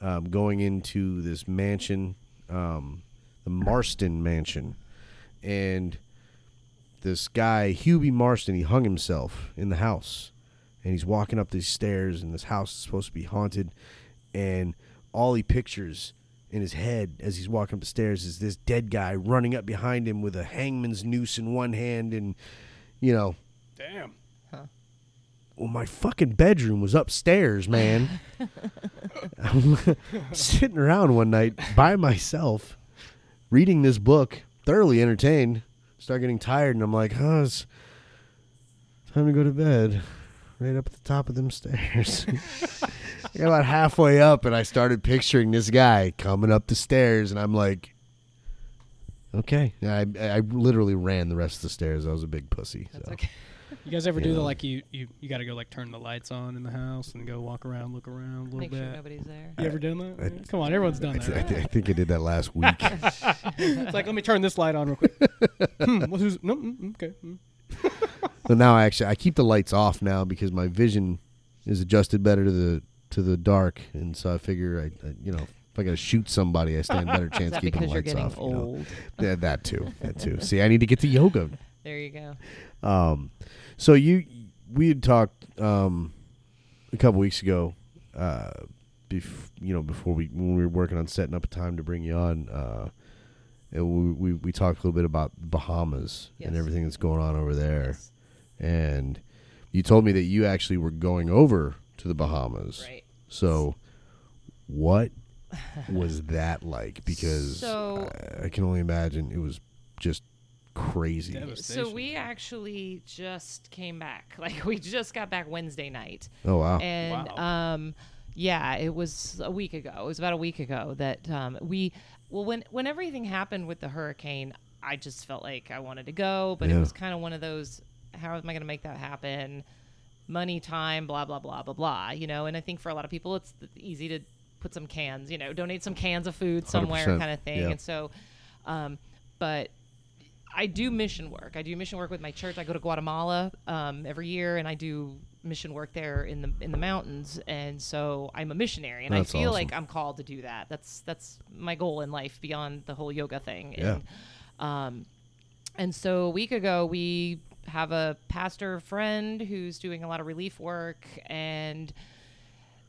Speaker 1: Um, going into this mansion, um, the Marston Mansion, and this guy Hubie Marston he hung himself in the house, and he's walking up these stairs, and this house is supposed to be haunted, and all he pictures in his head as he's walking up the stairs is this dead guy running up behind him with a hangman's noose in one hand, and you know,
Speaker 2: Damn.
Speaker 1: well, my fucking bedroom was upstairs, man. I'm sitting around one night by myself, reading this book, thoroughly entertained. Start getting tired, and I'm like, huh, it's time to go to bed. Right up at the top of them stairs. I got about halfway up, and I started picturing this guy coming up the stairs, and I'm like, okay. And I, I literally ran the rest of the stairs. I was a big pussy.
Speaker 3: That's
Speaker 1: so.
Speaker 3: okay.
Speaker 2: You guys ever
Speaker 1: You
Speaker 2: do the
Speaker 1: know.
Speaker 2: like you you, you got to go like turn the lights on in the house and go walk around, look around a little
Speaker 3: Make
Speaker 2: bit.
Speaker 3: sure nobody's there.
Speaker 2: you ever done that?
Speaker 1: I-
Speaker 2: Yeah. Come on, everyone's done
Speaker 1: I,
Speaker 2: that.
Speaker 1: th- I,
Speaker 2: right?
Speaker 1: th- I think I did that last week.
Speaker 2: it's like let me turn this light on real quick. hmm, what's who's, no, mm, mm, okay. mm.
Speaker 1: so now I actually I keep the lights off now because my vision is adjusted better to the to the dark, and so I figure I, I you know if I gotta shoot somebody, I stand a better
Speaker 3: Is
Speaker 1: chance
Speaker 3: that
Speaker 1: keeping the
Speaker 3: because
Speaker 1: lights
Speaker 3: you're getting
Speaker 1: off. you know.
Speaker 3: old?
Speaker 1: Yeah, that too. That too. See, I need to get to yoga.
Speaker 3: There you go.
Speaker 1: Um, so you we had talked um a couple weeks ago, uh, bef- you know before we when we were working on setting up a time to bring you on, uh, and we we, we talked a little bit about Bahamas and
Speaker 3: Yes.
Speaker 1: everything that's going on over there, and you told me that you actually were going over to the Bahamas.
Speaker 3: Right.
Speaker 1: So, what was that like? Because
Speaker 3: So-
Speaker 1: I, I can only imagine it was just crazy.
Speaker 3: So
Speaker 2: Devastation.
Speaker 3: we actually just came back. Like we just got back Wednesday night.
Speaker 1: Oh wow!
Speaker 3: and um yeah it was a week ago it was about a week ago that um we well when when everything happened with the hurricane i just felt like i wanted to go but
Speaker 1: Yeah.
Speaker 3: it was kind of one of those how am i going to make that happen money time blah blah blah blah blah you know and i think for a lot of people it's easy to put some cans you know donate some cans of food somewhere
Speaker 1: 100%,
Speaker 3: kind of thing
Speaker 1: yeah.
Speaker 3: and so um but I do mission work. I do mission work with my church. I go to Guatemala um, every year, and I do mission work there in the in the mountains. And so I'm a missionary, and
Speaker 1: That's
Speaker 3: I feel
Speaker 1: awesome.
Speaker 3: like I'm called to do that. That's that's my goal in life beyond the whole yoga thing.
Speaker 1: Yeah.
Speaker 3: And, um, and so a week ago, we have a pastor friend who's doing a lot of relief work, and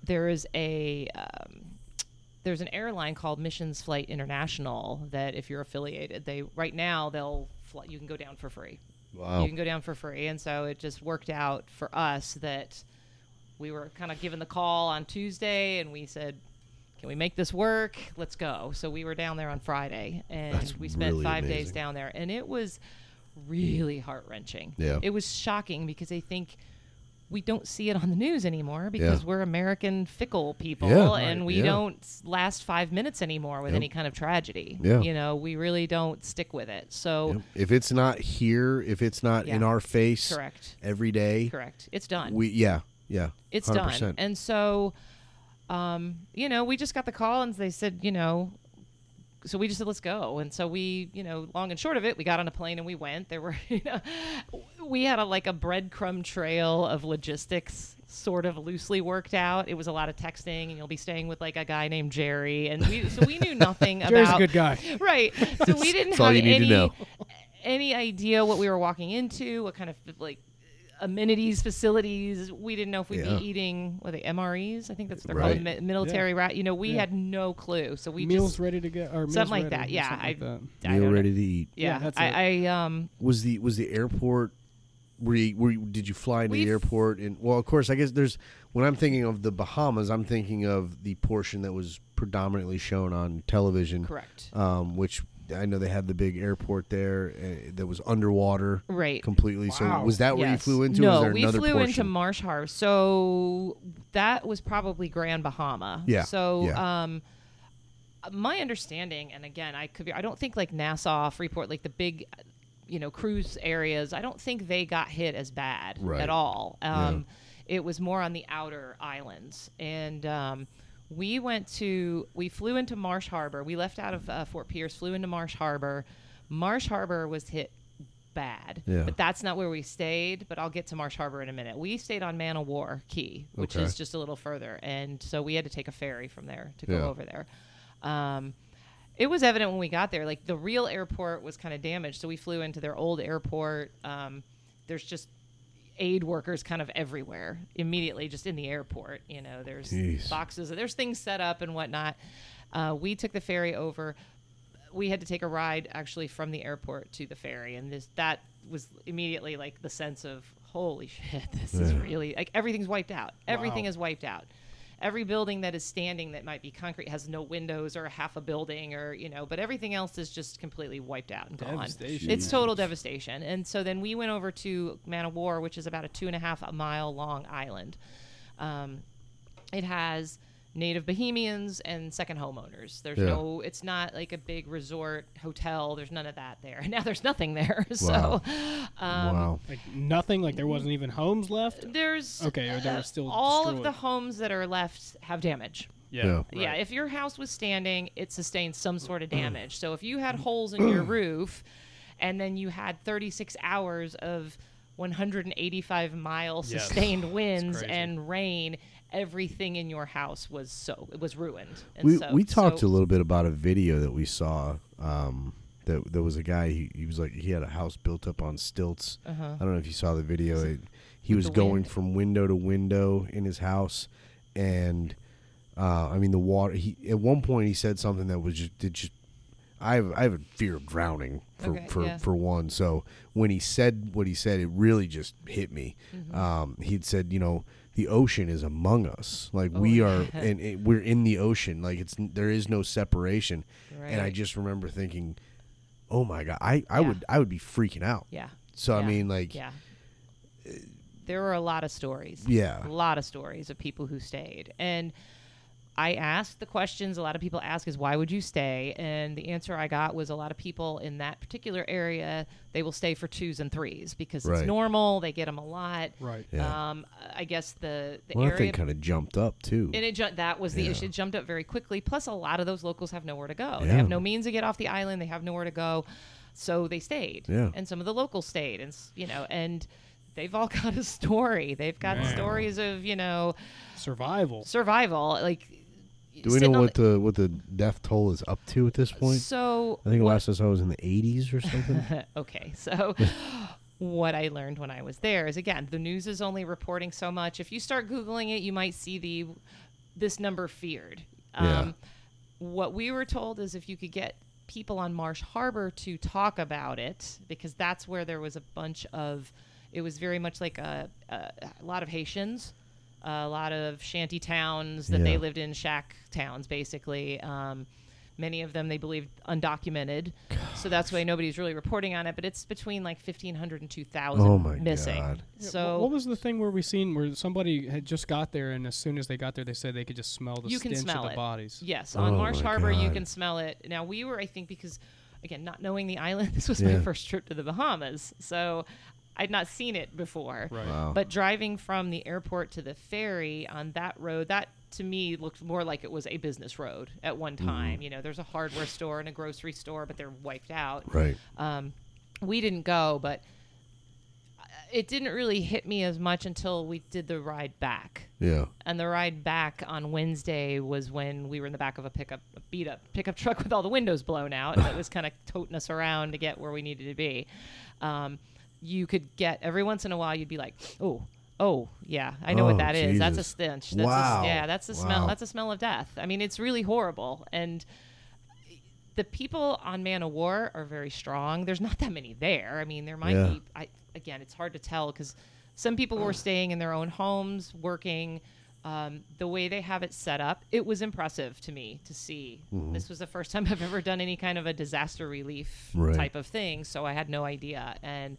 Speaker 3: there is a um, there's an airline called Missions Flight International that if you're affiliated, they right now they'll fly, you can go down for free.
Speaker 1: Wow.
Speaker 3: You can go down for free, and so it just worked out for us that we were kind of given the call on Tuesday, and we said, "Can we make this work? Let's go." So we were down there on Friday, and
Speaker 1: That's
Speaker 3: we spent
Speaker 1: really
Speaker 3: five days
Speaker 1: amazing.
Speaker 3: down there, and it was really heart wrenching.
Speaker 1: Yeah.
Speaker 3: it was shocking because I think we don't see it on the news anymore because
Speaker 1: Yeah.
Speaker 3: we're American fickle people,
Speaker 1: Yeah, right,
Speaker 3: and we
Speaker 1: yeah.
Speaker 3: don't s- last five minutes anymore with
Speaker 1: Yep.
Speaker 3: any kind of tragedy.
Speaker 1: Yeah.
Speaker 3: you know, we really don't stick with it. So
Speaker 1: Yep. If it's not here, if it's not in
Speaker 3: Yeah.
Speaker 1: our face
Speaker 3: correct,
Speaker 1: every day,
Speaker 3: correct, it's done.
Speaker 1: we yeah yeah
Speaker 3: it's
Speaker 1: 100%.
Speaker 3: done. And so, um, you know, we just got the call and they said, you know, so we just said, let's go. And so we, you know, long and short of it, we got on a plane and we went. There were, you know, we had a like a breadcrumb trail of logistics sort of loosely worked out. It was a lot of texting and you'll be staying with like a guy named Jerry. And we, so we knew nothing
Speaker 2: Jerry's
Speaker 3: about
Speaker 2: a good guy.
Speaker 3: right. So we didn't
Speaker 1: That's
Speaker 3: have
Speaker 1: all you need to
Speaker 3: any
Speaker 1: know.
Speaker 3: any idea what we were walking into, what kind of like amenities, facilities. We didn't know if we'd
Speaker 1: Yeah.
Speaker 3: be eating what are they MREs. I think that's what they're
Speaker 1: Right.
Speaker 3: called mi- military rat. You know, we
Speaker 2: Yeah.
Speaker 3: had no clue. So we
Speaker 2: meals
Speaker 3: just
Speaker 2: ready to go or meals
Speaker 3: something like
Speaker 2: ready
Speaker 3: that.
Speaker 2: or
Speaker 3: Yeah,
Speaker 2: something like
Speaker 3: I-
Speaker 2: that.
Speaker 3: I
Speaker 1: meal
Speaker 3: don't know.
Speaker 1: ready to eat.
Speaker 3: Yeah,
Speaker 2: Yeah, that's
Speaker 3: I, I um
Speaker 1: Was the was the airport? Were you, were you, did you fly into the
Speaker 3: We've-
Speaker 1: airport? And well, of course, I guess there's. When I'm thinking of the Bahamas, I'm thinking of the portion that was predominantly shown on television,
Speaker 3: correct.
Speaker 1: um, which I know they had the big airport there uh, that was underwater
Speaker 3: Right.
Speaker 1: completely. So
Speaker 2: Wow.
Speaker 1: was that where you
Speaker 3: Yes.
Speaker 1: flew into? or
Speaker 3: No,
Speaker 1: was there
Speaker 3: we
Speaker 1: another
Speaker 3: flew
Speaker 1: portion?
Speaker 3: into Marsh Harbor. So that was probably Grand Bahama.
Speaker 1: Yeah,
Speaker 3: So
Speaker 1: yeah.
Speaker 3: um my understanding and again, I could be I don't think like Nassau, Freeport, like the big you know, cruise areas, I don't think they got hit as bad
Speaker 1: Right.
Speaker 3: at all. Um it was more on the outer islands and um we went to we flew into Marsh Harbor. We left out of uh, Fort Pierce, flew into Marsh Harbor. Marsh Harbor was hit bad.
Speaker 1: Yeah.
Speaker 3: But that's not where we stayed, but I'll get to Marsh Harbor in a minute. We stayed on Man o' War Key, which
Speaker 1: Okay.
Speaker 3: is just a little further. And so we had to take a ferry from there to
Speaker 1: Yeah.
Speaker 3: go over there. Um, it was evident when we got there, like the real airport was kind of damaged. So we flew into their old airport. Um, there's just aid workers kind of everywhere immediately, just in the airport. You know, there's
Speaker 1: Jeez.
Speaker 3: boxes, there's things set up and whatnot. Uh, we took the ferry over we had to take a ride actually from the airport to the ferry and this that was immediately like the sense of holy shit this is
Speaker 1: Yeah.
Speaker 3: really like everything's wiped out everything
Speaker 2: Wow.
Speaker 3: is wiped out every building that is standing that might be concrete has no windows or half a building or you know but everything else is just completely wiped out and gone
Speaker 2: Devastation.
Speaker 3: it's total devastation and so then we went over to man of war which is about a two and a half mile long island um, it has native Bohemians and second homeowners. There's
Speaker 1: Yeah.
Speaker 3: no, it's not like a big resort hotel. There's none of that there. Now there's nothing there.
Speaker 1: Wow.
Speaker 3: So um,
Speaker 1: wow.
Speaker 2: Like nothing. Like there wasn't even homes left.
Speaker 3: there's uh,
Speaker 2: Okay, or they were still
Speaker 3: all of
Speaker 2: destroyed.
Speaker 3: the homes that are left have damage.
Speaker 1: Yeah.
Speaker 3: Yeah, if your house was standing, it sustained some sort
Speaker 1: Mm.
Speaker 3: of damage. so if you had holes in your roof and then you had 36 hours of 185 mile
Speaker 2: Yes.
Speaker 3: sustained winds
Speaker 2: crazy.
Speaker 3: and rain, everything in your house was so it was ruined. And
Speaker 1: we
Speaker 3: so,
Speaker 1: we talked
Speaker 3: so,
Speaker 1: a little bit about a video that we saw. Um, that there was a guy. He, he was like he had a house built up on stilts.
Speaker 3: Uh-huh.
Speaker 1: I don't know if you saw the video. It, he was
Speaker 3: the
Speaker 1: going
Speaker 3: wind.
Speaker 1: from window to window in his house, and uh, I mean the water. He at one point he said something that was just did just. I have, I have a fear of drowning for
Speaker 3: Okay,
Speaker 1: for,
Speaker 3: yeah.
Speaker 1: for one. So when he said what he said, it really just hit me.
Speaker 3: Mm-hmm.
Speaker 1: Um, he'd said, you know, the ocean is among us. Like we
Speaker 3: Oh, yeah.
Speaker 1: are, and it, we're in the ocean. Like it's there is no separation. And I
Speaker 3: Right.
Speaker 1: just remember thinking, oh my god, I, I
Speaker 3: Yeah.
Speaker 1: would I would be freaking out.
Speaker 3: Yeah.
Speaker 1: So I
Speaker 3: yeah,
Speaker 1: mean, like,
Speaker 3: Yeah. There were a lot of stories.
Speaker 1: yeah,
Speaker 3: a lot of stories of people who stayed and i asked the questions a lot of people ask is why would you stay and the answer i got was a lot of people in that particular area they will stay for twos and threes because
Speaker 1: Right.
Speaker 3: it's normal they get them a lot
Speaker 2: Right.
Speaker 1: yeah.
Speaker 3: um, i guess the, the
Speaker 1: well, that
Speaker 3: area
Speaker 1: thing kind of jumped up too.
Speaker 3: and it ju- that was the
Speaker 1: Yeah.
Speaker 3: issue. It jumped up very quickly. Plus, a lot of those locals have nowhere to go. They
Speaker 1: Yeah.
Speaker 3: have no means to get off the island. They have nowhere to go, so they stayed.
Speaker 1: Yeah.
Speaker 3: And some of the locals stayed, and s- you know, and they've all got a story. They've got
Speaker 2: Man.
Speaker 3: stories of you know
Speaker 2: Survival.
Speaker 3: survival. Like,
Speaker 1: Do we
Speaker 3: sitting
Speaker 1: know
Speaker 3: on
Speaker 1: what the, what the death toll is up to at this
Speaker 3: the,
Speaker 1: point?
Speaker 3: so
Speaker 1: I think last I saw was in the 80s or something.
Speaker 3: okay, so what I learned when I was there is again, the news is only reporting so much. If you start googling it, you might see the this number feared.
Speaker 1: Yeah.
Speaker 3: Um, What we were told is if you could get people on Marsh Harbor to talk about it, because that's where there was a bunch of, it was very much like a, a, a lot of Haitians, a lot of shanty towns that
Speaker 1: Yeah.
Speaker 3: they lived in, shack towns basically. Um, many of them they believed undocumented, so that's why nobody's really reporting on it. But it's between like 1,500 and 2,000
Speaker 1: Oh my
Speaker 3: missing.
Speaker 1: God.
Speaker 2: Yeah, wh-
Speaker 3: So
Speaker 2: what was the thing where we seen where somebody had just got there and as soon as they got there they said they could just smell the
Speaker 3: You can
Speaker 2: stench
Speaker 3: smell
Speaker 2: of the
Speaker 3: it.
Speaker 2: bodies.
Speaker 3: Yes, on
Speaker 1: Oh
Speaker 3: Marsh
Speaker 1: my
Speaker 3: Harbor, you
Speaker 1: God.
Speaker 3: can smell it. Now we were, I think, because again, not knowing the island, this was
Speaker 1: Yeah.
Speaker 3: my first trip to the Bahamas, so I'd not seen it before.
Speaker 2: Right.
Speaker 1: Wow.
Speaker 3: But driving from the airport to the ferry on that road, that to me looked more like it was a business road at one
Speaker 1: Mm-hmm.
Speaker 3: time. You know, there's a hardware store and a grocery store, but they're wiped out.
Speaker 1: right.
Speaker 3: Um, we didn't go, but uh, it didn't really hit me as much until we did the ride back.
Speaker 1: Yeah.
Speaker 3: And the ride back on Wednesday was when we were in the back of a pickup, a beat up pickup truck with all the windows blown out. and it was kind of toting us around to get where we needed to be. Um, you could get every once in a while, you'd be like, oh, oh, yeah, I know
Speaker 1: Oh,
Speaker 3: what that is. That's a
Speaker 1: Jesus.
Speaker 3: stench. That's
Speaker 1: Wow.
Speaker 3: A, yeah, that's the
Speaker 1: Wow.
Speaker 3: smell. That's a smell of death. I mean, it's really horrible. And the people on Man of War are very strong. There's not that many there. I mean, there might
Speaker 1: Yeah.
Speaker 3: be. I, again, it's hard to tell because some people were staying in their own homes, working. Um, the way they have it set up, it was impressive to me to see.
Speaker 1: Mm-hmm.
Speaker 3: This was the first time I've ever done any kind of a disaster relief
Speaker 1: Right.
Speaker 3: type of thing, so I had no idea. And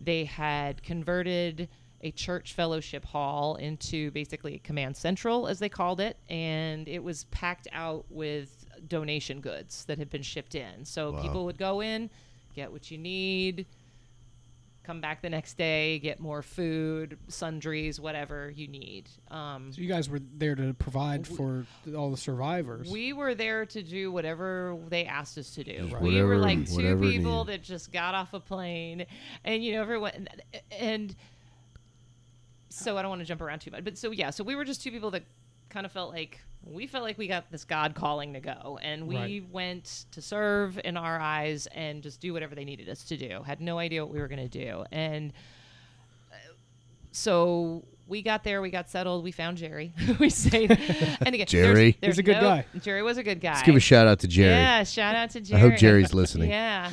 Speaker 3: they had converted a church fellowship hall into basically a command central as they called it and it was packed out with donation goods that had been shipped in so
Speaker 1: Wow.
Speaker 3: people would go in get what you need come back the next day get more food sundries whatever you need um,
Speaker 2: So you guys were there to provide for all the survivors.
Speaker 3: we were there to do whatever they asked us to do.
Speaker 1: Just
Speaker 3: We
Speaker 1: whatever-
Speaker 3: were like two
Speaker 1: whatever
Speaker 3: people
Speaker 1: needed.
Speaker 3: that just got off a plane, and you know everyone and so I don't want to jump around too much, but so yeah, so we were just two people that kind of felt like we felt like we got this God calling to go, and we
Speaker 2: Right.
Speaker 3: went to serve in our eyes and just do whatever they needed us to do. Had no idea what we were going to do, and uh, so we got there, we got settled, we found Jerry. we stayed, and again,
Speaker 1: Jerry.
Speaker 3: there's, there's
Speaker 2: He's a good
Speaker 3: no-
Speaker 2: guy.
Speaker 3: Jerry was a good guy.
Speaker 1: Let's give a shout out to Jerry.
Speaker 3: Yeah, shout out to
Speaker 1: I
Speaker 3: Jerry.
Speaker 1: hope Jerry's listening.
Speaker 3: Yeah,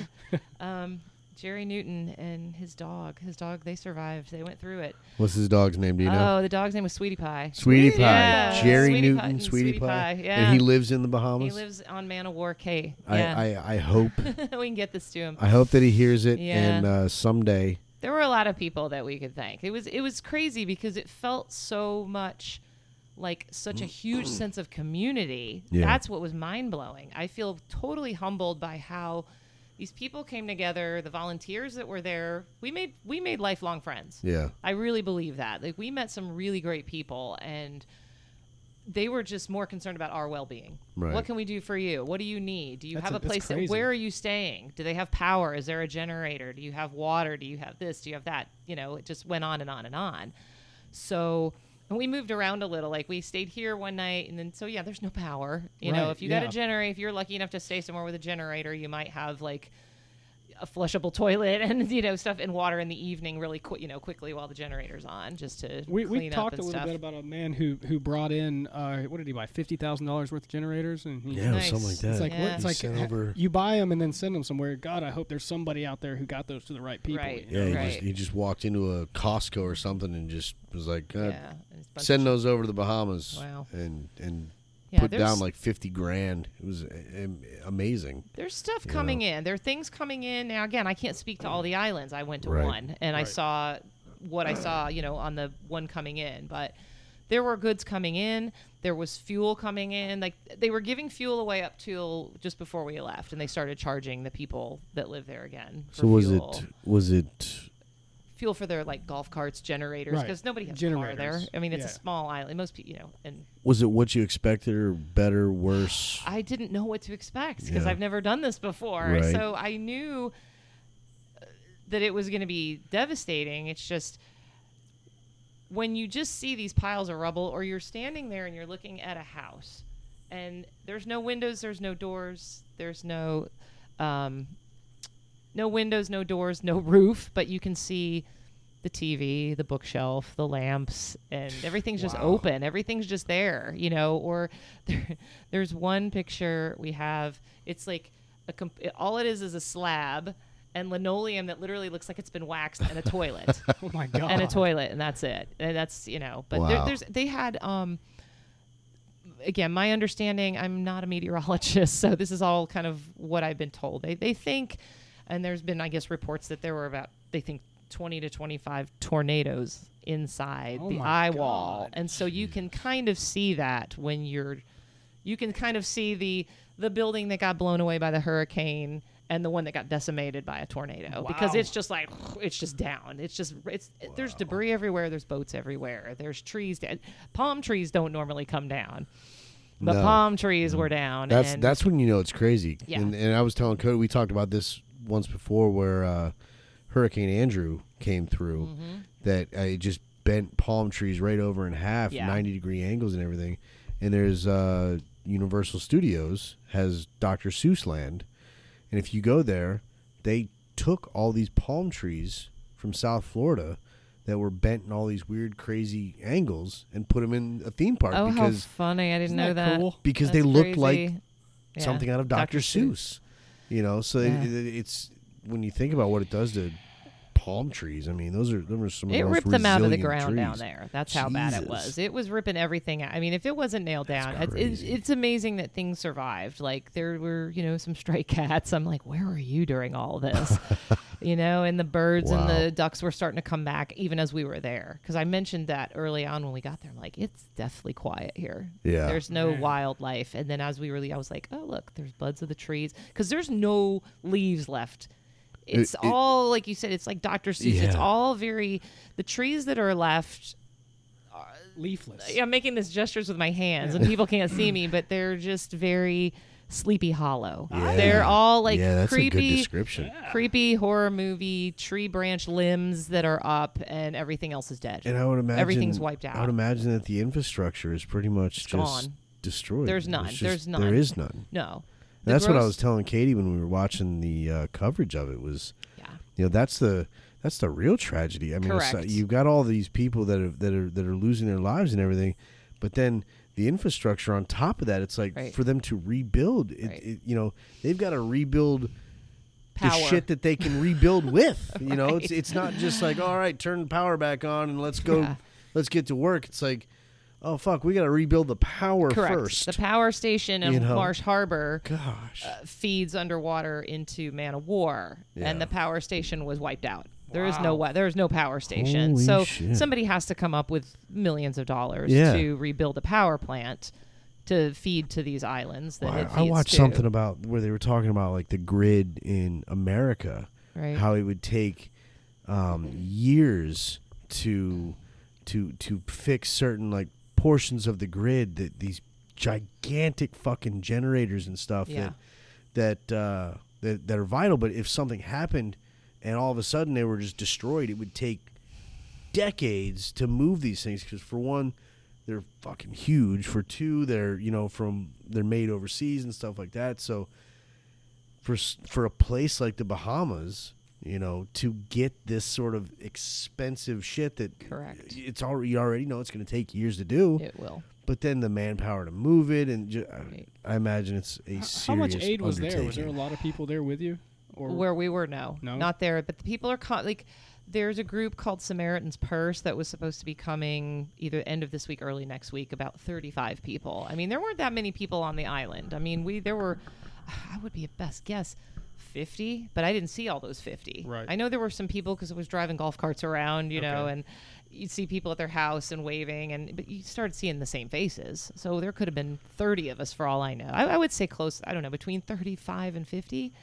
Speaker 3: um, Jerry Newton and his dog. His dog, they survived. They went through it.
Speaker 1: What's his dog's name? Do you know?
Speaker 3: Oh, the dog's name was Sweetie Pie.
Speaker 1: Sweetie Pie.
Speaker 3: Yeah.
Speaker 1: Jerry
Speaker 3: Sweetie
Speaker 1: Newton,
Speaker 3: Pie and
Speaker 1: Sweetie,
Speaker 3: Sweetie
Speaker 1: Pie.
Speaker 3: Pie, yeah.
Speaker 1: And he lives in the Bahamas.
Speaker 3: He lives on Man of War K.
Speaker 1: I,
Speaker 3: Yeah,
Speaker 1: I, I hope
Speaker 3: we can get this to him.
Speaker 1: I hope that he hears it
Speaker 3: Yeah.
Speaker 1: and uh, someday
Speaker 3: There were a lot of people that we could thank. It was it was crazy because it felt so much like such a huge sense of community.
Speaker 1: Yeah.
Speaker 3: That's what was mind blowing. I feel totally humbled by how these people came together, the volunteers that were there. We made we made lifelong friends.
Speaker 1: Yeah.
Speaker 3: I really believe that. Like we met some really great people and they were just more concerned about our well-being.
Speaker 1: Right.
Speaker 3: What can we do for you? What do you need? Do you
Speaker 2: That's
Speaker 3: have
Speaker 2: a-
Speaker 3: a,
Speaker 2: that's
Speaker 3: place? that-
Speaker 2: crazy.
Speaker 3: where are you staying? Do they have power? Is there a generator? Do you have water? Do you have this? Do you have that? You know, it just went on and on and on. So, and we moved around a little. Like we stayed here one night, and then so yeah, there's no power. You know,
Speaker 2: Right,
Speaker 3: if you got
Speaker 2: yeah.
Speaker 3: a generator, if you're lucky enough to stay somewhere with a generator, you might have like a flushable toilet and you know stuff and water in the evening really quick you know quickly while the generator's on just to
Speaker 2: We,
Speaker 3: clean
Speaker 2: we
Speaker 3: up
Speaker 2: talked a
Speaker 3: and
Speaker 2: little
Speaker 3: stuff.
Speaker 2: bit about a man who who brought in uh, what did he buy fifty thousand dollars worth of generators and he,
Speaker 1: Yeah, or
Speaker 3: Nice.
Speaker 1: something Mm, like that.
Speaker 2: It's like
Speaker 3: Yeah.
Speaker 2: what, it's
Speaker 1: You
Speaker 2: like
Speaker 1: sent
Speaker 2: ha-
Speaker 1: over-
Speaker 2: you buy them and then send them somewhere. God, I hope there's somebody out there who got those to the right people.
Speaker 3: Right.
Speaker 1: yeah, he, just,
Speaker 3: Right.
Speaker 1: he just walked into a Costco or something and just was like, uh,
Speaker 3: yeah, and it's a bunch of
Speaker 1: send those over to the Bahamas.
Speaker 3: Wow.
Speaker 1: And and
Speaker 3: Yeah,
Speaker 1: put down
Speaker 3: there's-
Speaker 1: like fifty grand. It was a- am- amazing.
Speaker 3: There's stuff
Speaker 1: You
Speaker 3: coming in. There are things coming in. Now, again, I can't speak to all the islands. I went to
Speaker 1: Right.
Speaker 3: one and I
Speaker 2: Right.
Speaker 3: saw what I saw, you know, on the one coming in. But there were goods coming in. There was fuel coming in. Like they were giving fuel away up till just before we left, and they started charging the people that live there again. For fuel.
Speaker 1: was it
Speaker 3: fuel for their like golf carts, generators?
Speaker 2: Right.
Speaker 3: Because nobody has a car there.
Speaker 2: Generators.
Speaker 3: I mean, it's a
Speaker 2: Yeah.
Speaker 3: small island. Most people, you know, and
Speaker 1: was it what you expected or better, worse?
Speaker 3: I didn't know what to expect because
Speaker 1: Yeah.
Speaker 3: I've never done this before.
Speaker 1: Right.
Speaker 3: So I knew uh, that it was going to be devastating. It's just when you just see these piles of rubble or you're standing there and you're looking at a house and there's no windows, there's no doors, there's no um, no windows, no doors, no roof, but you can see the TV, the bookshelf, the lamps, and everything's just
Speaker 2: Wow.
Speaker 3: open. Everything's just there, you know. Or there, there's one picture we have. It's like a comp- all it is is a slab and linoleum that literally looks like it's been waxed and a toilet
Speaker 2: Oh my God.
Speaker 3: and a toilet, and that's it. And that's you know, but
Speaker 1: Wow.
Speaker 3: there, there's they had um. Again, my understanding, I'm not a meteorologist, so this is all kind of what I've been told. They they think, and there's been I guess reports that there were about they think 20 to 25 tornadoes inside
Speaker 2: Oh
Speaker 3: the
Speaker 2: my
Speaker 3: eye wall,
Speaker 2: God.
Speaker 3: and so you can kind of see that when you're, you can kind of see the the building that got blown away by the hurricane and the one that got decimated by a tornado because
Speaker 2: Wow.
Speaker 3: it's just like it's just down it's just it's there's debris everywhere there's boats everywhere there's trees da- palm trees don't normally come down but
Speaker 1: No.
Speaker 3: palm trees were down
Speaker 1: That's
Speaker 3: and
Speaker 1: that's when you know it's crazy.
Speaker 3: Yeah.
Speaker 1: And, and I was telling Cody, we talked about this once before, where uh, Hurricane Andrew came through,
Speaker 3: Mm-hmm.
Speaker 1: that uh, it just bent palm trees right over in half,
Speaker 3: Yeah.
Speaker 1: ninety degree angles and everything. And there's uh, Universal Studios has Dr. Seuss Land, and if you go there, they took all these palm trees from South Florida. That were bent in all these weird, crazy angles, and put them in a theme park
Speaker 3: oh how
Speaker 1: because
Speaker 3: funny i didn't
Speaker 2: Isn't
Speaker 3: know that
Speaker 2: cool?
Speaker 1: because they
Speaker 3: That's
Speaker 1: looked like
Speaker 3: crazy. Yeah.
Speaker 1: something out of Dr. Seuss. You know, so
Speaker 3: Yeah.
Speaker 1: it, it, it's when you think about what it does to palm trees. I mean, those are those are some.
Speaker 3: it
Speaker 1: of the most
Speaker 3: ripped them out of the
Speaker 1: resilient
Speaker 3: ground down
Speaker 1: trees.
Speaker 3: there. That's how bad
Speaker 1: Jesus.
Speaker 3: it was. It was ripping everything out. I mean, if it wasn't nailed down, it's, it's,
Speaker 1: crazy.
Speaker 3: it's amazing that things survived. Like there were, you know, some stray cats. I'm like, where were you during all this? you know, and the birds and
Speaker 1: Wow.
Speaker 3: the ducks were starting to come back even as we were there. Because I mentioned that early on when we got there. I'm like, it's deathly quiet here.
Speaker 1: Yeah.
Speaker 3: There's no
Speaker 2: Man.
Speaker 3: wildlife. And then as we were, le- I was like, oh look, there's buds of the trees because there's no leaves left. It's
Speaker 1: it-
Speaker 3: all like you said. It's like Doctor Seuss. It's
Speaker 1: Yeah.
Speaker 3: all very the trees that are left.
Speaker 2: Leafless.
Speaker 3: I'm making these gestures with my hands, and people can't see me, but they're just very sleepy hollow.
Speaker 1: Yeah.
Speaker 3: They're all like
Speaker 1: yeah, that's a good
Speaker 3: creepy,
Speaker 1: description.
Speaker 3: creepy horror movie tree branch limbs that are up, and everything else is dead.
Speaker 1: And I would imagine
Speaker 3: everything's wiped
Speaker 1: I would
Speaker 3: out.
Speaker 1: imagine that the infrastructure is pretty much just
Speaker 3: gone.
Speaker 1: destroyed.
Speaker 3: There's
Speaker 1: It's
Speaker 3: none.
Speaker 1: just-
Speaker 3: There's none.
Speaker 1: There is none.
Speaker 3: No, The
Speaker 1: And that's what I
Speaker 3: gross-
Speaker 1: was telling Katie when we were watching the uh, coverage of it. Was
Speaker 3: Yeah,
Speaker 1: you know that's the that's the real tragedy. I mean, it's, uh,
Speaker 3: Correct.
Speaker 1: you've got all these people that are that are that are losing their lives and everything, but then the infrastructure on top of that, it's like
Speaker 3: Right.
Speaker 1: for them to rebuild. It,
Speaker 3: Right.
Speaker 1: it, you know, they've got to rebuild
Speaker 3: power.
Speaker 1: the shit that they can rebuild with. You know, it's it's not just like all right, turn the power back on and let's go,
Speaker 3: Yeah.
Speaker 1: let's get to work. It's like, oh fuck, we got to rebuild the power
Speaker 3: Correct.
Speaker 1: first.
Speaker 3: The power Uh, station in
Speaker 1: You know?
Speaker 3: Marsh Harbor.
Speaker 1: Gosh,
Speaker 3: feeds underwater into Man of War,
Speaker 1: Yeah.
Speaker 3: and the power station was wiped out. There is no
Speaker 2: Wow.
Speaker 3: wa- there is no power station.
Speaker 1: Holy
Speaker 3: so
Speaker 1: shit.
Speaker 3: somebody has to come up with millions of dollars
Speaker 1: Yeah.
Speaker 3: to rebuild a power plant to feed to these islands that
Speaker 1: I,
Speaker 3: it
Speaker 1: I
Speaker 3: feeds
Speaker 1: watched
Speaker 3: to,
Speaker 1: something about where they were talking about like the grid in America,
Speaker 3: right?
Speaker 1: how it would take um, years to to to fix certain like portions of the grid that these gigantic fucking generators and stuff
Speaker 3: Yeah.
Speaker 1: that that, uh, that that are vital. But if something happened and all of a sudden they were just destroyed, it would take decades to move these things because for one they're fucking huge for two they're you know from they're made overseas and stuff like that so for s- for a place like the bahamas you know to get this sort of expensive shit that
Speaker 3: Correct.
Speaker 1: it's already you already know it's going to take years to do
Speaker 3: It will.
Speaker 1: but then the manpower to move it and ju- I-
Speaker 3: Right.
Speaker 1: I, imagine it's a
Speaker 2: H-
Speaker 1: serious
Speaker 2: How much aid was there? Was there a
Speaker 1: undertaking.
Speaker 2: lot of people there with you? Or
Speaker 3: Where we were, no,
Speaker 2: No?
Speaker 3: not there. But the people are co- like, there's a group called Samaritan's Purse that was supposed to be coming either end of this week, early next week. About 35 people. I mean, there weren't that many people on the island. I mean, we there were. I would be a best guess. 50 but i didn't see all those 50
Speaker 2: Right.
Speaker 3: i know there were some people because it was driving golf carts around you know
Speaker 2: Okay.
Speaker 3: and you'd see people at their house and waving and but you started seeing the same faces so there could have been 30 of us for all i know i, I would say close i don't know between 35 and 50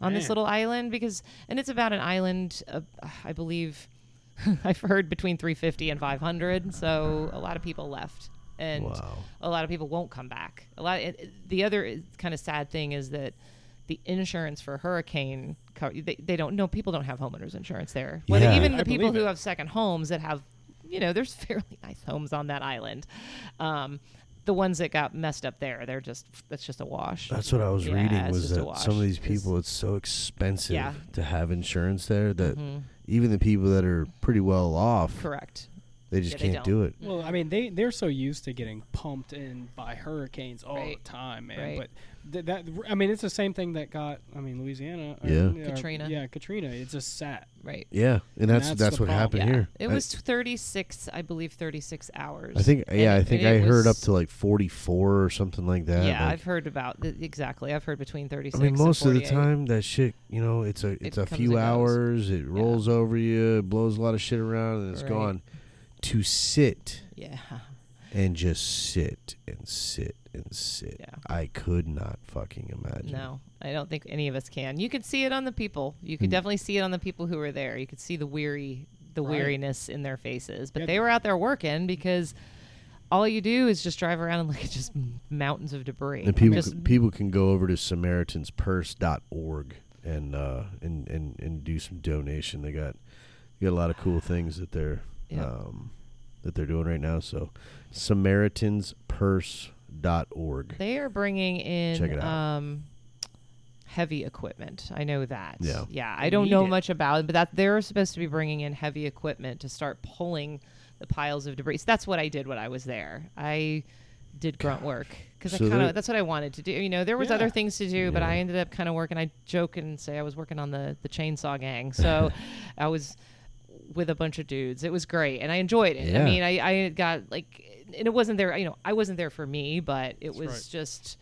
Speaker 3: on this
Speaker 2: Man.
Speaker 3: little island because and it's about an island uh, i believe i've heard between 350 and 500 so a lot of people left and
Speaker 1: Wow.
Speaker 3: a lot of people won't come back a lot it, it- the other kind of sad thing is that the insurance for hurricane co- they, they don't no people don't have homeowners insurance there whether
Speaker 1: Yeah.
Speaker 3: even
Speaker 2: I
Speaker 3: the people
Speaker 2: believe
Speaker 3: who
Speaker 2: it.
Speaker 3: have second homes that have you know there's fairly nice homes on that island um, the ones that got messed up there they're just that's just a wash
Speaker 1: That's what I was
Speaker 3: Yeah,
Speaker 1: reading
Speaker 3: it's
Speaker 1: was
Speaker 3: just a
Speaker 1: that some of
Speaker 3: wash.
Speaker 1: these people it's so expensive
Speaker 3: Yeah. Mm-hmm.
Speaker 1: to have insurance there that even the people that are pretty well off
Speaker 3: correct
Speaker 1: they just
Speaker 3: Yeah, they
Speaker 1: can't
Speaker 3: don't.
Speaker 1: do it.
Speaker 2: Well, I mean, they they're so used to getting pumped in by hurricanes all
Speaker 3: Right.
Speaker 2: the time, man.
Speaker 3: Right.
Speaker 2: But th- that I mean, it's the same thing that got I mean Louisiana. or-
Speaker 1: Yeah.
Speaker 2: or-
Speaker 3: Katrina.
Speaker 2: yeah, Katrina. It just sat.
Speaker 3: right
Speaker 1: Yeah, and that's that's,
Speaker 2: that's the
Speaker 1: what
Speaker 2: problem.
Speaker 1: happened
Speaker 3: Yeah.
Speaker 1: here.
Speaker 3: It
Speaker 1: I-
Speaker 3: was 36, I believe, 36 hours.
Speaker 1: I think yeah,
Speaker 3: And
Speaker 1: I
Speaker 3: it-
Speaker 1: think
Speaker 3: and
Speaker 1: I
Speaker 3: it
Speaker 1: heard up
Speaker 3: was-
Speaker 1: to like 44 or something like that.
Speaker 3: yeah,
Speaker 1: like-
Speaker 3: I've heard about th- exactly. I've heard between 36.
Speaker 1: I mean,
Speaker 3: and
Speaker 1: most of the
Speaker 3: 48.
Speaker 1: time that shit, you know, it's a it's a
Speaker 3: comes
Speaker 1: few
Speaker 3: and goes.
Speaker 1: hours. It rolls over you, it blows a lot of shit around, and it's
Speaker 3: Right.
Speaker 1: gone. To sit
Speaker 3: Yeah,
Speaker 1: and just sit and sit and sit,
Speaker 3: Yeah.
Speaker 1: I could not fucking imagine.
Speaker 3: no, I don't think any of us can. You could see it on the people. You could
Speaker 1: Mm.
Speaker 3: definitely see it on the people who were there. You could see the weary, the
Speaker 2: Right.
Speaker 3: weariness in their faces. But
Speaker 2: Yeah.
Speaker 3: they were out there working because all you do is just drive around and look at just mountains of debris.
Speaker 1: And people
Speaker 3: Just-
Speaker 1: c- people can go over to samaritanspurse.org and uh and and and do some donation. They got they got a lot of cool things that they're
Speaker 3: Yeah.
Speaker 1: um that they're doing right now. So samaritanspurse.org.
Speaker 3: They are bringing in
Speaker 1: Check it out.
Speaker 3: um heavy equipment. I know that.
Speaker 1: Yeah.
Speaker 3: I
Speaker 2: They
Speaker 3: don't
Speaker 2: need
Speaker 3: know
Speaker 2: it.
Speaker 3: much about it, but that they're supposed to be bringing in heavy equipment to start pulling the piles of debris. So that's what I did when I was there. I did grunt work because
Speaker 1: So
Speaker 3: I kind
Speaker 1: they-
Speaker 3: of that's what I wanted to do. You know, there was
Speaker 2: Yeah.
Speaker 3: other things to do, but
Speaker 1: Yeah.
Speaker 3: I ended up kind of working. I joke and say I was working on the the chainsaw gang. So I was with a bunch of dudes. It was great, and I enjoyed it.
Speaker 1: Yeah.
Speaker 3: I mean, I, I got like, and it wasn't there. You know, I wasn't there for me, but it was
Speaker 2: right.
Speaker 3: just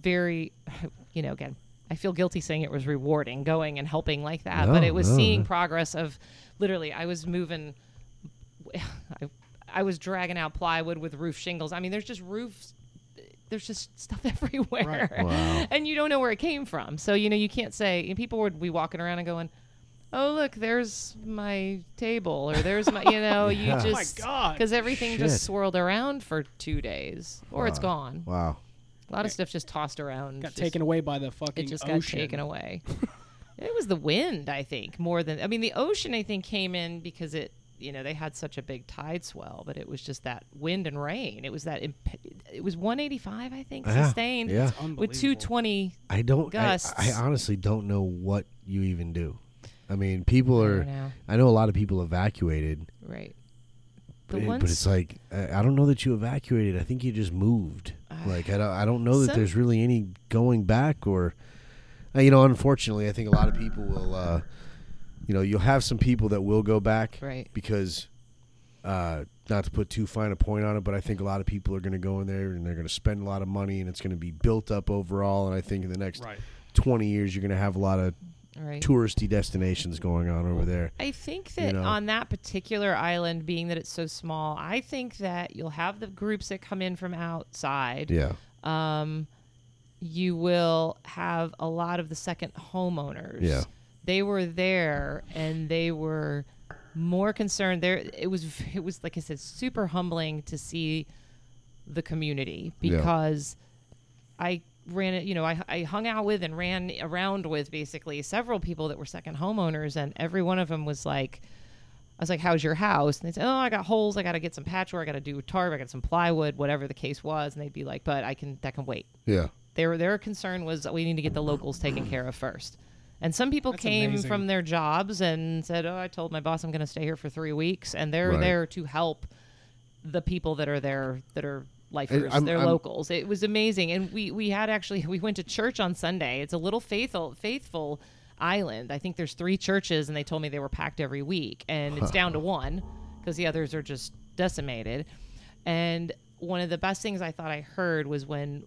Speaker 3: very, you know, again, I feel guilty saying it was rewarding going and helping like that, but
Speaker 1: No,
Speaker 3: it was
Speaker 1: no,
Speaker 3: seeing
Speaker 1: no.
Speaker 3: progress of literally. I was moving. I, I was dragging out plywood with roof shingles. I mean, there's just roofs. There's just stuff everywhere,
Speaker 1: Wow.
Speaker 3: and you don't know where it came from. So you know you can't say. And people would be walking around and going, "Oh look, there's my table," or "There's my," you know,
Speaker 1: Yeah.
Speaker 3: you
Speaker 1: Oh my
Speaker 3: just
Speaker 2: God.
Speaker 3: because everything
Speaker 1: Shit.
Speaker 3: just swirled around for two days, or it's
Speaker 1: Wow.
Speaker 3: gone.
Speaker 1: Wow.
Speaker 3: A lot of stuff just tossed around.
Speaker 2: Got
Speaker 3: just-
Speaker 2: taken away by the fucking
Speaker 3: it just
Speaker 2: ocean.
Speaker 3: got taken away. it was the wind, I think, more than I mean the ocean I think came in because it you know they had such a big tide swell, but it was just that wind and rain. It was that imp- it was 185 I think
Speaker 1: Yeah,
Speaker 3: sustained
Speaker 1: Yeah.
Speaker 3: with
Speaker 2: Unbelievable.
Speaker 3: 220.
Speaker 1: I don't I,
Speaker 3: Gusts.
Speaker 1: I honestly don't know what you even do. I mean, people
Speaker 3: I don't
Speaker 1: are
Speaker 3: know.
Speaker 1: I know a lot of people evacuated,
Speaker 3: Right. The
Speaker 1: but, it-
Speaker 3: ones
Speaker 1: but it's like I, I don't know that you evacuated. I think you just moved. like I don't, I don't know that
Speaker 3: Some-
Speaker 1: there's really any going back or uh, you know, unfortunately, I think a lot of people will uh, you know, you'll have some people that will go back
Speaker 3: Right.
Speaker 1: because uh, not to put too fine a point on it, but I think a lot of people are going to go in there and they're going to spend a lot of money and it's going to be built up overall. And I think in the next
Speaker 2: Right.
Speaker 1: 20 years, you're going to have a lot of
Speaker 3: Right.
Speaker 1: touristy destinations going on over there.
Speaker 3: I think that
Speaker 1: know?
Speaker 3: on that particular island, being that it's so small, I think that you'll have the groups that come in from outside.
Speaker 1: Yeah.
Speaker 3: um, you will have a lot of the second homeowners.
Speaker 1: Yeah.
Speaker 3: They were there and they were more concerned there it was it was like I said super humbling to see the community
Speaker 1: Yeah.
Speaker 3: because I ran it, you know, I, I hung out with and ran around with basically several people that were second homeowners, and every one of them was like, I was like, how's your house? And they said, oh, I got holes. I got to get some patchwork. I got to do tarp. I got some plywood, whatever the case was. And they'd be like, but I can, that can wait.
Speaker 1: Yeah.
Speaker 3: Their, their concern was we need to get the locals taken care of first. And some people
Speaker 2: That's
Speaker 3: came
Speaker 2: amazing.
Speaker 3: from their jobs and said, oh, I told my boss I'm going to stay here for three weeks. And they're
Speaker 1: Right.
Speaker 3: there to help the people that are there that are lifers,
Speaker 1: I'm-
Speaker 3: they're
Speaker 1: I'm-
Speaker 3: locals. It was amazing, and we we had actually we went to church on Sunday. It's a little faithful faithful island. I think there's three churches, and they told me they were packed every week, and it's down to one because the others are just decimated. And one of the best things I thought I heard was when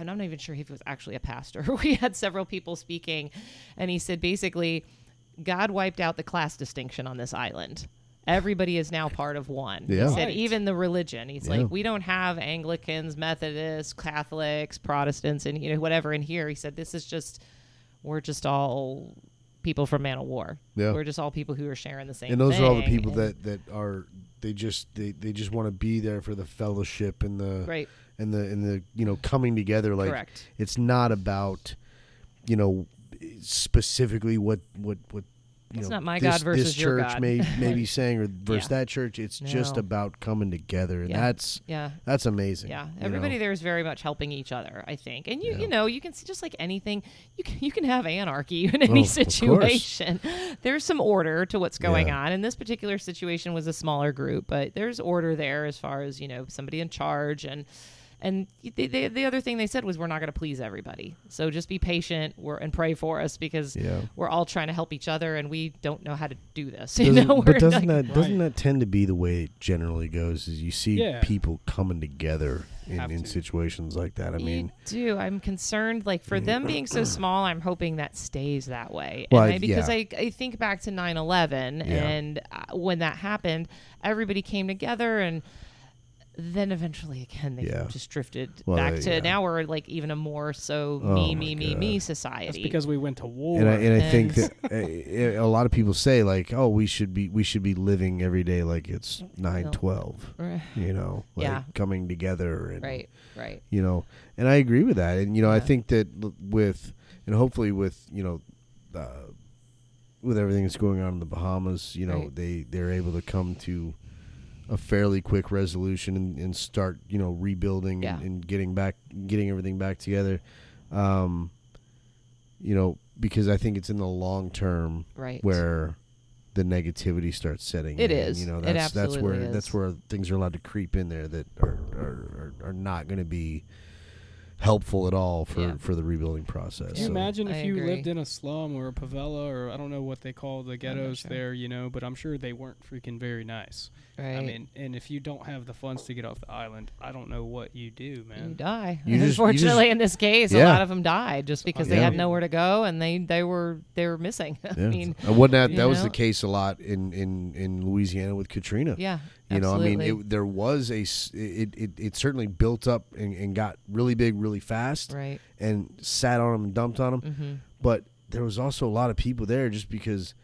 Speaker 3: I'm not even sure if it was actually a pastor. We had several people speaking, and he said basically, God wiped out the class distinction on this island. Everybody is now part of one.
Speaker 1: Yeah.
Speaker 3: He said
Speaker 2: Right.
Speaker 3: even the religion. He's
Speaker 1: Yeah.
Speaker 3: like, we don't have Anglicans, Methodists, Catholics, Protestants, and you know whatever in here. He said this is just we're just all people from Man of War.
Speaker 1: Yeah.
Speaker 3: We're just all people who are sharing the same.
Speaker 1: And those are all the
Speaker 3: thing.
Speaker 1: people
Speaker 3: And-
Speaker 1: that that are they just they, they just want to be there for the fellowship and the
Speaker 3: Right.
Speaker 1: and the and the you know coming together like
Speaker 3: Correct.
Speaker 1: it's not about you know specifically what what what you
Speaker 3: It's
Speaker 1: know,
Speaker 3: not my
Speaker 1: this,
Speaker 3: God versus
Speaker 1: this
Speaker 3: your
Speaker 1: church
Speaker 3: God.
Speaker 1: may maybe saying or versus
Speaker 3: Yeah.
Speaker 1: that church it's just
Speaker 3: No.
Speaker 1: about coming together and
Speaker 3: Yeah.
Speaker 1: that's
Speaker 3: yeah.
Speaker 1: that's amazing
Speaker 3: Yeah,
Speaker 1: you know?
Speaker 3: everybody there is very much helping each other, I think. And you,
Speaker 1: Yeah.
Speaker 3: you know, you can see just like anything, you can you can have anarchy in any
Speaker 1: Oh, of course.
Speaker 3: situation. There's some order to what's going
Speaker 1: Yeah.
Speaker 3: on. And this particular situation was a smaller group, but there's order there as far as you know somebody in charge and. And they, they, the other thing they said was, "We're not going to please everybody, so just be patient we're, and pray for us because
Speaker 1: Yeah.
Speaker 3: we're all trying to help each other, and we don't know how to do this." You
Speaker 1: Doesn't-
Speaker 3: know, we're
Speaker 1: but doesn't
Speaker 3: not-
Speaker 1: that doesn't that tend to be the way it generally goes? Is you see
Speaker 2: Yeah.
Speaker 1: people coming together in,
Speaker 2: Have
Speaker 1: in
Speaker 2: to.
Speaker 1: situations like that. I mean, Mm.
Speaker 3: you do. I'm concerned, like for them being so small. I'm hoping that stays that way.
Speaker 1: Well,
Speaker 3: and
Speaker 1: I-
Speaker 3: I, because
Speaker 1: yeah.
Speaker 3: I, I think back to 9/11
Speaker 1: Yeah.
Speaker 3: and uh, when that happened, everybody came together and. Then eventually again, they
Speaker 1: Yeah.
Speaker 3: just drifted
Speaker 1: Well,
Speaker 3: back to
Speaker 1: yeah.
Speaker 3: now we're like even a more so
Speaker 1: Oh
Speaker 3: me
Speaker 1: my
Speaker 3: me me
Speaker 1: God.
Speaker 3: me
Speaker 2: That's
Speaker 3: society.
Speaker 2: because we went to war.
Speaker 1: and I and I think
Speaker 3: And-
Speaker 1: that uh, a lot of people say like, oh, we should be we should be living every day like it's nine twelve.
Speaker 3: Right.
Speaker 1: You know, like
Speaker 3: Yeah.
Speaker 1: coming together and
Speaker 3: right, right,
Speaker 1: you know and i agree with that and you know i
Speaker 3: Yeah.
Speaker 1: think that l- with and hopefully with you know uh, with everything that's going on in the bahamas you know
Speaker 3: Right.
Speaker 1: they they're able to come to a fairly quick resolution and, and start you know rebuilding
Speaker 3: Yeah.
Speaker 1: and, and getting back getting everything back together um you know because i think it's in the long term
Speaker 3: right.
Speaker 1: where the negativity starts setting
Speaker 3: It
Speaker 1: in.
Speaker 3: is.
Speaker 1: You know,
Speaker 3: It
Speaker 1: that's that's
Speaker 3: absolutely
Speaker 1: where
Speaker 3: is.
Speaker 1: that's where things are allowed to creep in there that are are, are, are not going to be helpful at all for
Speaker 3: Yeah.
Speaker 1: for the rebuilding process.
Speaker 2: Can you
Speaker 1: So-
Speaker 2: imagine
Speaker 3: I
Speaker 2: if you
Speaker 3: agree.
Speaker 2: lived in a slum or a favela or I don't know what they call the ghettos
Speaker 3: sure.
Speaker 2: there, you know, but I'm sure they weren't freaking very nice.
Speaker 3: right.
Speaker 2: I mean, and if you don't have the funds to get off the island, I don't know what you do,
Speaker 3: you
Speaker 2: man.
Speaker 3: die.
Speaker 1: You just- you just-
Speaker 3: Unfortunately, in this case, a
Speaker 1: Yeah. Oh,
Speaker 3: lot of them died just because they had
Speaker 1: Yeah.
Speaker 3: nowhere to go and they they were they were missing. I
Speaker 1: Yeah.
Speaker 3: mean,
Speaker 1: And wasn't that
Speaker 3: you
Speaker 1: that was
Speaker 3: know?
Speaker 1: the case a lot in in in Louisiana with Katrina.
Speaker 3: yeah.
Speaker 1: You know,
Speaker 3: absolutely.
Speaker 1: I mean, it, there was a s- it, it it certainly built up and, and got really big really fast
Speaker 3: right.
Speaker 1: and sat on them and dumped on them.
Speaker 3: Mm-hmm.
Speaker 1: but there was also a lot of people there just because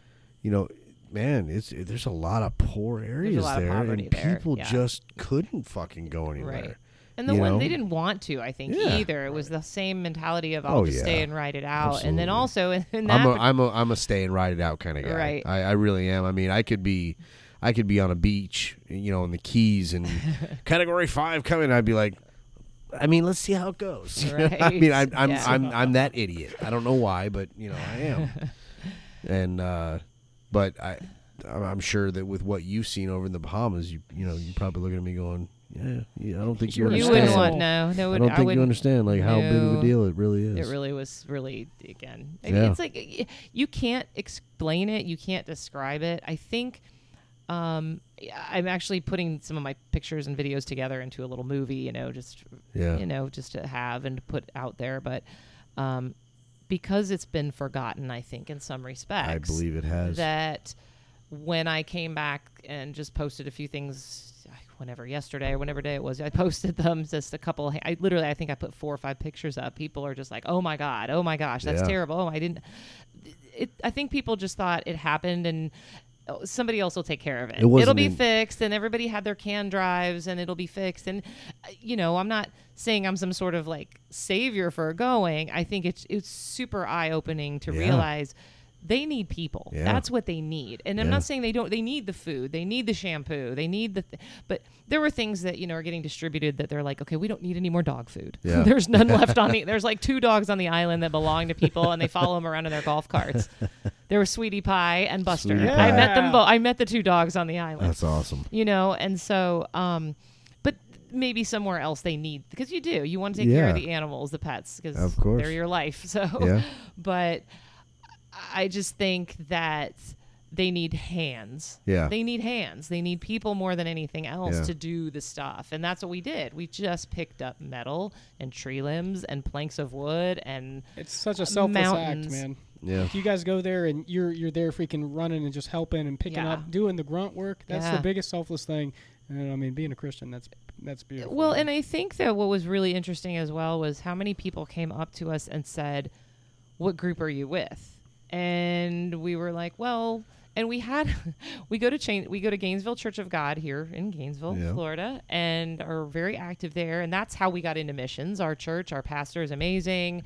Speaker 1: you know man it's it- there's a lot of poor areas
Speaker 3: lot of
Speaker 1: there
Speaker 3: poverty
Speaker 1: and
Speaker 3: there,
Speaker 1: people
Speaker 3: yeah.
Speaker 1: just couldn't fucking go anywhere
Speaker 3: Right. And the
Speaker 1: you
Speaker 3: one
Speaker 1: know?
Speaker 3: they didn't want to, I think,
Speaker 1: Yeah.
Speaker 3: either. It was the same mentality of I'll
Speaker 1: Oh,
Speaker 3: just
Speaker 1: yeah.
Speaker 3: stay and ride it out. And then
Speaker 1: Absolutely.
Speaker 3: also in, in that
Speaker 1: i'm a i'm a i'm a stay and ride it out kind of guy
Speaker 3: Right.
Speaker 1: I, I really am i mean i could be i could be on a beach you know in the keys and category five coming i'd be like I mean, let's see how it goes. You know? I mean, I'm
Speaker 3: Right.
Speaker 1: I'm,
Speaker 3: Yeah.
Speaker 1: I'm I'm that idiot. I don't know why, but you know, I am. and uh, but I, I'm I'm sure that with what you've seen over in the Bahamas, you you know, you're probably looking at me going, yeah, yeah I don't think you
Speaker 2: You're
Speaker 3: you
Speaker 1: understand.
Speaker 3: wouldn't
Speaker 2: understandable.
Speaker 3: want no, no,
Speaker 1: I
Speaker 3: would-
Speaker 1: don't
Speaker 3: I
Speaker 1: think you
Speaker 3: wouldn't-
Speaker 1: understand like how big of a
Speaker 3: No.
Speaker 1: deal it really is.
Speaker 3: It really was really again. I
Speaker 1: Yeah.
Speaker 3: mean, it's like y- you can't explain it, you can't describe it. I think um, I'm actually putting some of my pictures and videos together into a little movie. You know, just
Speaker 1: yeah.
Speaker 3: you know, just to have and to put out there. But um, because it's been forgotten, I think, in some respects.
Speaker 1: I believe it has.
Speaker 3: that when I came back and just posted a few things whenever yesterday or whenever day it was, I posted them just a couple. I literally, I think I put four or five pictures up. People are just like, "Oh my god, oh my gosh, that's
Speaker 1: Yeah.
Speaker 3: terrible." Oh, I didn't. It, I think people just thought it happened and. oh, Somebody else will take care of it.
Speaker 1: It wasn't
Speaker 3: It'll be
Speaker 1: in-
Speaker 3: fixed, and everybody had their can drives, and it'll be fixed. And uh, you know, I'm not saying I'm some sort of like savior for going. I think it's it's super eye opening to
Speaker 1: Yeah.
Speaker 3: realize they need people.
Speaker 1: Yeah.
Speaker 3: That's what they need. And I'm
Speaker 1: Yeah.
Speaker 3: not saying they don't. They need the food. They need the shampoo. They need the. Th- but there were things that you know are getting distributed that they're like, okay, we don't need any more dog food.
Speaker 1: Yeah.
Speaker 3: there's none left on the. There's like two dogs on the island that belong to people, and they follow them around in their golf carts. There was Sweetie Pie and Buster.
Speaker 1: Sweetie
Speaker 3: I
Speaker 1: Pie.
Speaker 3: met them
Speaker 2: Yeah.
Speaker 3: both. I met the two dogs on the island
Speaker 1: That's awesome.
Speaker 3: you know and so um but maybe somewhere else they need because you do you want to take care of
Speaker 1: Yeah.
Speaker 3: the animals the pets because
Speaker 1: Of course.
Speaker 3: they're your life so
Speaker 1: Yeah.
Speaker 3: but i just think that they need hands
Speaker 1: Yeah.
Speaker 3: they need hands they need people more than anything else
Speaker 1: Yeah.
Speaker 3: to do the stuff and that's what we did we just picked up metal and tree limbs and planks of wood and
Speaker 2: It's such a selfless
Speaker 3: mountains.
Speaker 2: act, man.
Speaker 1: Yeah.
Speaker 2: If you guys go there and you're you're there freaking running and just helping and picking
Speaker 3: Yeah.
Speaker 2: up, doing the grunt work, that's
Speaker 3: Yeah.
Speaker 2: the biggest selfless thing. And I mean, being a Christian, that's that's beautiful.
Speaker 3: Well,
Speaker 2: man.
Speaker 3: and I think that what was really interesting as well was how many people came up to us and said, "What group are you with?" And we were like, "Well," and we had we go to Chain, we go to Gainesville Church of God here in Gainesville,
Speaker 1: Yeah.
Speaker 3: Florida, and are very active there. And that's how we got into missions. Our church, our pastor is amazing.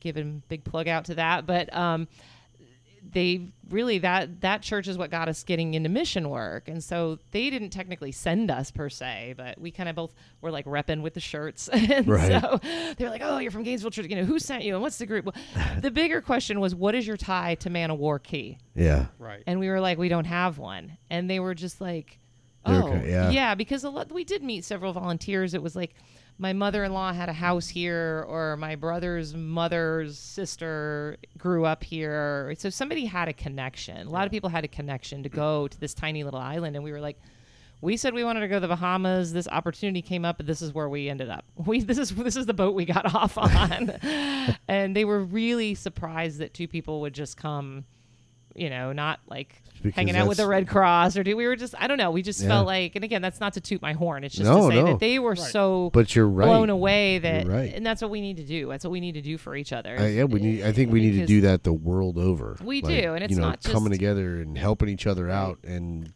Speaker 3: Give him big plug out to that, but um, they really that that church is what got us getting into mission work and so they didn't technically send us per se but we kind of both were like repping with the shirts and
Speaker 1: Right.
Speaker 3: so they're like oh you're from gainesville church you know who sent you and what's the group well, the bigger question was what is your tie to man of war key
Speaker 1: Yeah.
Speaker 2: right.
Speaker 3: and we were like, we don't have one. And they were just like,
Speaker 1: They were
Speaker 3: oh,
Speaker 1: kinda- yeah.
Speaker 3: yeah. because a lot we did meet several volunteers. It was like my mother-in-law had a house here, or my brother's mother's sister grew up here. So somebody had a connection. A lot of people had a connection to go to this tiny little island, and we were like. We said we wanted to go to the Bahamas. This opportunity came up, and this is where we ended up. We this is this is the boat we got off on, and they were really surprised that two people would just come you know, not like
Speaker 1: Because
Speaker 3: hanging out with the
Speaker 1: that's-
Speaker 3: Red Cross or do we were just I don't know, we just
Speaker 1: Yeah.
Speaker 3: felt like and again, that's not to toot my horn. It's just
Speaker 1: No,
Speaker 3: to say
Speaker 1: no.
Speaker 3: that they were so
Speaker 1: But you're right.
Speaker 3: blown away that
Speaker 1: You're right.
Speaker 3: and that's what we need to do. That's what we need to do for each other.
Speaker 1: I, yeah, we need. I think we need to
Speaker 3: Because-
Speaker 1: do that the world over.
Speaker 3: We do, and it's
Speaker 1: you know,
Speaker 3: not just-
Speaker 1: coming together and helping each other out, and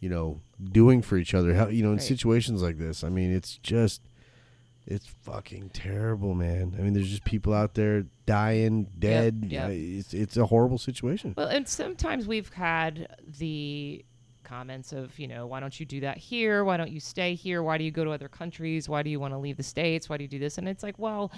Speaker 1: you know, doing for each other. How you know, in
Speaker 3: Right.
Speaker 1: situations like this, I mean, it's just, it's fucking terrible, man. I mean, there's just people out there dying, dead.
Speaker 3: yep.
Speaker 1: I- It's it's a horrible situation.
Speaker 3: Well, and sometimes we've had the comments of, you know, why don't you do that here? Why don't you stay here? Why do you go to other countries? Why do you want to leave the States? Why do you do this? And it's like, well,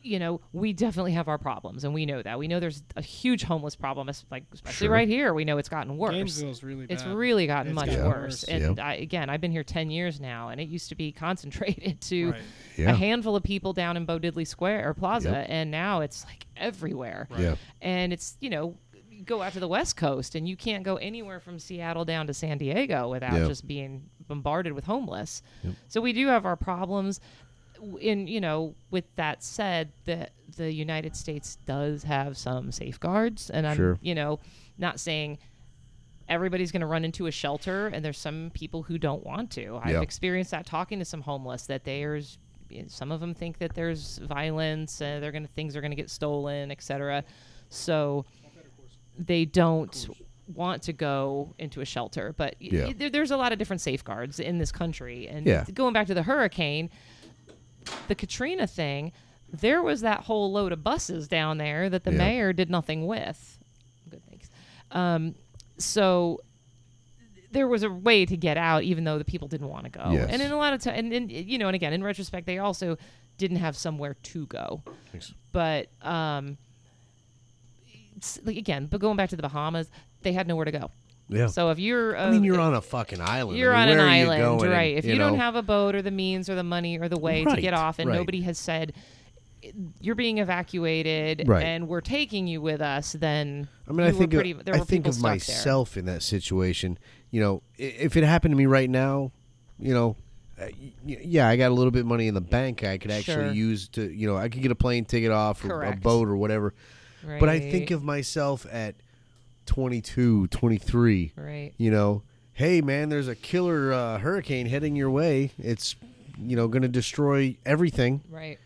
Speaker 3: you know, we definitely have our problems and we know that. We know there's a huge homeless problem, es- like especially
Speaker 1: Sure.
Speaker 3: right here. We know it's gotten worse.
Speaker 2: Gainesville's really bad.
Speaker 3: It's really gotten
Speaker 2: It's
Speaker 3: much
Speaker 2: gotten
Speaker 3: worse.
Speaker 2: worse.
Speaker 3: And
Speaker 1: Yep.
Speaker 3: I, again, I've been here 10 years now, and it used to be concentrated to
Speaker 2: Right.
Speaker 1: Yeah.
Speaker 3: a handful of people down in Bo Diddley Square or Plaza,
Speaker 1: Yep.
Speaker 3: and now it's like everywhere.
Speaker 1: Yeah.
Speaker 3: And it's, you know, you go out to the West Coast, and you can't go anywhere from Seattle down to San Diego without
Speaker 1: Yep.
Speaker 3: just being bombarded with homeless. So we do have our problems. W- In you know, with that said, the the United States does have some safeguards, and I'm
Speaker 1: Sure.
Speaker 3: you know not saying everybody's going to run into a shelter and there's some people who don't want to i've
Speaker 1: Yeah.
Speaker 3: experienced that talking to some homeless that there's some of them think that there's violence and they're going to things are going to get stolen etc so they don't want to go into a shelter but y-
Speaker 1: Yeah.
Speaker 3: y- there, there's a lot of different safeguards in this country and
Speaker 1: Yeah.
Speaker 3: going back to the hurricane the Katrina thing, there was that whole load of buses down there that the
Speaker 1: Yeah.
Speaker 3: mayor did nothing with. Good thanks. Um, so there was a way to get out, even though the people didn't want to go.
Speaker 1: Yes.
Speaker 3: And in a lot of time, and, and you know, and again, in retrospect, they also didn't have somewhere to go.
Speaker 1: Thanks.
Speaker 3: But um, it's- like again, but going back to the Bahamas, they had nowhere to go.
Speaker 1: Yeah.
Speaker 3: So if you're, a,
Speaker 1: I mean, you're on a fucking island.
Speaker 3: you're
Speaker 1: I mean,
Speaker 3: on an
Speaker 1: where are you
Speaker 3: island,
Speaker 1: going?
Speaker 3: right? If you, don't
Speaker 1: know?
Speaker 3: have a boat or the means or the money or the way
Speaker 1: Right,
Speaker 3: to get off, and
Speaker 1: right.
Speaker 3: nobody has said eh, you're being evacuated
Speaker 1: Right.
Speaker 3: and we're taking you with us, then
Speaker 1: I mean,
Speaker 3: you
Speaker 1: I
Speaker 3: were
Speaker 1: think
Speaker 3: pretty,
Speaker 1: of,
Speaker 3: there
Speaker 1: I
Speaker 3: were
Speaker 1: think
Speaker 3: people
Speaker 1: of
Speaker 3: stuck
Speaker 1: myself in that situation. You know, i- if it happened to me right now, you know, uh, y- y- yeah, I got a little bit of money in the bank I could actually
Speaker 3: Sure.
Speaker 1: use to, you know, I could get a plane ticket off or a
Speaker 3: Correct.
Speaker 1: boat or whatever.
Speaker 3: Right.
Speaker 1: But I think of myself at 22, 23,
Speaker 3: right.
Speaker 1: you know, hey man, there's a killer uh, hurricane heading your way. It's, you know, going to destroy everything.
Speaker 3: Right.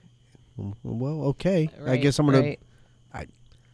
Speaker 1: Well, okay. I
Speaker 3: Right,
Speaker 1: guess I'm going
Speaker 3: right.
Speaker 1: I-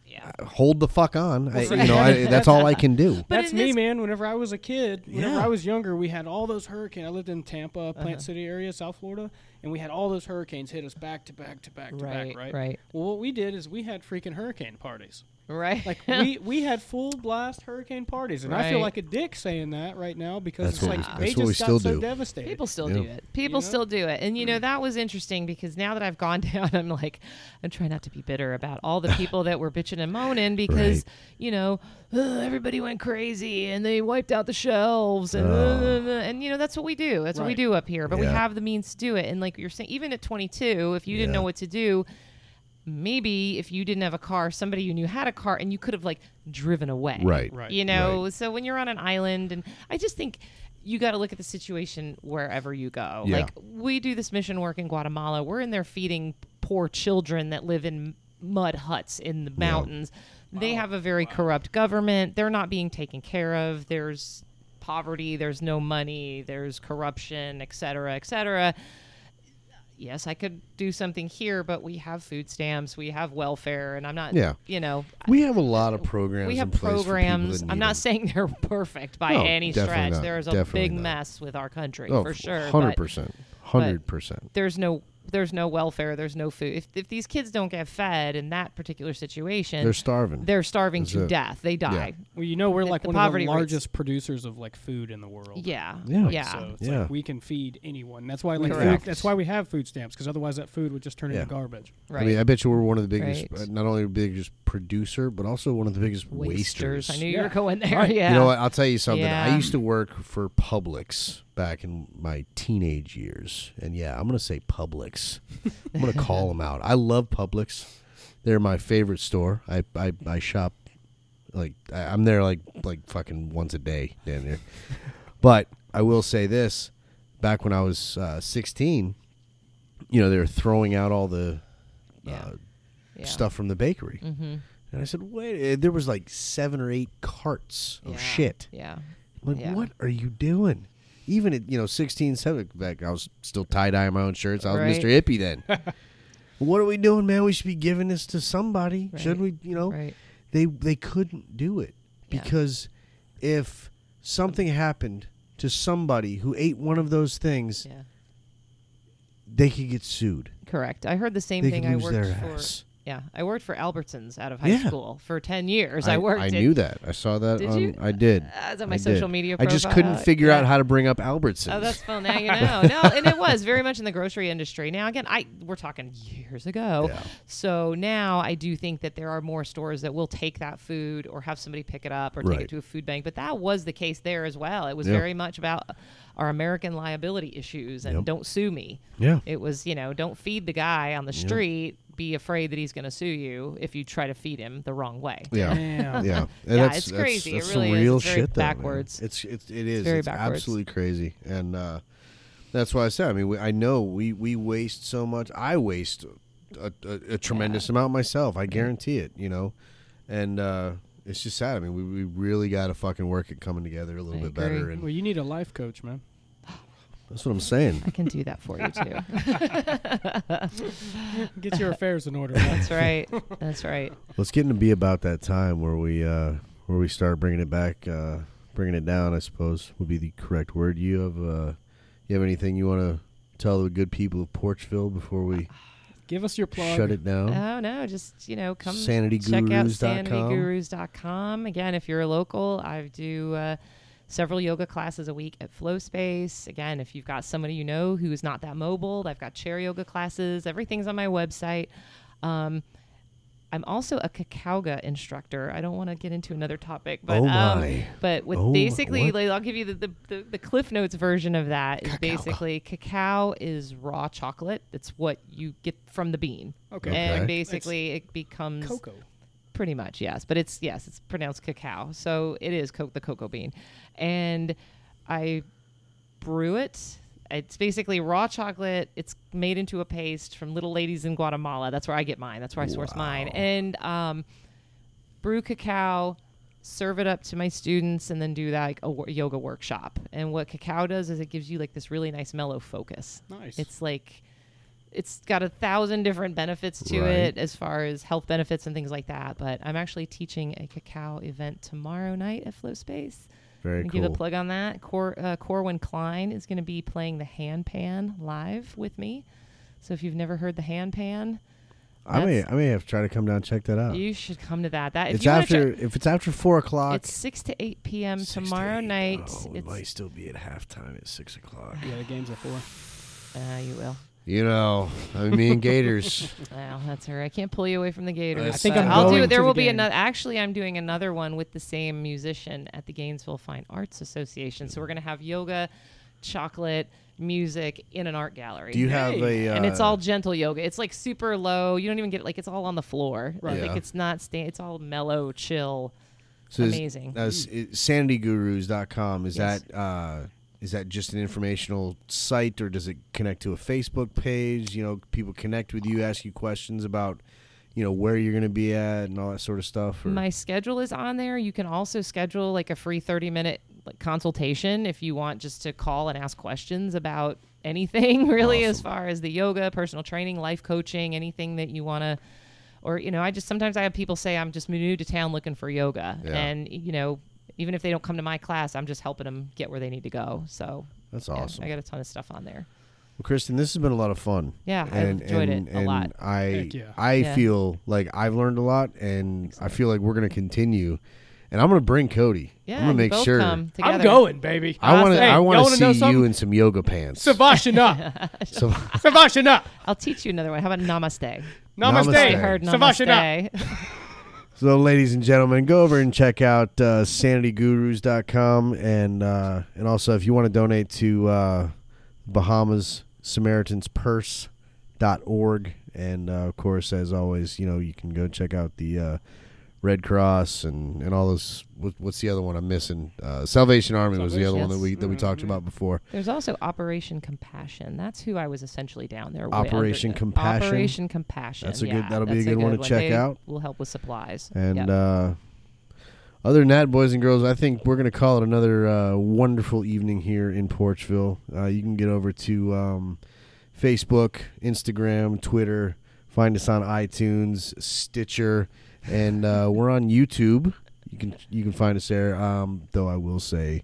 Speaker 3: yeah.
Speaker 1: to hold the fuck on. I,
Speaker 2: Well,
Speaker 1: you know, I, that's all I can do.
Speaker 3: But
Speaker 2: That's
Speaker 3: in
Speaker 2: me,
Speaker 3: this-
Speaker 2: man. Whenever I was a kid, whenever
Speaker 1: Yeah.
Speaker 2: I was younger, we had all those hurricanes. I lived in Tampa, Plant
Speaker 3: Uh-huh.
Speaker 2: City area, South Florida, and we had all those hurricanes hit us back to back to back to
Speaker 3: Right,
Speaker 2: back. Right.
Speaker 3: right.
Speaker 2: Well, what we did is we had freaking hurricane parties.
Speaker 3: Right.
Speaker 2: Like we we had full blast hurricane parties, and I feel
Speaker 3: Right.
Speaker 2: like a dick saying that right now because
Speaker 1: That's
Speaker 2: it's
Speaker 1: what
Speaker 2: like
Speaker 1: we-
Speaker 2: they
Speaker 1: that's
Speaker 2: just
Speaker 1: what we
Speaker 2: got
Speaker 1: still
Speaker 2: so
Speaker 1: do.
Speaker 2: devastated.
Speaker 3: People still
Speaker 1: Yeah. Mm.
Speaker 3: do it. People
Speaker 2: You know?
Speaker 3: still do it. And you know, that was interesting because now that I've gone down, I'm like, I'm trying not to be bitter about all the people that were bitching and moaning because,
Speaker 1: Right.
Speaker 3: you know, "Ugh, everybody went crazy and they wiped out the shelves and uh, and you know, that's what we do. That's what we
Speaker 2: Right.
Speaker 3: do up here. But we
Speaker 1: Oh. Yeah.
Speaker 3: have the means to do it. And like you're saying, even at 22, if you didn't
Speaker 1: Yeah.
Speaker 3: know what to do, maybe if you didn't have a car, somebody you knew had a car and you could have like driven away.
Speaker 1: Right.
Speaker 2: Right.
Speaker 3: You know, so when you're on an island and I just think you got to look at the situation wherever you go.
Speaker 1: Yeah.
Speaker 3: Like we do this mission work in Guatemala. We're in there feeding poor children that live in mud huts in the mountains. They have a very corrupt government. They're not being taken care of. There's poverty, there's no money, there's corruption, et cetera, et cetera yes, I could do something here, but we have food stamps, we have welfare, and I'm not,
Speaker 1: Yeah.
Speaker 3: you know,
Speaker 1: We have a lot of programs.
Speaker 3: we
Speaker 1: in
Speaker 3: have
Speaker 1: place for people that
Speaker 3: programs.
Speaker 1: need
Speaker 3: I'm not
Speaker 1: them.
Speaker 3: saying they're perfect by
Speaker 1: No, definitely
Speaker 3: any stretch.
Speaker 1: not.
Speaker 3: There is a
Speaker 1: Definitely
Speaker 3: big
Speaker 1: not.
Speaker 3: mess with our country
Speaker 1: Oh,
Speaker 3: for sure.
Speaker 1: Hundred
Speaker 3: but
Speaker 1: percent. Hundred percent.
Speaker 3: There's no. There's no welfare. There's no food. If, if these kids don't get fed in that particular situation,
Speaker 1: They're starving.
Speaker 3: They're starving
Speaker 1: That's
Speaker 3: to
Speaker 1: it.
Speaker 3: death. They die.
Speaker 2: Well, you know, we're
Speaker 3: The-
Speaker 2: like
Speaker 3: the
Speaker 2: one of
Speaker 3: poverty
Speaker 2: the
Speaker 3: rates.
Speaker 2: largest producers of like food in the world.
Speaker 3: Yeah.
Speaker 1: Yeah.
Speaker 2: So it's
Speaker 1: Yeah.
Speaker 2: like we can feed anyone. That's why like
Speaker 3: Correct.
Speaker 2: food, that's why we have food stamps because otherwise that food would just turn
Speaker 1: Yeah.
Speaker 2: into garbage.
Speaker 3: Right.
Speaker 1: I mean, I bet you we're one of the biggest,
Speaker 3: Right.
Speaker 1: uh, not only the biggest producer, but also one of the biggest wasters.
Speaker 3: Wasters. I knew you
Speaker 2: Yeah.
Speaker 3: were going there.
Speaker 2: Right. You
Speaker 3: Yeah.
Speaker 1: You know what? I'll tell you something. I
Speaker 3: Yeah.
Speaker 1: used to work for Publix back in my teenage years, and yeah, I'm gonna say Publix. I'm gonna call them out. I love Publix. They're my favorite store. I I, I shop like I, I'm there like like fucking once a day down there. But I will say this: back when I was uh, 16, you know, they were throwing out all the
Speaker 3: Yeah.
Speaker 1: uh,
Speaker 3: Yeah.
Speaker 1: stuff from the bakery.
Speaker 3: Mhm.
Speaker 1: And I said, wait, uh, there was like seven or eight carts of
Speaker 3: Yeah.
Speaker 1: shit.
Speaker 3: Yeah.
Speaker 1: I'm like,
Speaker 3: Yeah.
Speaker 1: what are you doing? Even at, you know, 16, 17, back, I was still tie dyeing my own shirts. I was
Speaker 3: Right.
Speaker 1: Mr. Hippie then. what are we doing, man? We should be giving this to somebody. Should we,
Speaker 3: Right.
Speaker 1: you know?
Speaker 3: Right.
Speaker 1: They, they couldn't do it
Speaker 3: Yeah.
Speaker 1: because if something happened to somebody who ate one of those things,
Speaker 3: Yeah.
Speaker 1: they could get sued.
Speaker 3: Correct. I heard the same
Speaker 1: They
Speaker 3: thing.
Speaker 1: could
Speaker 3: I
Speaker 1: lose
Speaker 3: worked
Speaker 1: their
Speaker 3: for
Speaker 1: ass.
Speaker 3: yeah, I worked for Albertsons out of high
Speaker 1: Yeah.
Speaker 3: school for ten years. I, worked.
Speaker 1: I
Speaker 3: at-
Speaker 1: knew that. I saw that.
Speaker 3: Did
Speaker 1: on,
Speaker 3: you?
Speaker 1: I did.
Speaker 3: Uh, it's on my
Speaker 1: I
Speaker 3: social media
Speaker 1: I just
Speaker 3: profile.
Speaker 1: couldn't figure
Speaker 3: Yeah.
Speaker 1: out how to bring up Albertsons.
Speaker 3: Oh, that's well. Now you know. No, and it was very much in the grocery industry. Now again, I we're talking years ago.
Speaker 1: Yeah.
Speaker 3: So now I do think that there are more stores that will take that food or have somebody pick it up or take
Speaker 1: Right.
Speaker 3: it to a food bank. But that was the case there as well. It was
Speaker 1: Yeah.
Speaker 3: very much about our American liability issues and
Speaker 1: Yep.
Speaker 3: don't sue me.
Speaker 1: yeah.
Speaker 3: It was, you know, don't feed the guy on the street. Be afraid that he's going to sue you if you try to feed him the wrong way.
Speaker 1: Yeah.
Speaker 2: Damn.
Speaker 1: Yeah. And
Speaker 3: Yeah, it's crazy. It really is. It's very
Speaker 1: though, man.
Speaker 3: backwards.
Speaker 1: it's it's it is. It's,
Speaker 3: very backwards.
Speaker 1: absolutely crazy. And uh, that's why I said, I mean, we, I know we we waste so much. I waste a, a, a tremendous amount myself. I guarantee it, you know. And uh, it's just sad. I mean, we, we really got to fucking work at coming together a little
Speaker 3: I
Speaker 1: bit
Speaker 3: agree.
Speaker 1: better and
Speaker 2: Well, you need a life coach, man.
Speaker 1: that's what I'm saying.
Speaker 3: I can do that for you too.
Speaker 2: Get your affairs in order. man.
Speaker 3: That's right. That's right.
Speaker 1: Let's get to be about that time where we uh, where we start bringing it back, uh, bringing it down. I suppose would be the correct word. You have uh, you have anything you want to tell the good people of Porchville before
Speaker 3: Uh,
Speaker 1: we
Speaker 2: Give us your plug.
Speaker 1: shut it down?
Speaker 3: Oh no, just you know, come check out
Speaker 1: SanityGurus.com.
Speaker 3: sanitygurus.com. Again, if you're a local, I do uh, several yoga classes a week at Flow Space. Again, if you've got somebody you know who is not that mobile, I've got chair yoga classes. Everything's on my website. Um, I'm also a cacauga instructor. I don't want to get into another topic, but
Speaker 1: Oh
Speaker 3: um,
Speaker 1: my.
Speaker 3: but with
Speaker 1: Oh,
Speaker 3: basically,
Speaker 1: what?
Speaker 3: like, I'll give you the, the, the, the Cliff Notes version of that. Is basically cacao is raw chocolate. That's what you get from the bean.
Speaker 2: Okay.
Speaker 1: Okay.
Speaker 3: And basically, it becomes
Speaker 2: Cocoa.
Speaker 3: pretty much yes, but it's yes, it's pronounced cacao, so it is co- the cocoa bean, and I brew it. It's basically raw chocolate. It's made into a paste from Little Ladies in Guatemala. That's where I get mine. That's where I source mine. And um, brew cacao, serve it up to my students, and then do like a wo- yoga workshop. And what cacao does is it gives you like this really nice mellow focus.
Speaker 2: Nice.
Speaker 3: It's like it's got a thousand different benefits to
Speaker 1: Right.
Speaker 3: it as far as health benefits and things like that. But I'm actually teaching a cacao event tomorrow night at Flow Space.
Speaker 1: Very
Speaker 3: Gonna
Speaker 1: cool.
Speaker 3: Give a plug on that. Cor- uh, Corwin Klein is going to be playing the hand pan live with me. So if you've never heard the hand pan,
Speaker 1: I may
Speaker 3: that's-
Speaker 1: I may have to try to come down and check that out.
Speaker 3: you should come to that. That if
Speaker 1: it's
Speaker 3: you wanna
Speaker 1: after
Speaker 3: check-
Speaker 1: if it's after four o'clock.
Speaker 3: it's six to eight p.m.
Speaker 1: six to
Speaker 3: tomorrow
Speaker 1: eight.
Speaker 3: night.
Speaker 1: Oh, we
Speaker 3: it's,
Speaker 1: might still be at halftime at six o'clock.
Speaker 2: yeah, the game's at four.
Speaker 3: uh, you will.
Speaker 1: You know, I mean, me and Gators.
Speaker 3: Well, that's all right. I can't pull you away from the Gators.
Speaker 1: I think
Speaker 3: but
Speaker 1: I'm
Speaker 3: I'll do
Speaker 1: going
Speaker 3: it. There
Speaker 2: to
Speaker 3: will
Speaker 2: the
Speaker 3: be
Speaker 2: game.
Speaker 3: another. Actually, I'm doing another one with the same musician at the Gainesville Fine Arts Association. So we're gonna have yoga, chocolate, music in an art gallery.
Speaker 1: Do you have
Speaker 2: Hey.
Speaker 1: a? Uh,
Speaker 3: and it's all gentle yoga. It's like super low. You don't even get like it's all on the floor.
Speaker 2: Right.
Speaker 1: Yeah.
Speaker 3: Like it's not sta- It's all mellow, chill.
Speaker 1: so is-
Speaker 3: amazing.
Speaker 1: Uh, s- it- sanitygurus.com. Is
Speaker 3: Mm-hmm. Yes.
Speaker 1: that uh, is that just an informational site, or does it connect to a Facebook page? You know, people connect with you, ask you questions about, you know, where you're going to be at and all that sort of stuff. Or,
Speaker 3: My schedule is on there. You can also schedule like a free 30 minute like consultation if you want just to call and ask questions about anything really as
Speaker 1: Awesome.
Speaker 3: far as the yoga, personal training, life coaching, anything that you want to or you know, I just sometimes I have people say I'm just new to town looking for yoga
Speaker 1: Yeah.
Speaker 3: and you know, even if they don't come to my class, I'm just helping them get where they need to go. So
Speaker 1: That's
Speaker 3: yeah,
Speaker 1: awesome.
Speaker 3: I got a ton of stuff on there.
Speaker 1: Well, Kristen, this has been a lot of fun.
Speaker 3: Yeah, I've
Speaker 1: and,
Speaker 3: enjoyed
Speaker 1: and-
Speaker 3: it a
Speaker 1: and
Speaker 3: lot.
Speaker 1: I
Speaker 2: Heck yeah.
Speaker 1: I
Speaker 3: Yeah.
Speaker 1: feel like I've learned a lot, and I feel like we're going to continue. And I'm going to bring Cody.
Speaker 3: Yeah,
Speaker 1: I'm going
Speaker 3: you
Speaker 1: to make
Speaker 3: both
Speaker 1: sure.
Speaker 3: come together.
Speaker 2: I'm going, baby.
Speaker 1: I want to.
Speaker 2: Hey,
Speaker 1: I
Speaker 2: y'all
Speaker 1: want to
Speaker 2: wanna know
Speaker 1: see you
Speaker 2: something?
Speaker 1: in some yoga pants.
Speaker 2: Savashana.
Speaker 1: So-
Speaker 2: Savashana.
Speaker 3: I'll teach you another one. How about namaste?
Speaker 2: Namaste.
Speaker 1: Namaste.
Speaker 3: I heard
Speaker 2: Savashana.
Speaker 3: namaste.
Speaker 1: So, ladies and gentlemen, go over and check out uh, sanitygurus.com. And, uh, and also, if you want to donate to uh, Bahamas Samaritans Purse.org. And, uh, of course, as always, you know, you can go check out the uh, Red Cross and, and all those. What, what's the other one I'm missing? Uh, Salvation Army was the other
Speaker 3: Salvation,
Speaker 1: one that we, that we talked about before.
Speaker 3: There's also Operation Compassion. That's who I was essentially down there with.
Speaker 1: Operation
Speaker 3: Under-
Speaker 1: Compassion?
Speaker 3: Operation Compassion.
Speaker 1: That's a good-
Speaker 3: yeah,
Speaker 1: that'll be a
Speaker 3: that's
Speaker 1: good one to check
Speaker 3: They
Speaker 1: out.
Speaker 3: Will help with supplies.
Speaker 1: And
Speaker 3: Yep.
Speaker 1: uh, other than that, boys and girls, I think we're going to call it another uh, wonderful evening here in Porchville. Uh, you can get over to um, Facebook, Instagram, Twitter. Find us on iTunes, Stitcher, and uh, we're on YouTube. You can you can find us there. Um, though I will say,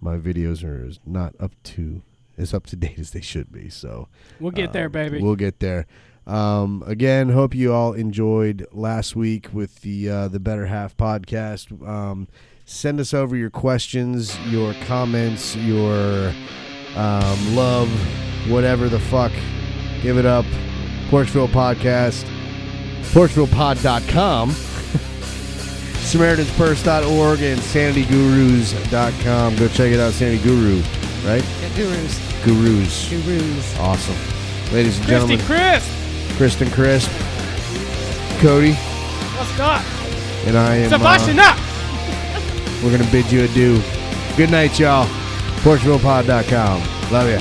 Speaker 1: my videos are is not up to as up to date as they should be. So
Speaker 2: We'll get there,
Speaker 1: um,
Speaker 2: baby.
Speaker 1: We'll get there. Um, again, hope you all enjoyed last week with the uh, the Better Half podcast. Um, send us over your questions, your comments, your um, love, whatever the fuck. Give it up. Porchville Podcast, PorchvillePod.com, SamaritansPurse.org, and SanityGurus.com. Go check it out, Sanity Guru, right?
Speaker 3: Yeah, gurus.
Speaker 1: Gurus.
Speaker 3: Gurus.
Speaker 1: Awesome. Ladies and
Speaker 2: Christy
Speaker 1: gentlemen,
Speaker 2: Chris.
Speaker 1: Kristen Crisp, Cody,
Speaker 2: What's up?
Speaker 1: and I am. uh,
Speaker 2: Savashana.
Speaker 1: we're going to bid you adieu. Good night, y'all. PorchvillePod.com. Love ya.